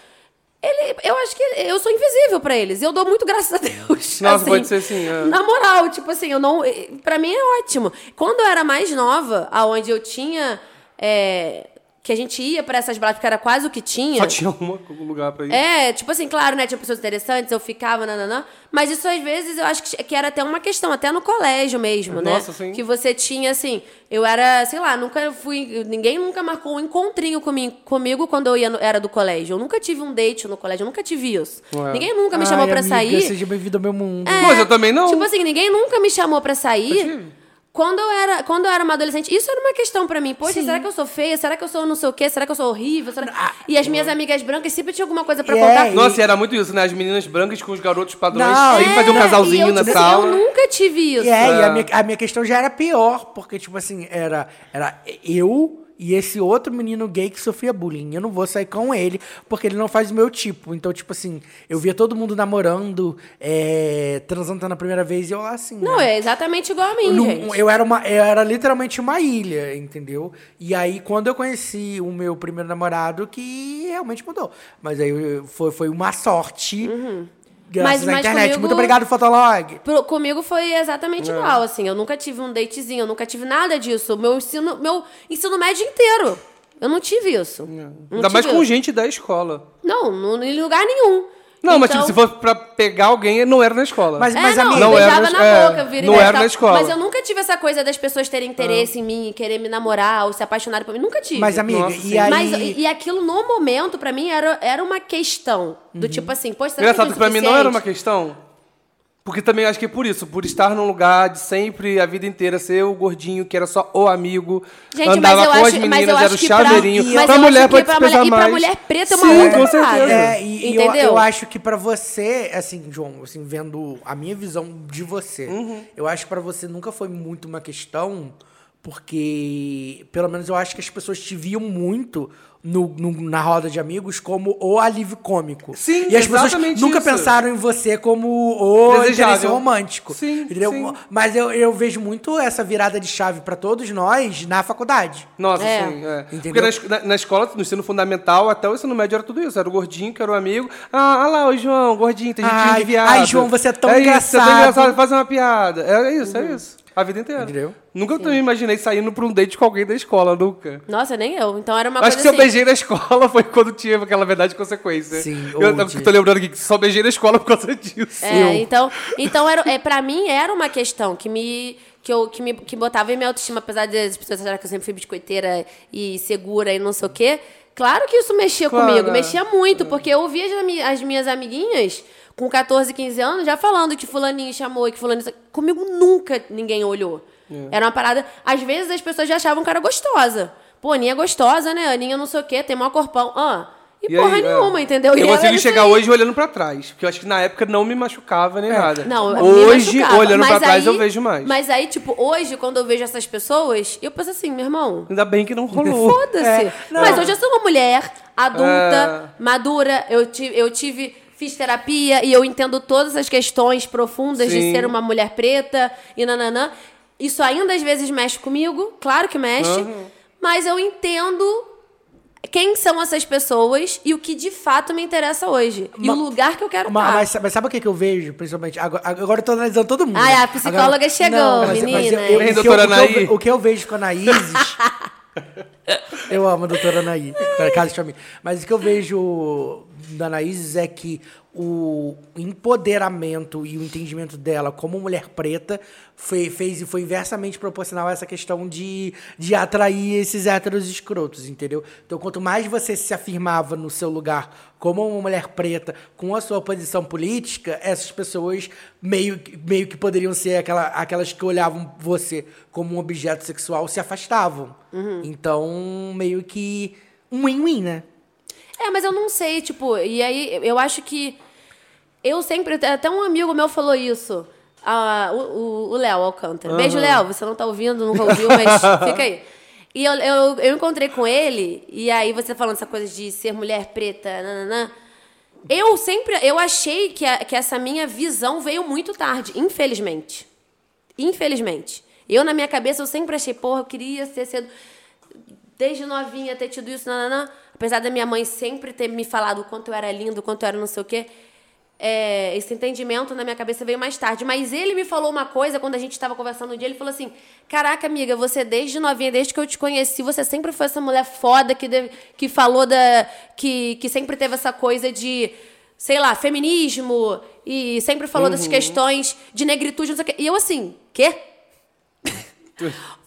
Speaker 2: ele, eu acho que eu sou invisível pra eles. Eu dou muito graças a Deus. assim.
Speaker 3: Nossa, pode ser sim, é.
Speaker 2: Na moral, tipo assim, eu não, para mim é ótimo. Quando eu era mais nova, aonde eu tinha é, que a gente ia pra essas baladas, porque era quase o que tinha.
Speaker 3: Só tinha uma- um lugar pra ir.
Speaker 2: É, tipo assim, claro, né? Tinha pessoas interessantes, eu ficava, nananã. Mas isso às vezes eu acho que, que era até uma questão, até no colégio mesmo, né?
Speaker 3: Nossa, sim.
Speaker 2: Que você tinha, assim, eu era, sei lá, nunca fui. Ninguém nunca marcou um encontrinho comigo, comigo quando eu ia no- era do colégio. Eu nunca tive um date no colégio, eu nunca tive isso.
Speaker 3: Ué.
Speaker 2: Ninguém nunca me chamou pra sair.
Speaker 1: Seja bem-vindo ao meu mundo.
Speaker 2: É,
Speaker 3: Mas eu também não.
Speaker 2: Tipo assim, ninguém nunca me chamou pra
Speaker 3: Eu
Speaker 2: sair.
Speaker 3: tive.
Speaker 2: Quando eu, era, quando eu era uma adolescente, isso era uma questão pra mim. Poxa, será que eu sou feia? Será que eu sou não sei o quê? Será que eu sou horrível? Será-
Speaker 3: Ah,
Speaker 2: E as
Speaker 3: é.
Speaker 2: minhas amigas brancas sempre tinham alguma coisa pra
Speaker 1: Yeah,
Speaker 2: contar.
Speaker 1: e-
Speaker 3: Nossa, e é, era muito isso, né? As meninas brancas com os garotos padrões.
Speaker 1: Não,
Speaker 3: sempre fazer um
Speaker 2: Era, É, e
Speaker 3: casalzinho
Speaker 2: eu,
Speaker 3: na
Speaker 2: tipo assim,
Speaker 3: sala.
Speaker 2: eu nunca tive isso.
Speaker 1: E é, e a
Speaker 3: É.
Speaker 1: minha, a minha questão já era pior, porque, tipo assim, era, era eu e esse outro menino gay que sofria bullying. Eu não vou sair com ele, porque ele não faz o meu tipo. Então, tipo assim, eu via todo mundo namorando, é, transando na primeira vez, e eu lá assim.
Speaker 2: Não,
Speaker 1: né?
Speaker 2: é exatamente igual a mim,
Speaker 1: Num-
Speaker 2: gente.
Speaker 1: eu era uma, eu era literalmente uma ilha, entendeu? E aí quando eu conheci o meu primeiro namorado que realmente mudou, mas aí eu- foi, foi uma sorte. Graças
Speaker 2: Uhum. Mas-
Speaker 1: à
Speaker 2: mas
Speaker 1: internet.
Speaker 2: comigo-
Speaker 1: Muito obrigado, Fotolog.
Speaker 2: Pro- comigo foi exatamente
Speaker 3: É.
Speaker 2: igual, assim. Eu nunca tive um datezinho, eu nunca tive nada disso. Meu ensino, meu ensino médio inteiro. Eu não tive isso. Não
Speaker 3: É. Ainda mais
Speaker 2: tive
Speaker 3: com
Speaker 2: isso.
Speaker 3: gente da escola.
Speaker 2: Não, não, em lugar nenhum.
Speaker 3: Não, mas
Speaker 2: Então-
Speaker 3: tipo, se fosse pra pegar alguém, não era na escola.
Speaker 1: Mas-
Speaker 2: É, não,
Speaker 1: amiga-
Speaker 2: eu
Speaker 1: Não
Speaker 3: era
Speaker 2: beijava
Speaker 3: na-
Speaker 2: na
Speaker 3: é,
Speaker 2: boca, vira e
Speaker 3: não
Speaker 2: mexe e
Speaker 3: era
Speaker 2: tal.
Speaker 3: na escola. Ah.
Speaker 2: Mas eu nunca tive essa coisa das pessoas terem interesse em mim, querer me namorar ou se apaixonarem por mim. Nunca tive.
Speaker 1: Mas amiga,
Speaker 3: Nossa,
Speaker 1: e
Speaker 3: sim.
Speaker 1: aí
Speaker 2: Mas, e aquilo no momento, pra mim, era, era uma questão. Do tipo assim, poxa, será
Speaker 3: Uhum. Engraçado
Speaker 2: que
Speaker 3: que pra mim não era uma
Speaker 2: questão.
Speaker 3: questão. Porque também acho que é por isso, por estar num lugar de sempre, a vida inteira, ser o gordinho, que era só o amigo,
Speaker 2: Gente,
Speaker 3: andava
Speaker 2: mas eu acho,
Speaker 3: com as
Speaker 2: mas eu
Speaker 3: meninas, era
Speaker 2: acho
Speaker 3: o
Speaker 2: que pra,
Speaker 3: chaveirinho.
Speaker 2: mas
Speaker 3: pra
Speaker 2: eu
Speaker 3: mulher
Speaker 2: acho que
Speaker 3: pode
Speaker 2: pra
Speaker 3: se
Speaker 2: mulher,
Speaker 3: pesar
Speaker 2: e pra
Speaker 3: mais.
Speaker 2: mulher preta é uma
Speaker 3: Sim,
Speaker 2: outra
Speaker 3: com
Speaker 2: parada.
Speaker 3: certeza.
Speaker 1: É, e e eu-
Speaker 2: Entendeu?
Speaker 1: Eu, acho que pra você, assim, João, assim, vendo a minha visão de você,
Speaker 3: Uhum.
Speaker 1: eu acho que pra você nunca foi muito uma questão, porque pelo menos eu acho que as pessoas te viam muito no- no- na roda de amigos como o alívio cômico.
Speaker 3: Sim,
Speaker 1: E as pessoas
Speaker 3: exatamente
Speaker 1: nunca
Speaker 3: isso.
Speaker 1: pensaram em você como o
Speaker 3: Desejável.
Speaker 1: interesse romântico.
Speaker 3: Sim,
Speaker 1: entendeu?
Speaker 3: sim.
Speaker 1: Mas eu, eu vejo muito essa virada de chave pra todos nós na faculdade.
Speaker 3: Nossa,
Speaker 2: É.
Speaker 3: sim. É. Porque
Speaker 1: Entendeu?
Speaker 3: na, es- na- na escola, no ensino fundamental, até o ensino médio era tudo isso. Era o gordinho, que era o amigo. Ah, ah lá, o João, gordinho, tem jeitinho
Speaker 1: Ai,
Speaker 3: de viado.
Speaker 1: ai, João, você é tão
Speaker 3: Isso, você é tão
Speaker 1: engraçado. Uhum.
Speaker 3: engraçado, faz uma piada. Era isso, é isso. A vida inteira.
Speaker 1: Entendeu?
Speaker 3: Nunca também imaginei saindo pra um date com alguém da escola, nunca.
Speaker 2: Nossa, nem eu. Então era uma
Speaker 3: Acho que
Speaker 2: coisa
Speaker 3: se eu
Speaker 2: assim.
Speaker 3: beijei na escola foi quando tinha aquela verdade e consequência.
Speaker 1: Sim,
Speaker 3: eu
Speaker 1: onde?
Speaker 3: tô, tô lembrando aqui que só beijei na escola por causa disso.
Speaker 2: É, então, então era, é, pra mim era uma questão que me. Que, eu, que, me, que botava em minha autoestima, apesar de as pessoas acharem que eu sempre fui biscoiteira e segura e não sei o quê. Claro que isso mexia
Speaker 3: Claro,
Speaker 2: comigo,
Speaker 3: é.
Speaker 2: mexia muito, porque eu ouvia as, mi- as minhas amiguinhas com 14, 15 anos já falando que fulaninho chamou e que fulaninho... Comigo nunca ninguém olhou.
Speaker 3: É.
Speaker 2: Era uma parada... Às vezes as pessoas já achavam que eu era gostosa. Pô, Aninha é gostosa, né? Aninha não sei o quê, tem maior corpão. Ah, e,
Speaker 3: E
Speaker 2: porra
Speaker 3: aí, é.
Speaker 2: nenhuma, entendeu? E
Speaker 3: Eu
Speaker 2: ela era
Speaker 3: consigo
Speaker 2: isso
Speaker 3: chegar
Speaker 2: aí.
Speaker 3: hoje olhando pra trás. Porque eu acho que na época não me machucava nem nada.
Speaker 2: Não, me
Speaker 3: hoje,
Speaker 2: machucava.
Speaker 3: olhando
Speaker 2: Mas
Speaker 3: pra trás,
Speaker 2: aí-
Speaker 3: eu vejo mais.
Speaker 2: Mas aí, tipo, hoje, quando eu vejo essas pessoas, eu penso assim, meu irmão,
Speaker 3: Ainda bem que não rolou.
Speaker 2: foda-se.
Speaker 1: não.
Speaker 2: mas hoje eu sou uma mulher adulta,
Speaker 3: É.
Speaker 2: madura, eu tive, eu tive. Fiz terapia e eu entendo todas as questões profundas de
Speaker 3: Sim.
Speaker 2: ser uma mulher preta e nananã. Isso ainda às vezes mexe comigo, claro que mexe, mas eu entendo quem são essas pessoas e o que de fato me interessa hoje. E
Speaker 1: Ma-
Speaker 2: o lugar que eu quero tá.
Speaker 1: Ma-
Speaker 2: estar.
Speaker 1: Mas, sabe- mas sabe o que, que eu vejo, principalmente? Agora, agora eu tô analisando todo mundo.
Speaker 2: Ai, a
Speaker 1: né?
Speaker 2: psicóloga
Speaker 1: Agora-
Speaker 2: chegou,
Speaker 1: eu-
Speaker 2: menina.
Speaker 1: eu- o
Speaker 2: Vem,
Speaker 1: que eu-
Speaker 3: doutora
Speaker 1: o que eu
Speaker 3: Anaí.
Speaker 1: ve- O que eu vejo com a Anaíses... eu amo a doutora Anaí, por acaso chame. Mas o que eu vejo da Anaíses é que o empoderamento e o entendimento dela como mulher preta foi, fez e foi inversamente proporcional a essa questão de, de atrair esses héteros escrotos, entendeu? Então, quanto mais você se afirmava no seu lugar como uma mulher preta, com a sua posição política, essas pessoas meio, que- meio que poderiam ser aquela, aquelas que olhavam você como um objeto sexual, se afastavam.
Speaker 2: Uhum.
Speaker 1: Então, meio que um win-win, né?
Speaker 2: É, mas eu não sei, tipo, e aí eu acho que. Eu sempre. Até um amigo meu falou isso. Ah, o- o o Léo Alcântara. Beijo, Léo. Você não tá ouvindo, nunca ouviu, mas fica aí. E eu, eu, eu encontrei com ele, e aí você falando essa coisa de ser mulher preta, nananã. Eu sempre. Eu achei que, a- que essa minha visão veio muito tarde, infelizmente. Infelizmente. Eu, na minha cabeça, eu sempre achei, porra, eu queria ser cedo. Desde novinha ter tido isso, nananã. Apesar da minha mãe sempre ter me falado o quanto eu era lindo, o quanto eu era não sei o quê. é, esse entendimento na minha cabeça veio mais tarde. Mas ele me falou uma coisa quando a gente estava conversando um dia. Ele falou assim: Caraca, amiga, você desde novinha, desde que eu te conheci, você sempre foi essa mulher foda que, deve- que falou da. Que, que sempre teve essa coisa de sei lá, feminismo e sempre falou dessas questões de negritude, não sei o quê. E eu assim, quê?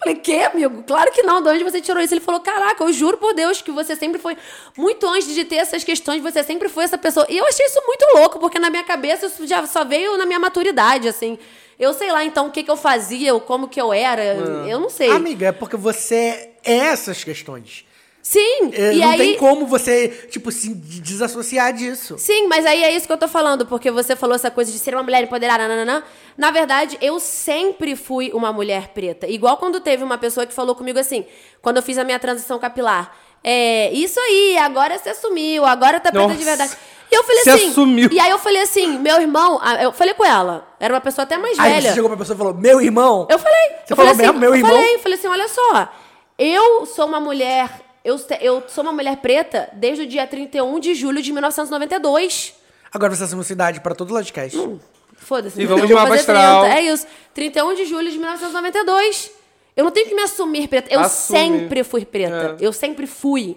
Speaker 2: Falei, quê, amigo? Claro que não, de onde você tirou isso? Ele falou, caraca, eu juro por Deus que você sempre foi, muito antes de ter essas questões, você sempre foi essa pessoa. E eu achei isso muito louco, porque na minha cabeça isso já só veio na minha maturidade, assim. Eu sei lá, então, o que, que eu fazia, ou como que eu era, eu não sei.
Speaker 1: Amiga, é porque você é essas questões.
Speaker 2: Sim,
Speaker 1: É,
Speaker 2: e
Speaker 1: não
Speaker 2: aí...
Speaker 1: tem como você, tipo, se de- desassociar disso.
Speaker 2: Sim, mas aí é isso que eu tô falando, porque você falou essa coisa de ser uma mulher empoderada, nananã. Na verdade, eu sempre fui uma mulher preta. Igual quando teve uma pessoa que falou comigo assim, quando eu fiz a minha transição capilar. É, isso aí, agora você assumiu, agora tá preta de
Speaker 3: Nossa.
Speaker 2: verdade. E eu falei
Speaker 3: Você
Speaker 2: assim.
Speaker 3: assumiu.
Speaker 2: E aí eu falei assim, meu irmão, ah, eu falei com ela, era uma pessoa até mais
Speaker 1: Aí
Speaker 2: velha.
Speaker 1: você chegou pra pessoa e falou, meu irmão.
Speaker 2: Eu falei.
Speaker 1: Você
Speaker 2: eu
Speaker 1: falou
Speaker 2: falei
Speaker 1: mesmo, meu
Speaker 2: eu
Speaker 1: irmão?
Speaker 2: Falei, falei assim, olha só, eu sou uma mulher, eu, te- eu sou uma mulher preta desde o dia 31 de julho de 1992.
Speaker 1: Agora você assume sua idade pra todo podcast.
Speaker 2: Foda-se.
Speaker 3: E
Speaker 2: não
Speaker 3: vamos
Speaker 2: vou
Speaker 3: de mapa
Speaker 2: fazer
Speaker 3: astral.
Speaker 2: 30, É isso. 31 de julho de 1992. Eu não tenho que me assumir preta. Eu
Speaker 3: Assume. É.
Speaker 2: sempre fui preta. Eu sempre fui.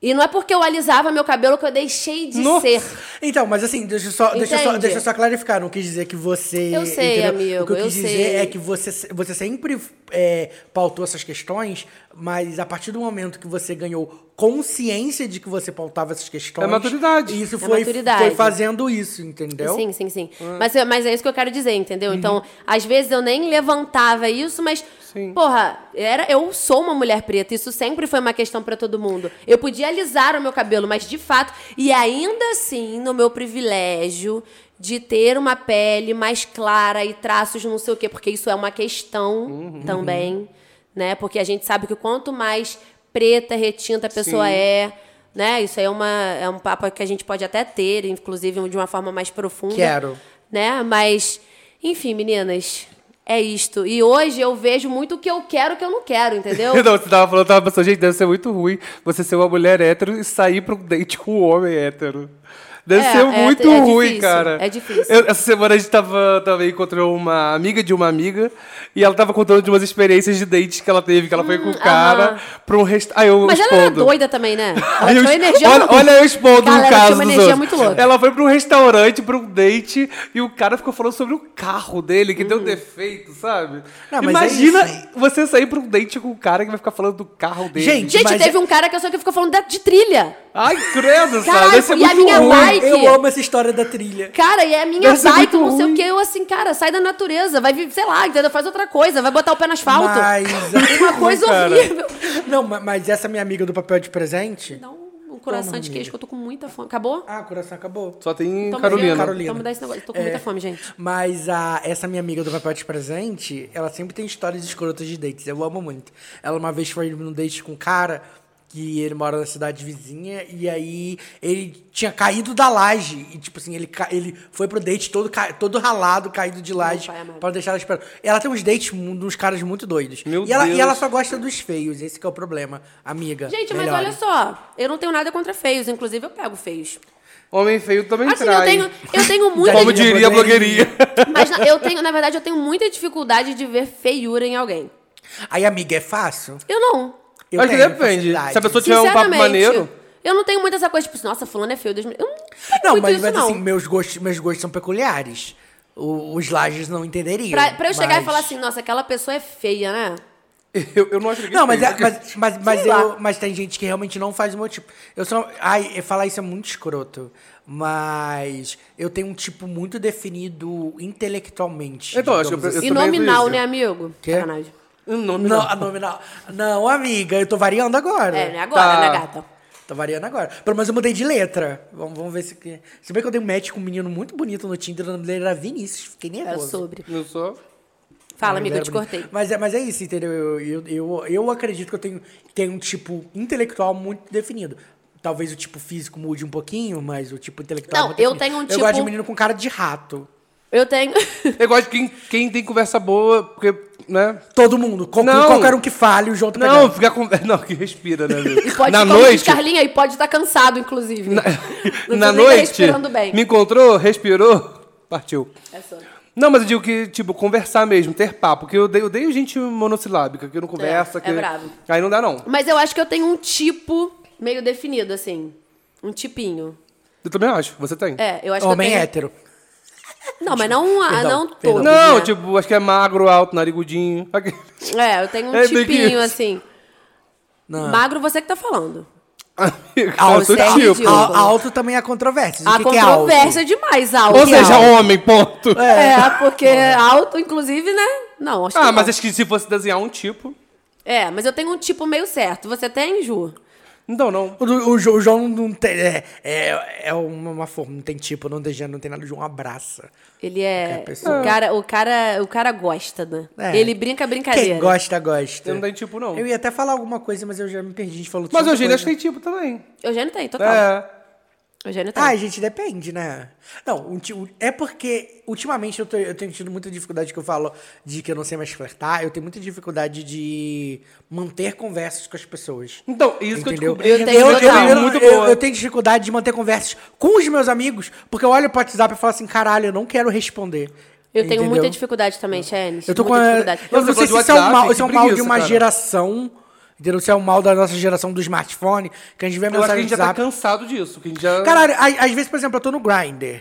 Speaker 2: E não é porque eu alisava meu cabelo que eu deixei de
Speaker 3: Nossa.
Speaker 2: ser.
Speaker 1: Então, mas assim, deixa eu só, deixa eu só,
Speaker 2: Entende?
Speaker 1: deixa eu só clarificar. Não quis dizer que você.
Speaker 2: Eu sei, amigo,
Speaker 1: O que eu,
Speaker 2: eu
Speaker 1: quis
Speaker 2: sei.
Speaker 1: dizer é que você, se- você sempre é, pautou essas questões, mas a partir do momento que você ganhou consciência de que você pautava essas questões.
Speaker 3: É maturidade.
Speaker 1: Isso
Speaker 2: É
Speaker 1: foi,
Speaker 2: maturidade.
Speaker 1: foi fazendo isso, entendeu?
Speaker 2: Sim, sim, sim.
Speaker 3: Ah.
Speaker 2: Mas, eu- mas é isso que eu quero dizer, entendeu?
Speaker 3: Uhum.
Speaker 2: Então, às vezes eu nem levantava isso, mas,
Speaker 3: Sim.
Speaker 2: porra, era, eu sou uma mulher preta. Isso sempre foi uma questão pra todo mundo. Eu podia alisar o meu cabelo, mas de fato. E ainda assim, no meu privilégio de ter uma pele mais clara e traços não sei o
Speaker 3: Uhum.
Speaker 2: quê, porque isso é uma questão também, né? Porque a gente sabe que quanto mais preta, retinta a pessoa
Speaker 3: Sim.
Speaker 2: é. Né? Isso aí é, uma, é um papo que a gente pode até ter, inclusive de uma forma mais profunda.
Speaker 1: Quero.
Speaker 2: Né? Mas, enfim, meninas, é isto. E hoje eu vejo muito o que eu quero e o que eu não quero, entendeu?
Speaker 3: Não, você tava falando, eu tava pensando, gente, deve ser muito ruim você ser uma mulher hétero e sair pra um date com um homem hétero. Deve
Speaker 2: É,
Speaker 3: ser
Speaker 2: é,
Speaker 3: muito
Speaker 2: é
Speaker 3: ruim,
Speaker 2: difícil,
Speaker 3: cara.
Speaker 2: é difícil.
Speaker 3: Eu- essa semana a gente tava, também encontrou uma amiga de uma amiga e ela tava contando de umas experiências de date que ela teve, que ela foi com o
Speaker 2: Hum,
Speaker 3: cara
Speaker 2: aham.
Speaker 3: pra um restaurante. Aí eu
Speaker 2: Mas ela
Speaker 3: respondo.
Speaker 2: era doida também, né? Ela
Speaker 3: Aí
Speaker 2: tinha
Speaker 3: eu
Speaker 2: uma
Speaker 3: es-
Speaker 2: energia
Speaker 3: olha,
Speaker 2: maluca.
Speaker 3: olha, eu expondo
Speaker 2: Cara,
Speaker 3: um
Speaker 2: ela
Speaker 3: caso
Speaker 2: tinha uma
Speaker 3: dos
Speaker 2: energia
Speaker 3: outros.
Speaker 2: muito louca.
Speaker 3: Ela foi pra um restaurante, pra um date, e o cara ficou falando sobre o carro dele, que deu defeito, sabe?
Speaker 1: Não, mas é
Speaker 3: Imagina
Speaker 1: isso.
Speaker 3: você sair pra um date com um cara que vai ficar falando do carro dele.
Speaker 1: Gente,
Speaker 2: Gente,
Speaker 1: Mas
Speaker 2: teve
Speaker 1: é-
Speaker 2: um cara que eu só que ficou falando da- de trilha.
Speaker 3: Ai, credo, sabe?
Speaker 2: Caralho,
Speaker 3: Deve ser
Speaker 2: e a
Speaker 3: muito
Speaker 2: minha
Speaker 3: ruim.
Speaker 2: bike?
Speaker 1: Eu amo essa história da trilha.
Speaker 2: Cara, e é a minha
Speaker 3: Deve ser
Speaker 2: bike,
Speaker 3: muito
Speaker 2: não sei
Speaker 3: ruim.
Speaker 2: o que. Eu assim, cara, sai da natureza, vai, vi- sei lá, entendeu? Faz outra coisa, vai botar o pé no asfalto.
Speaker 1: Mas-
Speaker 2: Uma coisa
Speaker 3: Cara.
Speaker 2: horrível.
Speaker 1: Não, ma- mas essa é minha amiga do papel de presente.
Speaker 2: Dá um, um coração de queijo que eu tô com muita fome. Acabou?
Speaker 1: Ah, o coração acabou.
Speaker 3: Só tem
Speaker 2: Toma,
Speaker 3: Carolina.
Speaker 2: gente,
Speaker 1: Carolina.
Speaker 2: Então me dá esse negócio. Eu tô com
Speaker 1: É.
Speaker 2: muita fome, gente.
Speaker 1: Mas a, essa minha amiga do papel de presente, ela sempre tem histórias escrotas de dates. Eu amo muito. Ela uma vez foi num date com um cara que ele mora na cidade vizinha e aí ele tinha caído da laje. E tipo assim, ele, ca- ele foi pro date todo, ca- todo ralado, caído de laje,
Speaker 2: pai amado.
Speaker 1: pra deixar ela esperando. Ela tem uns dates mu- de uns caras muito doidos.
Speaker 3: Meu
Speaker 1: e, ela, e
Speaker 3: Deus.
Speaker 1: ela só gosta dos feios, esse que é o problema, amiga.
Speaker 2: Gente, mas
Speaker 1: melhore.
Speaker 2: olha só, eu não tenho nada contra feios, inclusive eu pego feios.
Speaker 3: Homem feio também
Speaker 2: Assim, eu
Speaker 3: trai.
Speaker 2: tenho, eu tenho muita
Speaker 3: Como diria a
Speaker 1: blogueirinha.
Speaker 3: blogueirinha.
Speaker 2: Mas na, eu tenho, na verdade, eu tenho muita dificuldade de ver feiura em alguém.
Speaker 1: Aí, amiga, é fácil?
Speaker 2: Eu não.
Speaker 1: Eu
Speaker 3: Acho que
Speaker 1: tenho
Speaker 3: depende.
Speaker 1: facilidade.
Speaker 3: Se a pessoa tiver um papo
Speaker 2: Sinceramente,
Speaker 3: maneiro...
Speaker 2: Eu não tenho muito essa coisa, tipo, nossa, fulano é feio. Deus me... Eu não tenho
Speaker 1: Não,
Speaker 2: muito
Speaker 1: mas,
Speaker 2: isso,
Speaker 1: mas,
Speaker 2: não.
Speaker 1: assim, meus gostos, meus gostos são peculiares. O- os lajes não entenderiam.
Speaker 2: Pra, pra eu chegar
Speaker 1: mas-
Speaker 2: e falar assim, nossa, aquela pessoa é feia, né?
Speaker 3: Eu, eu não acho que
Speaker 1: Não, mas,
Speaker 3: feio.
Speaker 1: é- mas, mas, mas,
Speaker 2: Sei lá.
Speaker 1: eu- mas tem gente que realmente não faz o meu tipo. Eu sou. Ai, falar isso é muito escroto. Mas eu tenho um tipo muito definido intelectualmente.
Speaker 3: Então, acho
Speaker 1: digamos
Speaker 3: que eu-
Speaker 1: assim.
Speaker 2: E
Speaker 3: também
Speaker 2: nominal,
Speaker 3: vejo.
Speaker 2: né, amigo?
Speaker 1: Quê?
Speaker 2: Sacanagem.
Speaker 3: Não,
Speaker 1: Não, a nominal. Não, amiga, eu tô variando agora.
Speaker 2: É, né? Agora,
Speaker 3: Tá.
Speaker 2: né, gata?
Speaker 1: Tô variando agora. Pelo menos eu mudei de letra. Vamos, vamos ver se. que- Se bem que eu dei um match com um menino muito bonito no Tinder, o nome dele era Vinícius. Fiquei
Speaker 2: Era
Speaker 1: nervoso.
Speaker 2: sobre.
Speaker 3: Eu sou...
Speaker 2: Fala, amigo, eu
Speaker 1: Era
Speaker 2: te
Speaker 1: bonito.
Speaker 2: cortei.
Speaker 1: Mas é, mas é isso, entendeu? Eu, eu, eu, eu acredito que eu tenho, tenho um tipo intelectual muito definido. Talvez o tipo físico mude um pouquinho, mas o tipo intelectual. é
Speaker 2: Não,
Speaker 1: muito
Speaker 2: eu
Speaker 1: definido.
Speaker 2: tenho um
Speaker 1: Eu
Speaker 2: tipo-
Speaker 1: gosto de menino com cara de rato.
Speaker 2: Eu tenho.
Speaker 3: Eu gosto de quem, quem tem conversa boa, porque, né?
Speaker 1: Todo mundo. qual-
Speaker 3: Não.
Speaker 1: Qualquer um que fale, o João tá
Speaker 3: Não,
Speaker 1: pegando.
Speaker 3: fica com... Não, que respira, né?
Speaker 2: E pode
Speaker 3: na
Speaker 2: estar como diz
Speaker 3: noite,
Speaker 2: Carlinha e pode estar cansado, inclusive. Na,
Speaker 3: na noite,
Speaker 2: respirando bem.
Speaker 3: me encontrou, respirou, partiu.
Speaker 2: É sobre.
Speaker 3: Não, mas eu digo que, tipo, conversar mesmo, ter papo, que eu odeio, odeio gente monossilábica, que não conversa,
Speaker 2: é
Speaker 3: que...
Speaker 2: bravo.
Speaker 3: Aí não dá, não.
Speaker 2: Mas eu acho que eu tenho um tipo meio definido, assim. Um tipinho.
Speaker 3: Eu também acho, você tem.
Speaker 2: É, eu acho
Speaker 1: Homem
Speaker 2: que eu tenho...
Speaker 1: hétero.
Speaker 2: Não, mas não, a-
Speaker 1: Perdão,
Speaker 2: não
Speaker 1: perdão.
Speaker 2: todos,
Speaker 3: Não,
Speaker 2: né?
Speaker 3: tipo, acho que é magro, alto, narigudinho. Aqui.
Speaker 2: É, eu tenho um
Speaker 3: É, tem que-
Speaker 2: tipinho, assim.
Speaker 1: Não.
Speaker 2: Magro, você que tá falando.
Speaker 3: Amigo, eu
Speaker 1: Alto,
Speaker 3: sou
Speaker 2: Ah, é
Speaker 3: tipo.
Speaker 2: ridículo.
Speaker 1: al- alto também há controvérsias. O
Speaker 2: A
Speaker 1: que que é alto?
Speaker 2: controvérsia é demais, alto.
Speaker 3: Ou seja,
Speaker 2: alto.
Speaker 3: homem, ponto.
Speaker 2: É, porque alto, inclusive, né? Não, acho que
Speaker 3: Ah,
Speaker 2: não.
Speaker 3: mas acho que se fosse desenhar um tipo...
Speaker 2: É, mas eu tenho um tipo meio certo. Você tem, Ju?
Speaker 3: Então, não.
Speaker 1: O, do- o Jo- o João não tem. É, é, é uma, uma forma, não tem tipo, não tem gênero, não tem nada. O João abraça.
Speaker 2: Ele é.
Speaker 1: Qualquer pessoa.
Speaker 2: O cara, o, cara, o cara gosta, né?
Speaker 1: É.
Speaker 2: Ele brinca a brincadeira.
Speaker 1: Quem gosta, gosta.
Speaker 3: Você não tem tipo, não.
Speaker 1: Eu ia até falar alguma coisa, mas eu já me perdi de falar
Speaker 3: Mas Eugênio, acho que tem tipo também.
Speaker 2: Eugênio tem, total.
Speaker 3: É...
Speaker 2: Eugênio tem.
Speaker 1: Ah, gente, depende, né? Não, um ti- um- é porque ultimamente eu, tô- eu tenho tido muita dificuldade que eu falo de que eu não sei mais flertar. Eu tenho muita dificuldade de manter conversas com as pessoas.
Speaker 3: Então, isso que eu
Speaker 1: Entendeu?
Speaker 3: descobri.
Speaker 2: Eu tenho
Speaker 1: eu,
Speaker 2: total.
Speaker 1: eu- eu-
Speaker 3: Muito
Speaker 1: eu-
Speaker 3: boa.
Speaker 1: eu tenho dificuldade de manter conversas com os meus amigos, porque eu olho pro WhatsApp e falo assim, caralho, eu não quero responder.
Speaker 2: eu tenho
Speaker 1: Entendeu?
Speaker 2: muita dificuldade também, Chenis.
Speaker 1: Eu tô com
Speaker 2: muita
Speaker 1: a...
Speaker 2: dificuldade.
Speaker 1: Eu
Speaker 3: Você
Speaker 1: não sei
Speaker 3: falou
Speaker 1: se
Speaker 3: de
Speaker 1: isso é um
Speaker 3: WhatsApp,
Speaker 1: mal,
Speaker 3: que
Speaker 1: isso é um mal de
Speaker 3: preguiça,
Speaker 1: uma
Speaker 3: cara.
Speaker 1: geração, entendeu? Se é um mal da nossa geração do smartphone, que a gente vê a
Speaker 3: Eu acho que a
Speaker 1: mensagem
Speaker 3: gente
Speaker 1: do
Speaker 3: já tá
Speaker 1: WhatsApp.
Speaker 3: cansado disso. Que a gente já...
Speaker 1: Caralho, a- às vezes, por exemplo, eu tô no Grindr.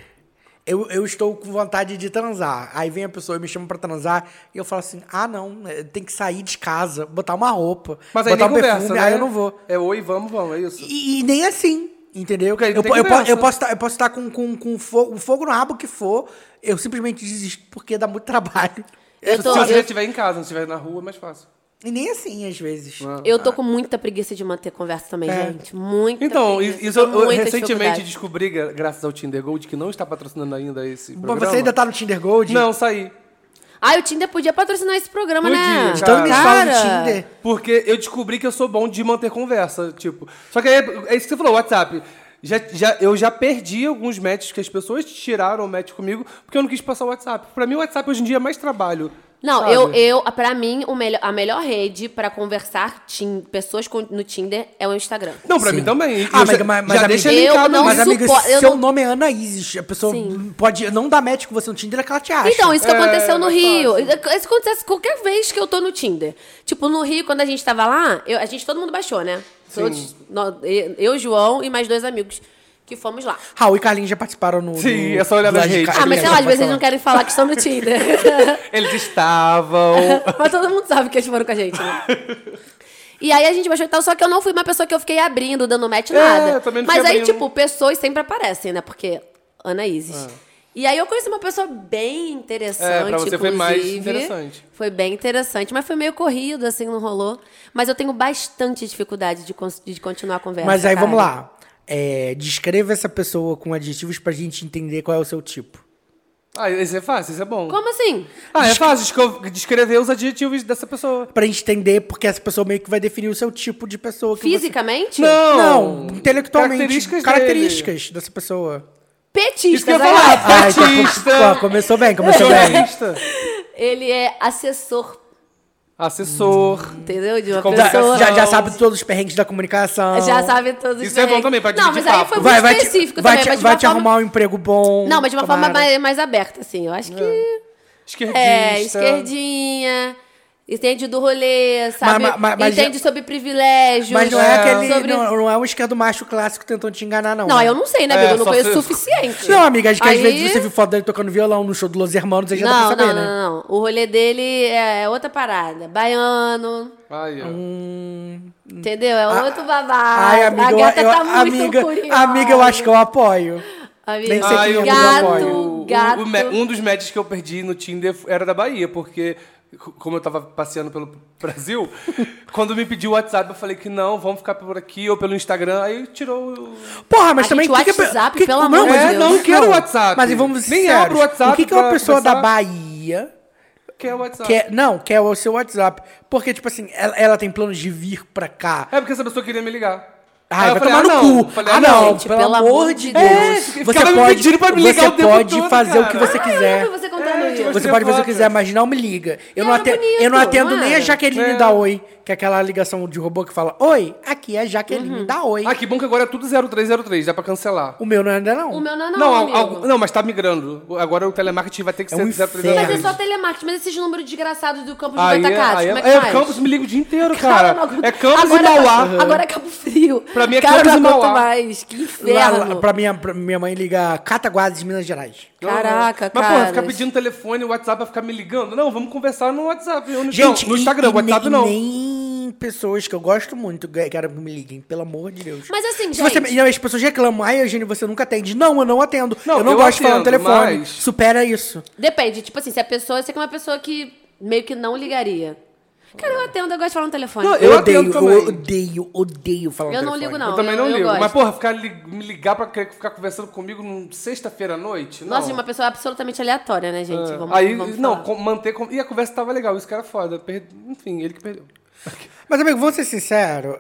Speaker 1: Eu, eu estou com vontade de transar. Aí vem a pessoa e me chama pra transar. E eu falo assim: ah, não, eh, tem que sair de casa, botar uma roupa,
Speaker 3: Mas aí
Speaker 1: botar um
Speaker 3: nem conversa, né?
Speaker 1: Aí eu não vou.
Speaker 3: É oi, vamos, vamos, é isso.
Speaker 1: E, e nem assim, entendeu?
Speaker 3: Porque aí não
Speaker 1: Eu,
Speaker 3: tem
Speaker 1: po- eu, po-
Speaker 3: conversa.
Speaker 1: eu posso tá- eu posso estar com, com, com fogo, o fogo no rabo que for, eu simplesmente desisto porque dá muito trabalho.
Speaker 2: Eu tô,
Speaker 3: Se você já
Speaker 2: eu,
Speaker 3: estiver em casa, não estiver na rua, é mais fácil.
Speaker 1: E nem assim, às vezes.
Speaker 3: Ah.
Speaker 2: eu tô com muita preguiça de manter conversa também,
Speaker 1: É.
Speaker 2: gente. Muita
Speaker 3: Então,
Speaker 2: preguiça.
Speaker 3: isso eu,
Speaker 2: Tô
Speaker 3: eu
Speaker 2: muita
Speaker 3: recentemente
Speaker 2: dificuldade.
Speaker 3: descobri, gra- graças ao Tinder Gold, que não está patrocinando ainda esse
Speaker 1: Mas
Speaker 3: programa.
Speaker 1: você ainda tá no Tinder Gold?
Speaker 3: Não, saí.
Speaker 2: Ah, o Tinder podia patrocinar esse programa, né?
Speaker 3: Podia,
Speaker 1: Então
Speaker 3: Cara.
Speaker 1: eles falam de Tinder.
Speaker 3: Porque eu descobri que eu sou bom de manter conversa, tipo. Só que aí, é isso que você falou, WhatsApp. Já, já, eu já perdi alguns matches que as pessoas tiraram o match comigo porque eu não quis passar o WhatsApp. Pra mim, o WhatsApp hoje em dia é mais trabalho.
Speaker 2: Não,
Speaker 3: sabe?
Speaker 2: eu, eu, pra mim, o melhor, a melhor rede pra conversar tin- pessoas com- no Tinder é o Instagram.
Speaker 3: Não, pra mim também. E
Speaker 1: Ah,
Speaker 3: eu
Speaker 1: mas-
Speaker 3: já,
Speaker 1: mas-
Speaker 3: já
Speaker 1: mas,
Speaker 3: deixa
Speaker 2: amiga,
Speaker 3: linkado.
Speaker 2: eu não
Speaker 1: mas, amiga,
Speaker 2: supo- eu
Speaker 1: seu
Speaker 2: não-
Speaker 1: nome é Ana Isis. A pessoa
Speaker 2: Sim.
Speaker 1: pode não dar match com você no Tinder, é que ela te acha.
Speaker 2: Então, isso que
Speaker 3: É,
Speaker 2: aconteceu no
Speaker 3: mais
Speaker 2: Rio.
Speaker 3: fácil.
Speaker 2: Isso acontece qualquer vez que eu tô no Tinder. Tipo, no Rio, quando a gente tava lá, eu- a gente todo mundo baixou, né? Todos, nó- eu, João e mais dois amigos que fomos lá.
Speaker 1: Raul e Carlinhos já participaram no...
Speaker 3: Sim,
Speaker 1: no-
Speaker 3: é só olhar
Speaker 1: lá
Speaker 3: nas
Speaker 1: de
Speaker 3: redes.
Speaker 1: Carlinhos.
Speaker 2: Ah, mas sei lá, às vezes eles não querem falar que estão no Tinder.
Speaker 3: Eles estavam.
Speaker 2: mas todo mundo sabe que eles foram com a gente, né? E aí a gente baixou e tal, só que eu não fui uma pessoa que eu fiquei abrindo, dando match, nada.
Speaker 3: É, eu também não
Speaker 2: Mas
Speaker 3: fiquei
Speaker 2: aí,
Speaker 3: abrindo. Ah.
Speaker 2: tipo, pessoas sempre aparecem, né? Porque Ana Isis. E aí eu conheci uma pessoa bem interessante,
Speaker 3: É, pra você foi mais
Speaker 2: inclusive.
Speaker 3: interessante.
Speaker 2: Foi bem interessante, mas foi meio corrido, assim, não rolou. Mas eu tenho bastante dificuldade de, cons- de continuar a conversa.
Speaker 1: Mas aí,
Speaker 2: cara.
Speaker 1: vamos lá. É, descreva essa pessoa com adjetivos pra gente entender qual é o seu tipo.
Speaker 3: Ah, isso é fácil, isso é bom.
Speaker 2: Como assim?
Speaker 3: Ah, é fácil desco- descrever os adjetivos dessa pessoa.
Speaker 1: Pra gente entender, porque essa pessoa meio que vai definir o seu tipo de pessoa. Que você-
Speaker 2: Fisicamente?
Speaker 3: Não,
Speaker 1: Não, intelectualmente.
Speaker 3: Características,
Speaker 1: características dessa pessoa.
Speaker 2: Petistas,
Speaker 3: Isso que eu ia
Speaker 2: olha
Speaker 3: falar.
Speaker 2: lá.
Speaker 1: Ai, tá
Speaker 3: Petista.
Speaker 1: pouco- ó, começou bem, começou
Speaker 3: dele.
Speaker 1: bem.
Speaker 3: Jornalista,
Speaker 2: Ele é assessor,
Speaker 3: assessor.
Speaker 2: entendeu? De uma
Speaker 3: Comunica-
Speaker 2: pessoa...
Speaker 1: Já, já sabe todos os perrengues da comunicação.
Speaker 2: Já sabe todos os
Speaker 3: Isso é bom
Speaker 2: perrengues.
Speaker 3: também, pra
Speaker 2: Não,
Speaker 3: dividir
Speaker 2: mas aí
Speaker 3: papo.
Speaker 2: foi muito
Speaker 1: Vai, vai, te,
Speaker 2: específico
Speaker 1: vai,
Speaker 2: também.
Speaker 1: te,
Speaker 2: mas de
Speaker 1: vai
Speaker 2: uma
Speaker 1: te
Speaker 2: forma-
Speaker 1: arrumar um emprego bom.
Speaker 2: Não, mas de uma forma
Speaker 1: tomara.
Speaker 2: mais, mais aberta, assim. Eu acho que.
Speaker 3: Esquerdista.
Speaker 2: É, esquerdinha. Entende do rolê, sabe?
Speaker 1: Mas- mas- mas-
Speaker 2: entende sobre privilégios.
Speaker 1: Mas não é aquele.
Speaker 2: sobre- Não,
Speaker 1: Não, não é um esquerdo macho clássico tentando te enganar, não. né?
Speaker 2: eu não sei, né,
Speaker 3: É,
Speaker 2: Bigo? Eu não
Speaker 3: só
Speaker 2: conheço o
Speaker 3: se-
Speaker 2: suficiente.
Speaker 1: Não, amiga, acho que
Speaker 2: Aí-
Speaker 1: às vezes você viu foto dele tocando violão no show do Los Hermanos, aí já dá pra
Speaker 2: Não,
Speaker 1: saber,
Speaker 2: não,
Speaker 1: né?
Speaker 2: não, não. O rolê dele é outra parada. Baiano,
Speaker 3: Ai, é. ó.
Speaker 2: entendeu? É outro babado.
Speaker 1: Ah, Ai, amiga,
Speaker 2: a
Speaker 1: eu,
Speaker 2: gata
Speaker 1: eu-
Speaker 2: tá muito
Speaker 1: amiga,
Speaker 2: curiosa.
Speaker 1: amiga, eu acho que eu apoio.
Speaker 2: Amiga,
Speaker 1: nem sei
Speaker 3: Ai,
Speaker 1: quem é,
Speaker 3: eu-
Speaker 1: mas eu
Speaker 2: gato,
Speaker 1: apoio.
Speaker 3: o- o-
Speaker 2: gato.
Speaker 3: o me- um dos matches que eu perdi no Tinder era da Bahia, porque c- como eu tava passeando pelo Brasil, quando me pediu o WhatsApp, eu falei que não, vamos ficar por aqui ou pelo Instagram. Aí tirou o.
Speaker 1: Porra, mas
Speaker 2: Ah,
Speaker 1: também.
Speaker 2: gente,
Speaker 1: que que é-
Speaker 2: WhatsApp,
Speaker 1: que-
Speaker 2: pelo
Speaker 1: não,
Speaker 2: amor de
Speaker 1: mas-
Speaker 2: Deus.
Speaker 1: Não,
Speaker 3: Não quero WhatsApp.
Speaker 1: Mas e vamos ser
Speaker 3: Nem
Speaker 1: sinceros,
Speaker 3: abro o WhatsApp
Speaker 1: O que, que uma
Speaker 3: pra
Speaker 1: pessoa da
Speaker 3: conversar.
Speaker 1: Bahia
Speaker 3: Que é o WhatsApp.
Speaker 1: quer. Não, quer o seu WhatsApp? Porque, tipo assim, ela, ela tem planos de vir pra cá.
Speaker 3: É porque essa pessoa queria me ligar.
Speaker 1: Ai,
Speaker 3: Aí eu
Speaker 1: vai
Speaker 3: falei,
Speaker 1: tomar
Speaker 3: ah,
Speaker 1: no
Speaker 3: não.
Speaker 1: cu.
Speaker 3: Falei,
Speaker 1: ah, não,
Speaker 2: gente,
Speaker 1: pelo amor de Deus.
Speaker 3: É,
Speaker 1: você
Speaker 3: ficava me
Speaker 1: pode,
Speaker 3: pedindo pra me ligar
Speaker 1: você
Speaker 3: o tempo
Speaker 1: pode
Speaker 3: todo,
Speaker 1: fazer o que
Speaker 3: cara.
Speaker 1: você
Speaker 2: Ai, eu
Speaker 1: quiser.
Speaker 2: nunca você contando
Speaker 3: É,
Speaker 2: isso.
Speaker 3: tipo,
Speaker 1: Você pode fazer o que
Speaker 3: foto.
Speaker 1: quiser, mas não me liga. Eu, não,
Speaker 2: Era
Speaker 1: atendo,
Speaker 2: bonito,
Speaker 1: eu não atendo
Speaker 2: não
Speaker 1: nem a
Speaker 2: era?
Speaker 1: Jaqueline
Speaker 3: É.
Speaker 1: da Oi, que é aquela ligação de robô que fala: Oi, aqui é a Jaqueline
Speaker 2: Uhum.
Speaker 1: da Oi.
Speaker 3: Ah, que bom que agora é tudo 0303, dá pra cancelar.
Speaker 1: O meu não é ainda, não.
Speaker 2: O meu não é não,
Speaker 3: Não, al-
Speaker 2: amigo.
Speaker 3: al- não, mas tá migrando. Agora o telemarketing vai ter que
Speaker 1: É
Speaker 3: ser
Speaker 1: um inferno.
Speaker 2: Mas é
Speaker 3: 0303.
Speaker 2: só telemarketing, mas esses números desgraçados do campo de
Speaker 3: Aí,
Speaker 2: Goitacazes,
Speaker 3: aí,
Speaker 2: como é que
Speaker 3: é,
Speaker 2: faz?
Speaker 3: Campos me liga o dia inteiro,
Speaker 2: Cara,
Speaker 3: cara.
Speaker 2: não,
Speaker 3: é Campos
Speaker 2: agora,
Speaker 3: e Mauá.
Speaker 2: Agora é Cabo Frio.
Speaker 3: Pra mim é
Speaker 2: Cara,
Speaker 3: Campos
Speaker 2: eu
Speaker 3: e
Speaker 2: não aguento
Speaker 3: Mauá.
Speaker 2: mais, que
Speaker 1: Lá,
Speaker 2: inferno.
Speaker 1: lá, pra, minha, pra minha mãe liga Cataguases, Minas Gerais.
Speaker 2: Caraca,
Speaker 3: Mas,
Speaker 2: cara.
Speaker 3: porra, ficar pedindo telefone, o WhatsApp vai ficar me ligando? Não, vamos conversar no WhatsApp. Eu não,
Speaker 1: Gente,
Speaker 3: não, no
Speaker 1: e-
Speaker 3: Instagram,
Speaker 1: e
Speaker 3: WhatsApp
Speaker 1: nem,
Speaker 3: não.
Speaker 1: Nem pessoas que eu gosto muito que- quero que me liguem, pelo amor de Deus.
Speaker 2: Mas assim,
Speaker 1: Se você-
Speaker 2: gente-
Speaker 1: e as pessoas reclamam, ai, Eugênio, você nunca atende. Não, eu não atendo.
Speaker 3: Não,
Speaker 1: eu não
Speaker 3: eu
Speaker 1: gosto de falar no
Speaker 3: atendo,
Speaker 1: telefone.
Speaker 3: mas-
Speaker 1: Supera isso.
Speaker 2: Depende, tipo assim, se a pessoa... Se é uma pessoa que meio que não ligaria. Cara, eu atendo, eu gosto de falar no telefone.
Speaker 3: Não,
Speaker 2: eu...
Speaker 3: Eu
Speaker 1: odeio,
Speaker 3: atendo também.
Speaker 1: eu odeio, odeio falar no
Speaker 2: não
Speaker 1: telefone.
Speaker 2: ligo,
Speaker 3: Eu
Speaker 2: não.
Speaker 3: também não
Speaker 2: eu
Speaker 3: ligo.
Speaker 2: gosto.
Speaker 3: Mas, porra, ficar, li- me ligar pra querer ficar conversando comigo num sexta-feira à noite? Não.
Speaker 2: Nossa, de uma pessoa absolutamente aleatória, né, gente?
Speaker 3: É.
Speaker 2: Vamos,
Speaker 3: Aí,
Speaker 2: vamos falar.
Speaker 3: não, com- manter. com- E a conversa tava legal, isso que era foda. Per- Enfim, ele que perdeu.
Speaker 1: Mas, amigo, vamos ser sinceros.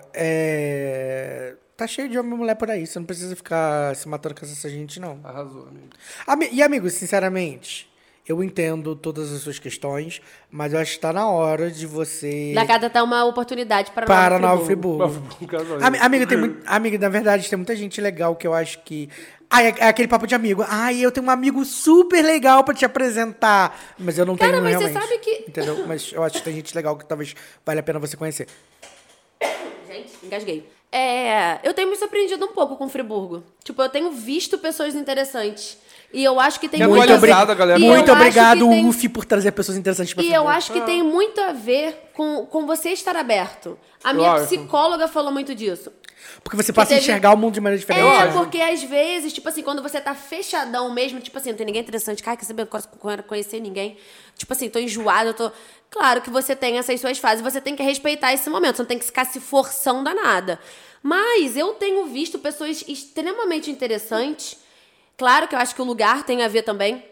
Speaker 1: é, Tá cheio de homem e mulher por aí. Você não precisa ficar se matando com essa gente, não.
Speaker 3: Arrasou, amigo.
Speaker 1: Ami- E, amigo, sinceramente, eu entendo todas as suas questões, mas eu acho que tá na hora de você...
Speaker 2: Da cada tá uma oportunidade para
Speaker 1: Para Nova
Speaker 3: Mas
Speaker 1: Friburgo.
Speaker 3: foi um casal.
Speaker 1: Ami- Amiga, tem muito, amiga, na verdade, tem muita gente legal que eu acho que. Ah, é, é aquele papo de amigo. Ai, eu tenho um amigo super legal pra te apresentar. Mas eu não
Speaker 2: Cara,
Speaker 1: tenho
Speaker 2: mas você
Speaker 1: realmente.
Speaker 2: sabe que-
Speaker 1: Entendeu? Mas eu acho que tem gente legal que talvez valha a pena você conhecer.
Speaker 2: Gente, engasguei. É, eu tenho me surpreendido um pouco com Friburgo. Tipo, eu tenho visto pessoas interessantes. E eu acho que é tem
Speaker 3: Muito
Speaker 2: muito a ver-
Speaker 3: obrigado, galera.
Speaker 2: E eu acho
Speaker 1: é Muito
Speaker 2: que
Speaker 1: obrigado,
Speaker 2: tem-
Speaker 1: UF, por trazer pessoas interessantes pra
Speaker 2: E
Speaker 1: Friburgo.
Speaker 2: eu acho que tem muito a ver com, com você estar aberto. A minha
Speaker 3: acho.
Speaker 2: psicóloga falou muito disso.
Speaker 1: Porque você passa
Speaker 2: que
Speaker 1: a
Speaker 2: teve-
Speaker 1: enxergar o mundo de maneira diferente.
Speaker 2: É,
Speaker 1: né?
Speaker 2: porque às vezes, tipo assim, quando você tá fechadão mesmo, tipo assim, não tem ninguém interessante, cara, quer saber, não quero conhecer ninguém. Tipo assim, tô enjoado, eu tô. Claro que você tem essas suas fases, você tem que respeitar esse momento, você não tem que ficar se forçando a nada. Mas eu tenho visto pessoas extremamente interessantes. Claro que eu acho que o lugar tem a ver também.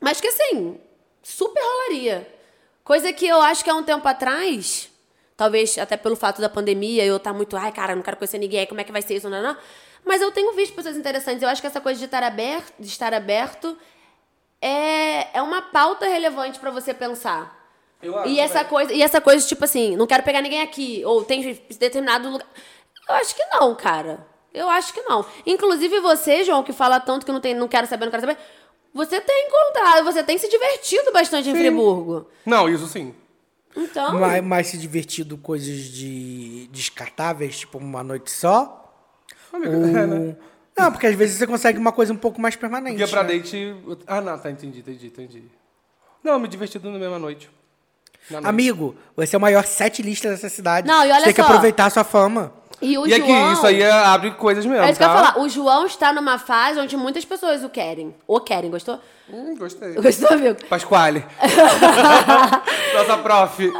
Speaker 2: Mas que assim, super rolaria. Coisa que eu acho que há um tempo atrás, talvez até pelo fato da pandemia, eu tá muito, ai, cara, não quero conhecer ninguém, como é que vai ser isso, não, não. Mas eu tenho visto pessoas interessantes. Eu acho que essa coisa de estar aberto, de estar aberto é, é uma pauta relevante pra você pensar.
Speaker 3: Eu acho
Speaker 2: e essa
Speaker 3: também.
Speaker 2: coisa, e essa coisa tipo assim, não quero pegar ninguém aqui, ou tem determinado lugar. Eu acho que não, cara. Eu acho que não. Inclusive você, João, que fala tanto que não tem, não quero saber, não quero saber. Você tem encontrado, você tem se divertido bastante em Friburgo.
Speaker 3: Não, isso sim.
Speaker 2: Então,
Speaker 1: Mais, mais se divertido coisas de descartáveis, tipo uma noite só.
Speaker 3: Amiga,
Speaker 1: Ou-
Speaker 3: é, né?
Speaker 1: Não, porque às vezes você consegue uma coisa um pouco mais permanente.
Speaker 3: Guia pra
Speaker 1: né?
Speaker 3: date. Ah, não, tá, entendi, entendi, entendi. Não, me diverti tudo na mesma noite. Na noite.
Speaker 1: Amigo, você é o maior sete lista dessa cidade.
Speaker 2: Não, e olha
Speaker 1: você tem que
Speaker 2: só. Tá
Speaker 1: aproveitar a sua fama.
Speaker 2: e o
Speaker 3: E aqui,
Speaker 2: João,
Speaker 3: isso aí é- abre coisas mesmo.
Speaker 2: É isso que
Speaker 3: tá?
Speaker 2: eu ia falar. O João está numa fase onde muitas pessoas o querem. O querem, gostou?
Speaker 3: Hum, gostei.
Speaker 2: Gostou, amigo?
Speaker 3: Pasquale. Nossa prof.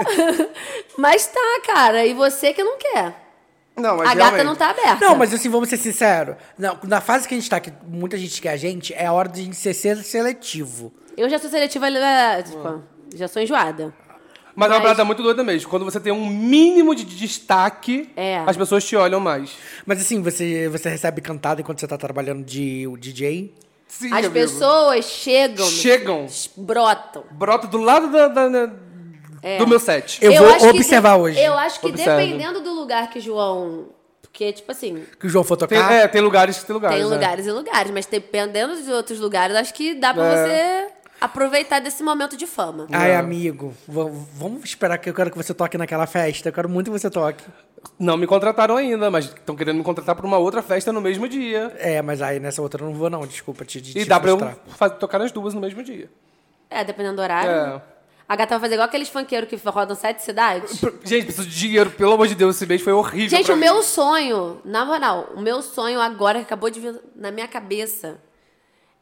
Speaker 2: Mas tá, cara. E você que não quer.
Speaker 3: Não, mas
Speaker 2: a gata
Speaker 3: realmente.
Speaker 2: não tá aberta.
Speaker 1: Não, mas assim, vamos ser sinceros. Na, na fase que a gente tá, que muita gente quer a gente, é a hora de a gente ser ser seletivo.
Speaker 2: Eu já sou seletiva, é, tipo, já sou enjoada.
Speaker 3: Mas é uma
Speaker 2: Mas-
Speaker 3: parada muito doida mesmo. Quando você tem um mínimo de destaque,
Speaker 2: É.
Speaker 3: as pessoas te olham mais.
Speaker 1: Mas assim, você, você recebe cantada enquanto você tá trabalhando de o DJ?
Speaker 3: Sim,
Speaker 2: As
Speaker 3: amigo.
Speaker 2: pessoas chegam,
Speaker 3: chegam,
Speaker 2: brotam.
Speaker 3: brota do lado da, da- da-
Speaker 2: É.
Speaker 3: do meu set.
Speaker 1: Eu vou
Speaker 2: acho que
Speaker 1: observar
Speaker 2: de-
Speaker 1: hoje.
Speaker 2: Eu acho que
Speaker 3: Observe.
Speaker 2: dependendo do lugar que João. Porque, tipo assim,
Speaker 1: Que o João for
Speaker 3: Tem,
Speaker 1: tocar.
Speaker 3: É, tem lugares que tem lugares.
Speaker 2: tem
Speaker 3: né?
Speaker 2: lugares e lugares, mas dependendo de outros lugares, acho que dá pra
Speaker 3: É.
Speaker 2: você aproveitar desse momento de fama.
Speaker 1: Ai, amigo, v- vamos esperar que eu quero que você toque naquela festa. Eu quero muito que você toque.
Speaker 3: Não me contrataram ainda, mas estão querendo me contratar pra uma outra festa no mesmo dia.
Speaker 1: É, mas aí nessa outra eu não vou, não. Desculpa te, te
Speaker 3: E um? dá pra eu
Speaker 1: frustrar.
Speaker 3: fa- tocar nas duas no mesmo dia.
Speaker 2: É, dependendo do horário.
Speaker 3: É.
Speaker 2: A gata vai fazer igual aqueles funkeiros que rodam sete cidades.
Speaker 3: Pr- Gente, preciso de dinheiro, pelo amor de Deus, esse mês foi horrível.
Speaker 2: Gente,
Speaker 3: pra
Speaker 2: o
Speaker 3: mim.
Speaker 2: meu sonho, na moral, o meu sonho agora que acabou de vir na minha cabeça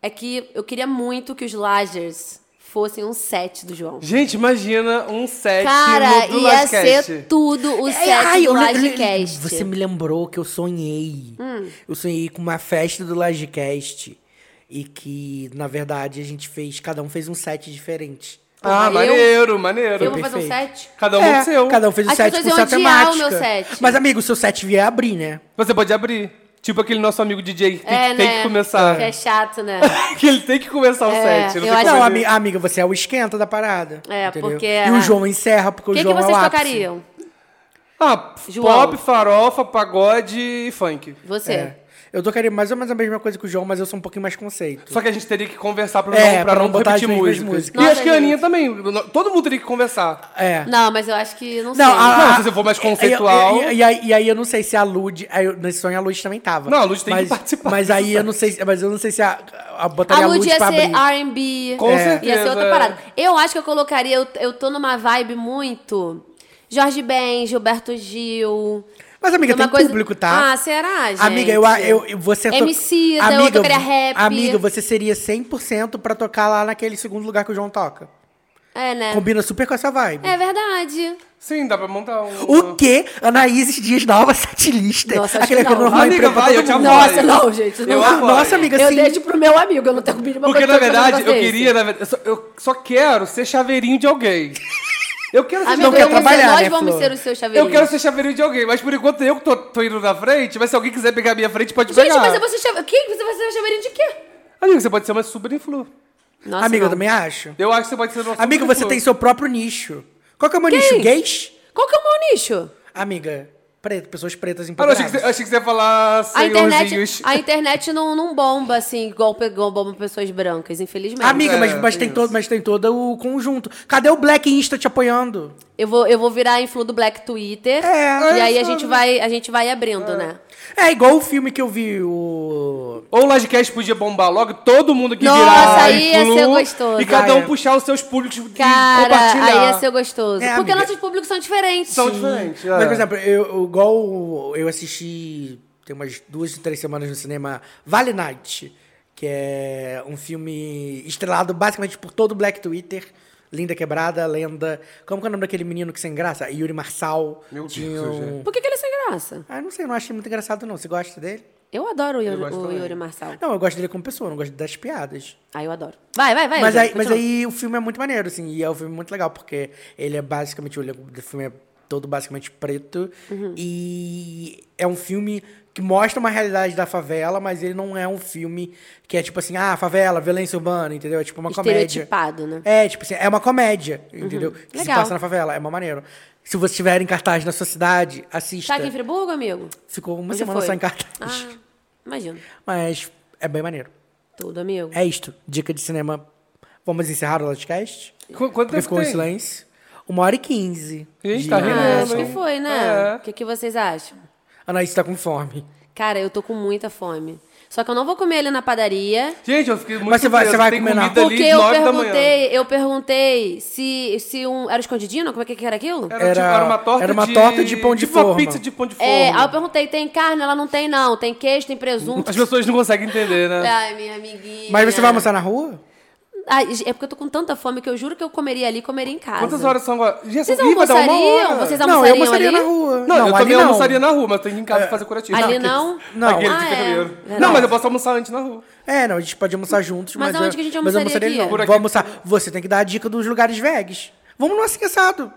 Speaker 2: é que eu queria muito que os Lagers fossem um set do João.
Speaker 3: Gente, imagina um set
Speaker 2: Cara,
Speaker 3: no, do
Speaker 2: ia
Speaker 3: Lodcast.
Speaker 2: ser tudo o set
Speaker 1: É, Ai,
Speaker 2: do
Speaker 1: eu le- le-
Speaker 2: Lagecast.
Speaker 1: Você me lembrou que eu sonhei.
Speaker 2: Hum.
Speaker 1: Eu sonhei com uma festa do Lagecast. E que, na verdade, a gente fez. Cada um fez um set diferente.
Speaker 2: Porra,
Speaker 3: Ah,
Speaker 2: eu-
Speaker 3: maneiro, maneiro.
Speaker 2: Eu vou fazer um
Speaker 1: Perfeito.
Speaker 2: set?
Speaker 3: Cada um o seu.
Speaker 1: Cada um fez o
Speaker 2: As
Speaker 1: set
Speaker 2: pessoas
Speaker 1: com
Speaker 2: iam
Speaker 1: sua
Speaker 2: odiar o
Speaker 1: temática.
Speaker 2: meu set.
Speaker 1: Mas, amigo, o seu set vier abrir, né?
Speaker 3: Você pode abrir. Tipo aquele nosso amigo DJ que tem,
Speaker 2: é,
Speaker 3: que- tem
Speaker 2: né?
Speaker 3: que começar.
Speaker 2: Que é chato, né?
Speaker 3: que ele tem que começar o
Speaker 2: É,
Speaker 3: set.
Speaker 2: eu
Speaker 3: tem
Speaker 2: acho-
Speaker 3: como
Speaker 1: Não, ami-
Speaker 3: ele-
Speaker 1: amiga, você é o esquenta da parada.
Speaker 2: É,
Speaker 1: entendeu?
Speaker 2: porque-
Speaker 1: E o João encerra, porque
Speaker 2: O
Speaker 1: o
Speaker 2: que, que
Speaker 1: João é o
Speaker 2: vocês
Speaker 1: ápice.
Speaker 2: tocariam?
Speaker 3: Ah,
Speaker 2: João.
Speaker 3: pop, farofa, pagode e funk.
Speaker 2: Você.
Speaker 1: É. Eu tocaria mais ou menos a mesma coisa que o João, mas eu sou um pouquinho mais conceito.
Speaker 3: Só que a gente teria que conversar pra,
Speaker 1: É,
Speaker 3: não, pra
Speaker 1: pra
Speaker 3: não,
Speaker 1: não botar
Speaker 3: repetir
Speaker 1: as mesmas
Speaker 3: músicas.
Speaker 1: músicas.
Speaker 3: e
Speaker 2: Nossa,
Speaker 3: acho que a Aninha
Speaker 2: gente.
Speaker 3: também. Todo mundo teria que conversar.
Speaker 1: É.
Speaker 2: Não, mas eu acho que não, sei.
Speaker 1: a-
Speaker 3: Não,
Speaker 1: a-
Speaker 3: se você for mais
Speaker 1: E,
Speaker 3: conceitual.
Speaker 1: e- e aí- e aí eu não sei se a Lud. aí eu- Nesse sonho a Lud também tava.
Speaker 3: Não, a Lud tem que
Speaker 1: Mas-
Speaker 3: participar
Speaker 1: Mas
Speaker 3: disso.
Speaker 1: aí eu não sei. se- Mas eu não sei se a, a botaria
Speaker 2: A
Speaker 1: a
Speaker 2: Lud
Speaker 1: Lud
Speaker 2: ia
Speaker 1: pra abrir.
Speaker 2: ser R&B.
Speaker 3: Com certeza,
Speaker 2: Ia ser outra
Speaker 3: é.
Speaker 2: parada. Eu acho que eu colocaria... Eu, eu tô numa vibe muito... Jorge Ben, Gilberto Gil...
Speaker 1: Mas, amiga,
Speaker 2: É Uma
Speaker 1: tem
Speaker 2: coisa-
Speaker 1: público, tá?
Speaker 2: Ah, será, gente?
Speaker 1: Amiga, eu, eu, eu- você... to-
Speaker 2: MC, da outra eu queria rap.
Speaker 1: Amiga, você seria 100% pra tocar lá naquele segundo lugar que o João toca.
Speaker 2: É, né?
Speaker 1: Combina super com essa vibe.
Speaker 2: É verdade.
Speaker 3: Sim, dá pra montar um.
Speaker 1: O quê? Anaíses Dias, nova setlista.
Speaker 2: Nossa, acho
Speaker 1: Aquele
Speaker 2: que
Speaker 1: que eu
Speaker 2: não.
Speaker 1: não arrumei
Speaker 3: Amiga,
Speaker 1: emprego pra
Speaker 3: vai,
Speaker 1: todo
Speaker 3: eu te
Speaker 1: mundo.
Speaker 2: Nossa,
Speaker 3: apoio.
Speaker 2: não, gente. Não
Speaker 3: Eu
Speaker 2: dá.
Speaker 3: apoio.
Speaker 1: Nossa, amiga, assim-
Speaker 2: Eu
Speaker 1: sim.
Speaker 2: deixo pro meu amigo, eu não tenho mínima
Speaker 3: Porque, na
Speaker 2: condição de fazer
Speaker 3: verdade, eu
Speaker 2: vocês.
Speaker 3: queria, na verdade, eu, só, eu só quero ser chaveirinho de alguém. Eu quero ser
Speaker 2: Amigo,
Speaker 1: não quer
Speaker 2: eu vou ser-
Speaker 1: trabalhar,
Speaker 2: nós
Speaker 1: né,
Speaker 2: vamos
Speaker 1: Flor?
Speaker 2: ser o seu chaveirinho.
Speaker 3: Eu quero ser chaveirinho de alguém, mas por enquanto eu que tô, tô indo na frente, mas se alguém quiser pegar a minha frente,
Speaker 1: um
Speaker 3: pode
Speaker 2: Gente,
Speaker 3: pegar.
Speaker 2: mas você, chave... Quem? você vai ser chaveirinho de quê?
Speaker 3: Amigo, você pode ser uma super influ.
Speaker 2: Nossa,
Speaker 1: Amiga, eu
Speaker 2: não.
Speaker 1: também acho.
Speaker 3: Eu acho que você pode ser uma super
Speaker 1: Amiga, você
Speaker 3: influ.
Speaker 1: tem seu próprio nicho. Qual que é o meu nicho?
Speaker 2: Quem?
Speaker 1: Gays?
Speaker 2: Qual que é o meu nicho?
Speaker 1: Amiga, preta, pessoas pretas
Speaker 3: Ah, não, achei,
Speaker 1: empoderadas.
Speaker 3: que você, achei que você ia falar
Speaker 2: A internet,
Speaker 3: senhorzinhos.
Speaker 2: a internet não, não bomba, assim, igual, pe- igual bomba pessoas brancas, infelizmente.
Speaker 1: Amiga, mas,
Speaker 3: É,
Speaker 1: mas, tem
Speaker 3: isso.
Speaker 1: todo, mas tem todo o conjunto. Cadê o Black Insta te apoiando?
Speaker 2: Eu vou, eu vou virar influ do Black Twitter.
Speaker 1: É,
Speaker 2: e aí a
Speaker 3: sabe.
Speaker 2: gente, vai, a gente vai abrindo, né?
Speaker 1: É igual o filme que eu vi, o...
Speaker 3: Ou o Livecast podia bombar logo, todo mundo que
Speaker 2: Nossa,
Speaker 3: virar
Speaker 2: aí ia
Speaker 3: influ,
Speaker 2: ser gostoso.
Speaker 3: E cada
Speaker 1: Ah,
Speaker 3: um
Speaker 1: é.
Speaker 3: puxar os seus públicos e
Speaker 2: Cara,
Speaker 3: compartilhar.
Speaker 2: aí ia ser gostoso.
Speaker 1: É,
Speaker 2: Porque
Speaker 1: amiga.
Speaker 2: nossos públicos são diferentes.
Speaker 3: São diferentes. é.
Speaker 1: Mas, por exemplo, eu, eu- igual eu assisti tem umas duas, três semanas no cinema Vale Night, que é um filme estrelado basicamente por todo o Black Twitter. Linda Quebrada, Lenda. Como que é o nome daquele menino que sem graça? Yuri Marçal.
Speaker 3: Meu Deus,
Speaker 1: Tinha um-
Speaker 3: gente.
Speaker 2: Por que, que ele é sem graça?
Speaker 1: Ah, não sei, não acho ele muito engraçado, não. Você gosta dele?
Speaker 2: Eu adoro o Yuri,
Speaker 3: gosto
Speaker 2: o
Speaker 3: também.
Speaker 2: Yuri Marçal.
Speaker 1: Não, eu gosto dele como pessoa, eu não gosto das piadas.
Speaker 2: Ah, eu adoro. Vai, vai, vai.
Speaker 1: mas,
Speaker 2: Igor,
Speaker 1: aí, mas
Speaker 2: continua.
Speaker 1: aí o filme é muito maneiro, assim, e é um filme muito legal, porque ele é basicamente, o elenco do filme é todo basicamente preto,
Speaker 2: Uhum.
Speaker 1: e é um filme que mostra uma realidade da favela, mas ele não é um filme que é tipo assim, ah, favela, violência urbana, entendeu? É tipo uma comédia.
Speaker 2: Estereotipado, né?
Speaker 1: É, tipo assim, é uma comédia, entendeu? Que se
Speaker 2: Legal.
Speaker 1: passa na favela, é uma maneira. Se você tiver em cartaz na sua cidade, assista.
Speaker 2: Tá aqui em Friburgo, amigo?
Speaker 1: Ficou uma
Speaker 2: Você
Speaker 1: semana
Speaker 2: foi?
Speaker 1: só em cartaz.
Speaker 2: Ah, imagino.
Speaker 1: Mas é bem maneiro.
Speaker 2: Tudo, amigo.
Speaker 1: É isto. Dica de cinema. Vamos encerrar o podcast?
Speaker 3: Qu- quanto
Speaker 1: Porque
Speaker 3: tempo
Speaker 1: ficou em
Speaker 3: tem?
Speaker 1: silêncio. Uma hora e quinze.
Speaker 3: Gente, tá
Speaker 1: de-
Speaker 3: rindo.
Speaker 2: Ah, acho
Speaker 3: Não,
Speaker 2: que
Speaker 3: não.
Speaker 2: foi, né?
Speaker 3: É.
Speaker 2: O que, que vocês acham?
Speaker 1: Anaís tá com fome.
Speaker 2: Cara, eu tô com muita fome. Só que eu não vou comer ali na padaria.
Speaker 3: Gente, eu fiquei muito
Speaker 1: Mas você vai-
Speaker 3: surpreso.
Speaker 1: você vai
Speaker 3: Tem
Speaker 1: comer na
Speaker 3: comida ali
Speaker 2: Porque eu
Speaker 3: 9 da manhã.
Speaker 2: perguntei, eu perguntei se, se um. Era escondidinho? Como é que era aquilo?
Speaker 3: Era, tipo,
Speaker 1: Era-
Speaker 3: era uma torta
Speaker 1: era uma
Speaker 3: de...
Speaker 1: torta de pão de
Speaker 3: tipo uma
Speaker 1: forma.
Speaker 3: pizza de pão de forma.
Speaker 2: É, aí eu perguntei, tem carne? Ela não tem, não. Tem queijo, tem presunto.
Speaker 3: As pessoas não conseguem entender, né?
Speaker 2: Ai, minha amiguinha.
Speaker 1: Mas você vai almoçar na rua?
Speaker 2: Ai, é porque eu tô com tanta fome que eu juro que eu comeria ali e comeria em casa.
Speaker 3: Quantas horas são agora? Já
Speaker 2: Vocês
Speaker 3: são- Ih, vai dar uma
Speaker 2: almoçariam?
Speaker 3: hora.
Speaker 2: Vocês
Speaker 1: não, eu
Speaker 2: almoçariam
Speaker 1: almoçaria
Speaker 2: ali?
Speaker 1: na rua.
Speaker 3: Não, eu
Speaker 1: ali É. Ah,
Speaker 3: também almoçaria na rua, mas eu tenho que ir em casa fazer curativo.
Speaker 2: Ali
Speaker 3: Não,
Speaker 2: não?
Speaker 1: Não.
Speaker 3: Aquele de
Speaker 2: Ah, é.
Speaker 3: fevereiro.
Speaker 2: Verdade.
Speaker 3: Não, mas eu posso almoçar antes na rua.
Speaker 1: É, não, a gente pode almoçar juntos,
Speaker 2: Mas
Speaker 1: mas.
Speaker 2: aonde
Speaker 1: eu-
Speaker 2: que a gente
Speaker 1: mas eu
Speaker 2: almoçaria aqui?
Speaker 1: não.
Speaker 3: Por aqui.
Speaker 1: Vou almoçar. Você tem que dar a dica dos lugares vegs. Vamos no assensado.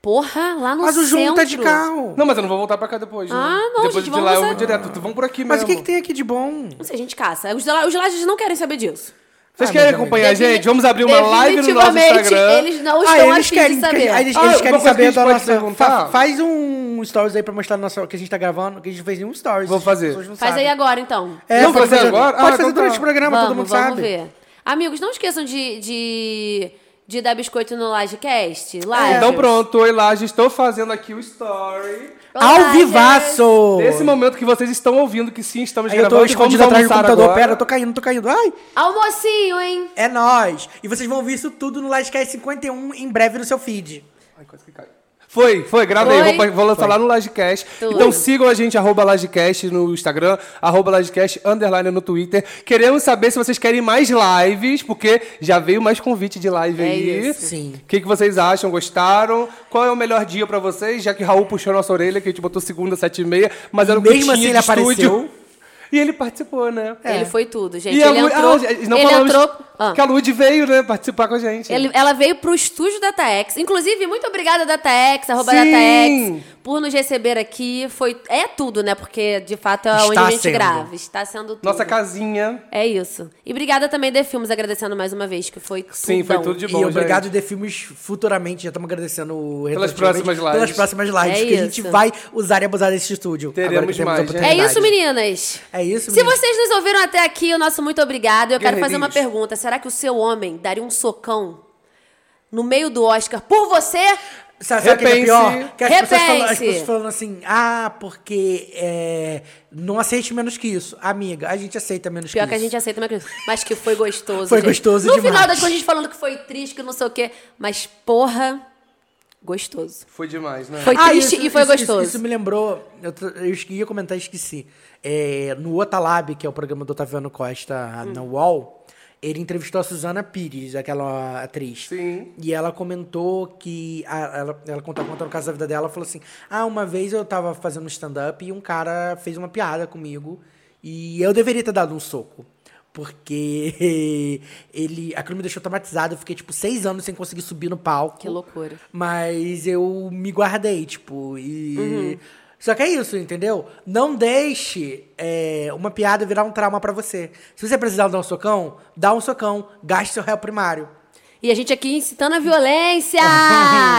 Speaker 2: Porra, lá no
Speaker 1: Mas o
Speaker 2: centro.
Speaker 1: João tá de carro.
Speaker 3: Não, mas eu não vou voltar pra cá depois. né?
Speaker 2: Ah, não,
Speaker 3: Depois
Speaker 2: gente,
Speaker 3: de
Speaker 2: vamos
Speaker 3: lá eu vou
Speaker 2: almoçar.
Speaker 3: direto. Tu- Vamos por aqui
Speaker 1: Mas
Speaker 3: mesmo.
Speaker 1: o que, que tem aqui de bom?
Speaker 2: Não sei, a gente caça. Os de lá, os de lá eles não querem saber disso.
Speaker 3: Vocês
Speaker 1: Ah,
Speaker 3: querem
Speaker 1: mas-
Speaker 3: acompanhar a É, gente? Vamos abrir uma live no nosso
Speaker 2: Definitivamente,
Speaker 3: Instagram.
Speaker 2: Eles não
Speaker 1: Ah,
Speaker 2: estão
Speaker 1: eles
Speaker 2: afim de
Speaker 1: querem,
Speaker 2: saber.
Speaker 1: querem- ah, eles,
Speaker 3: Ah,
Speaker 1: eles
Speaker 3: uma
Speaker 1: querem
Speaker 3: coisa que a
Speaker 1: saber
Speaker 3: gente
Speaker 1: da
Speaker 3: pode
Speaker 1: nossa.
Speaker 3: perguntar?
Speaker 1: fa- faz um stories aí pra mostrar a nossa, que a gente tá gravando, que a gente fez nenhum stories.
Speaker 3: Vou fazer.
Speaker 1: as pessoas não
Speaker 2: Faz
Speaker 1: sabem.
Speaker 2: aí agora, então.
Speaker 1: É,
Speaker 3: Não,
Speaker 1: pode
Speaker 3: fazer agora?
Speaker 1: Pode
Speaker 3: Ah,
Speaker 1: fazer
Speaker 3: então
Speaker 1: durante
Speaker 3: tá.
Speaker 1: o programa,
Speaker 2: vamos,
Speaker 1: todo mundo
Speaker 2: vamos
Speaker 1: sabe.
Speaker 2: ver. Amigos, não esqueçam de, de, de dar biscoito no
Speaker 1: É.
Speaker 2: Livecast. Live.
Speaker 3: Então pronto, oi lá, já estou fazendo aqui o story.
Speaker 1: Ao vivaço!
Speaker 3: Nesse momento que vocês estão ouvindo, que sim, estamos
Speaker 1: Aí eu
Speaker 3: gravando.
Speaker 1: tô escondido
Speaker 3: vamos
Speaker 1: atrás do
Speaker 3: almoçar
Speaker 1: computador.
Speaker 3: agora.
Speaker 1: Pera, eu tô caindo, tô caindo. Ai!
Speaker 2: Almocinho, hein?
Speaker 1: É nóis! E vocês vão ouvir isso tudo no Livecast 51 em breve no seu feed.
Speaker 3: Ai, quase que caiu. Foi, foi, gravei.
Speaker 2: Foi?
Speaker 3: Vou, pa- vou lançar lá no Lagecast.
Speaker 2: Tudo.
Speaker 3: Então sigam a gente, arroba Lagecast no Instagram, arroba Lagecast underline no Twitter. Queremos saber se vocês querem mais lives, porque já veio mais convite de live
Speaker 2: É
Speaker 3: aí.
Speaker 2: isso.
Speaker 1: Sim.
Speaker 3: O que, que vocês acham? Gostaram? Qual é o melhor dia pra vocês? Já que Raul puxou nossa orelha, que a gente botou segunda, sete e meia, mas era o que
Speaker 1: Mesmo
Speaker 3: tinha
Speaker 1: assim,
Speaker 3: de
Speaker 1: ele
Speaker 3: estúdio.
Speaker 1: apareceu.
Speaker 3: E ele participou, né?
Speaker 1: É.
Speaker 2: Ele foi tudo, É. gente.
Speaker 3: E
Speaker 2: ele
Speaker 3: a Lu-
Speaker 2: entrou.
Speaker 3: ah, não
Speaker 2: ele
Speaker 3: falamos
Speaker 2: entrou. Ah.
Speaker 3: que a Lud veio, né, participar com a gente.
Speaker 2: Ele- ela veio pro estúdio da Taex. Inclusive, muito obrigada, DataEx, arroba
Speaker 3: Sim!
Speaker 2: DataEx, por nos receber aqui. Foi, é tudo, né? Porque, de fato, é onde
Speaker 1: Está
Speaker 2: a gente
Speaker 1: sendo.
Speaker 2: grava. Está sendo tudo.
Speaker 3: Nossa casinha.
Speaker 2: É isso. E obrigada também, The Filmes, agradecendo mais uma vez, que foi tudo.
Speaker 3: Sim, foi tudo de bom,
Speaker 1: e
Speaker 3: gente.
Speaker 1: obrigado de filmes futuramente. Já estamos agradecendo o
Speaker 3: Pelas
Speaker 1: retroativamente,
Speaker 3: próximas lives.
Speaker 1: Pelas próximas lives,
Speaker 2: É
Speaker 1: que a gente
Speaker 2: isso.
Speaker 1: vai usar e abusar desse estúdio.
Speaker 3: Teremos
Speaker 1: agora que temos
Speaker 3: mais,
Speaker 1: a
Speaker 3: gente.
Speaker 2: É
Speaker 1: oportunidade.
Speaker 2: isso, meninas.
Speaker 1: É isso,
Speaker 2: Se
Speaker 1: meninas.
Speaker 2: vocês nos ouviram até aqui, o nosso muito obrigado. Eu quero fazer uma
Speaker 3: Guerreirinhos.
Speaker 2: pergunta. Será que o seu homem daria um socão no meio do Oscar por você?
Speaker 1: Sabe, sabe o que é
Speaker 3: Repense.
Speaker 1: pior? Que as pessoas, falam, as
Speaker 2: Repense.
Speaker 1: pessoas falam assim, ah, porque é, não aceite menos que isso. Amiga, a gente aceita menos
Speaker 2: Pior
Speaker 1: que,
Speaker 2: que a
Speaker 1: isso.
Speaker 2: gente aceita, mas que- mas que foi gostoso.
Speaker 1: Foi
Speaker 2: gente.
Speaker 1: gostoso
Speaker 2: No
Speaker 1: demais.
Speaker 2: final das contas, a gente falando que foi triste, que não sei o quê. Mas, porra, gostoso.
Speaker 3: Foi demais, né?
Speaker 2: Foi triste
Speaker 1: Ah, isso-
Speaker 2: e foi
Speaker 1: isso- isso-
Speaker 2: gostoso.
Speaker 1: Isso, me lembrou, eu, t- eu esque- ia comentar e esqueci. É, no Otalab, que é o programa do Otaviano Costa ah,
Speaker 2: Hum.
Speaker 1: na UOL, ele entrevistou a Suzana Pires, aquela atriz.
Speaker 3: Sim.
Speaker 1: E ela comentou que. a- ela, ela contou, contou no caso da vida dela, ela falou assim: Ah, uma vez eu tava fazendo stand-up e um cara fez uma piada comigo e eu deveria ter dado um soco. Porque ele. Aquilo me deixou traumatizado, eu fiquei tipo seis anos sem conseguir subir no palco.
Speaker 2: Que loucura.
Speaker 1: Mas eu me guardei, tipo, e.
Speaker 3: Uhum.
Speaker 1: Só que é isso, entendeu? Não deixe é, uma piada virar um trauma pra você. Se você precisar dar um socão, dá um socão, gaste seu réu primário.
Speaker 2: E a gente aqui incitando a violência!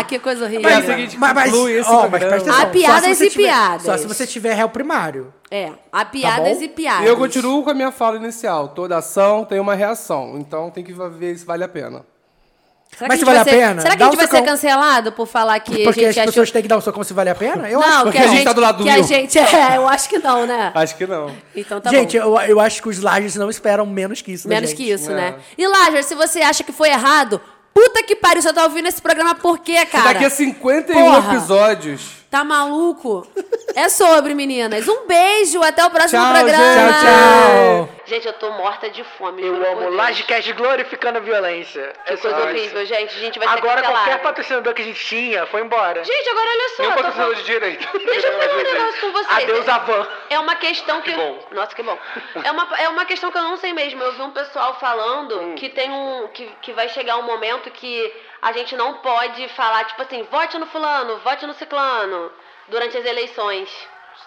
Speaker 2: que coisa horrível.
Speaker 3: Mas é o seguinte, conclui esse
Speaker 1: ó,
Speaker 3: programa.
Speaker 1: presta
Speaker 2: Há
Speaker 1: atenção, só se
Speaker 2: piadas
Speaker 1: você
Speaker 2: e
Speaker 1: tiver-
Speaker 2: é piadas.
Speaker 1: Só se você tiver réu primário.
Speaker 2: É, há piadas
Speaker 1: tá bom?
Speaker 2: e piadas.
Speaker 3: eu continuo com a minha fala inicial. Toda ação tem uma reação. Então tem que ver se vale a pena.
Speaker 2: Será
Speaker 1: Mas
Speaker 2: que
Speaker 1: se vale
Speaker 2: gente vai
Speaker 1: a
Speaker 2: ser-
Speaker 1: pena?
Speaker 2: Será que
Speaker 1: Dá
Speaker 2: a gente
Speaker 1: um
Speaker 2: vai ser
Speaker 1: socão.
Speaker 2: cancelado por falar que
Speaker 1: Porque
Speaker 2: a
Speaker 1: as
Speaker 2: gente
Speaker 1: pessoas
Speaker 2: achou...
Speaker 1: têm que dar um socão se vale a pena? Eu
Speaker 2: não,
Speaker 1: acho
Speaker 2: que
Speaker 1: que
Speaker 2: a
Speaker 3: a gente
Speaker 2: gente...
Speaker 3: tá do lado do
Speaker 2: que a
Speaker 3: Will.
Speaker 2: gente... É, eu acho que não, né?
Speaker 3: Acho que não.
Speaker 2: Então tá
Speaker 1: gente,
Speaker 2: bom.
Speaker 1: eu, eu acho que os lajes não esperam menos que isso, né,
Speaker 2: Menos
Speaker 1: gente?
Speaker 2: que isso,
Speaker 3: É.
Speaker 2: né? E, Lajer, se você acha que foi errado, puta que pariu, você tá ouvindo esse programa por quê, cara?
Speaker 3: Daqui a 51
Speaker 2: Porra.
Speaker 3: episódios.
Speaker 2: Tá maluco? É sobre, meninas. Um beijo, até o próximo
Speaker 3: Tchau,
Speaker 2: programa.
Speaker 3: gente. Tchau, tchau.
Speaker 2: Gente, eu tô morta de fome.
Speaker 1: Eu
Speaker 2: juro por
Speaker 1: amo
Speaker 2: Deus.
Speaker 1: Lagecast glorificando a violência.
Speaker 2: Que
Speaker 1: Essa
Speaker 2: coisa
Speaker 1: é
Speaker 2: horrível, gente. A gente vai ser
Speaker 1: Agora
Speaker 2: cancelada.
Speaker 1: qualquer patrocinador que a gente tinha foi embora.
Speaker 2: Gente, agora olha só.
Speaker 3: Nenhum
Speaker 2: eu tô
Speaker 3: patrocinador de
Speaker 2: falando-
Speaker 3: direito.
Speaker 2: Deixa eu falar um negócio com vocês.
Speaker 1: Adeus, Avan.
Speaker 2: É uma questão que.
Speaker 3: Que bom.
Speaker 2: Nossa, que bom. É uma, é uma questão que eu não sei mesmo. Eu vi um pessoal falando
Speaker 3: Hum.
Speaker 2: que tem um. Que, que vai chegar um momento que a gente não pode falar, tipo assim, vote no fulano, vote no ciclano durante as eleições.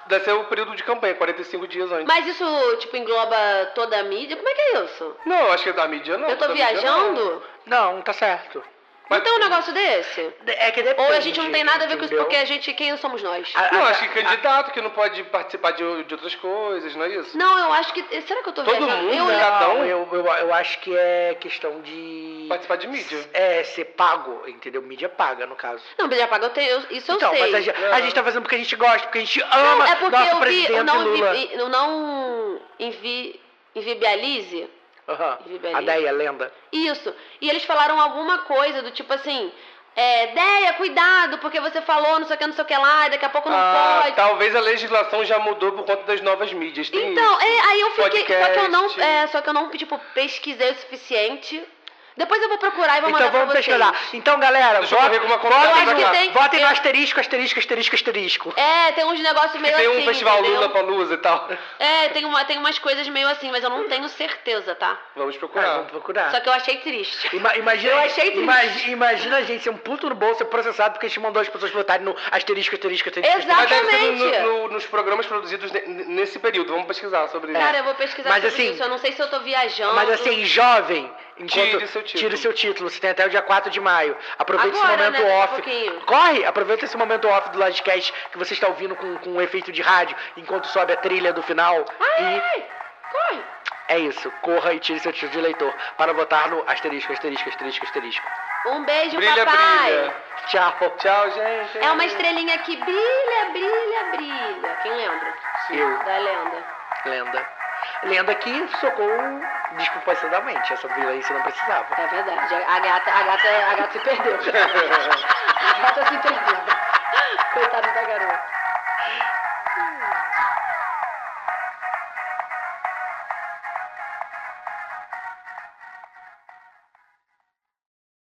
Speaker 3: Deve ser o período de campanha, 45 dias antes.
Speaker 2: Mas isso, tipo, engloba toda a mídia? Como é que é isso?
Speaker 3: Não, acho que é da mídia não.
Speaker 2: eu tô
Speaker 3: da mídia, não.
Speaker 2: viajando?
Speaker 1: Não, tá certo.
Speaker 2: Não tem um negócio desse?
Speaker 1: É que depende,
Speaker 2: Ou a gente não tem nada a ver com isso,
Speaker 1: entendeu?
Speaker 2: porque a gente. Quem somos nós?
Speaker 1: A-
Speaker 3: Não,
Speaker 1: a-
Speaker 3: acho que candidato que não pode participar de, de outras coisas, não é isso?
Speaker 2: Não, eu acho que. Será que eu tô
Speaker 3: Todo
Speaker 2: viajando?
Speaker 3: mundo,
Speaker 2: eu,
Speaker 3: né? Cada
Speaker 1: Não,
Speaker 3: um.
Speaker 1: eu, eu, eu acho que é questão de...
Speaker 3: Participar de mídia.
Speaker 1: É, ser pago, entendeu? Mídia paga, no caso.
Speaker 2: Não, Bíblia Paga, eu tenho. eu- isso eu
Speaker 1: então,
Speaker 2: sei.
Speaker 1: mas a, gente- a gente tá fazendo porque a gente gosta, porque a gente ama
Speaker 2: Não, é porque
Speaker 1: nosso
Speaker 2: eu vi, eu
Speaker 1: presidente
Speaker 2: não,
Speaker 1: Lula.
Speaker 2: invi, eu não invi, invibialize.
Speaker 1: Aham.
Speaker 2: Vibe
Speaker 1: A
Speaker 2: ali.
Speaker 1: daí, a lenda.
Speaker 2: Isso. E eles falaram alguma coisa do tipo assim. É, Deia, cuidado, porque você falou não sei o que, não sei o que lá, e daqui a pouco não
Speaker 3: Ah,
Speaker 2: pode.
Speaker 3: Talvez a legislação já mudou por conta das novas mídias. Tem
Speaker 2: Então,
Speaker 3: isso.
Speaker 2: é, aí eu fiquei. Só que eu não.
Speaker 3: Podcast.
Speaker 2: é, só que eu não, tipo, pesquisei o suficiente. Depois eu vou procurar e vou mandar
Speaker 1: Então vamos
Speaker 2: pra vocês.
Speaker 1: pesquisar. Então, galera,
Speaker 3: Deixa eu
Speaker 1: vote-
Speaker 3: correr com uma
Speaker 1: votem
Speaker 3: conversa
Speaker 2: pra
Speaker 1: no-
Speaker 2: cá. Tem-
Speaker 1: votem no
Speaker 2: tem-
Speaker 1: asterisco, asterisco, asterisco, asterisco.
Speaker 2: É, tem uns negócios meio
Speaker 3: Tem um
Speaker 2: assim.
Speaker 3: festival
Speaker 2: entendeu?
Speaker 3: Lula Palusa e tal.
Speaker 2: É, tem, uma, tem umas coisas meio assim, mas eu não tenho certeza, tá?
Speaker 3: Vamos
Speaker 1: Ah,
Speaker 3: procurar.
Speaker 1: vamos procurar.
Speaker 2: Só que eu achei triste.
Speaker 1: Ima- imagina,
Speaker 2: Eu achei triste.
Speaker 1: imagi- imagina a gente ser um puto no bolso ser processado porque a gente mandou as pessoas votarem no asterisco, asterisco, asterisco.
Speaker 2: Exato.
Speaker 3: Mas deve ser no-
Speaker 2: Exatamente.
Speaker 3: no- nos programas produzidos ne- nesse período. Vamos pesquisar sobre isso.
Speaker 2: Cara, eu vou pesquisar
Speaker 1: Mas
Speaker 2: sobre
Speaker 1: assim-
Speaker 2: isso. Eu não sei se eu tô viajando.
Speaker 1: Mas assim, jovem, enquanto
Speaker 3: Tire seu título.
Speaker 1: tire seu título. Você tem até o dia 4 de maio. Aproveita
Speaker 2: Agora,
Speaker 1: esse momento
Speaker 2: né? Daqui a pouquinho.
Speaker 1: off. Corre! Aproveita esse momento off do Lodcast que você está ouvindo com, com um efeito de rádio enquanto sobe a trilha do final.
Speaker 2: Ai,
Speaker 1: e
Speaker 2: ai, ai, corre.
Speaker 1: é isso. Corra e tire seu título de leitor para votar no asterisco, asterisco, asterisco, asterisco.
Speaker 2: Um beijo,
Speaker 3: Brilha,
Speaker 2: papai.
Speaker 3: brilha.
Speaker 1: Tchau.
Speaker 3: Tchau, gente.
Speaker 2: É uma estrelinha que brilha, brilha, brilha. Quem lembra?
Speaker 1: Eu.
Speaker 2: Da lenda.
Speaker 1: Lenda. Lenda que socou descompassivamente. Essa violência não precisava.
Speaker 2: É verdade. A gata, a gata, a gata se perdeu. a gata se perdeu. Coitada da garota.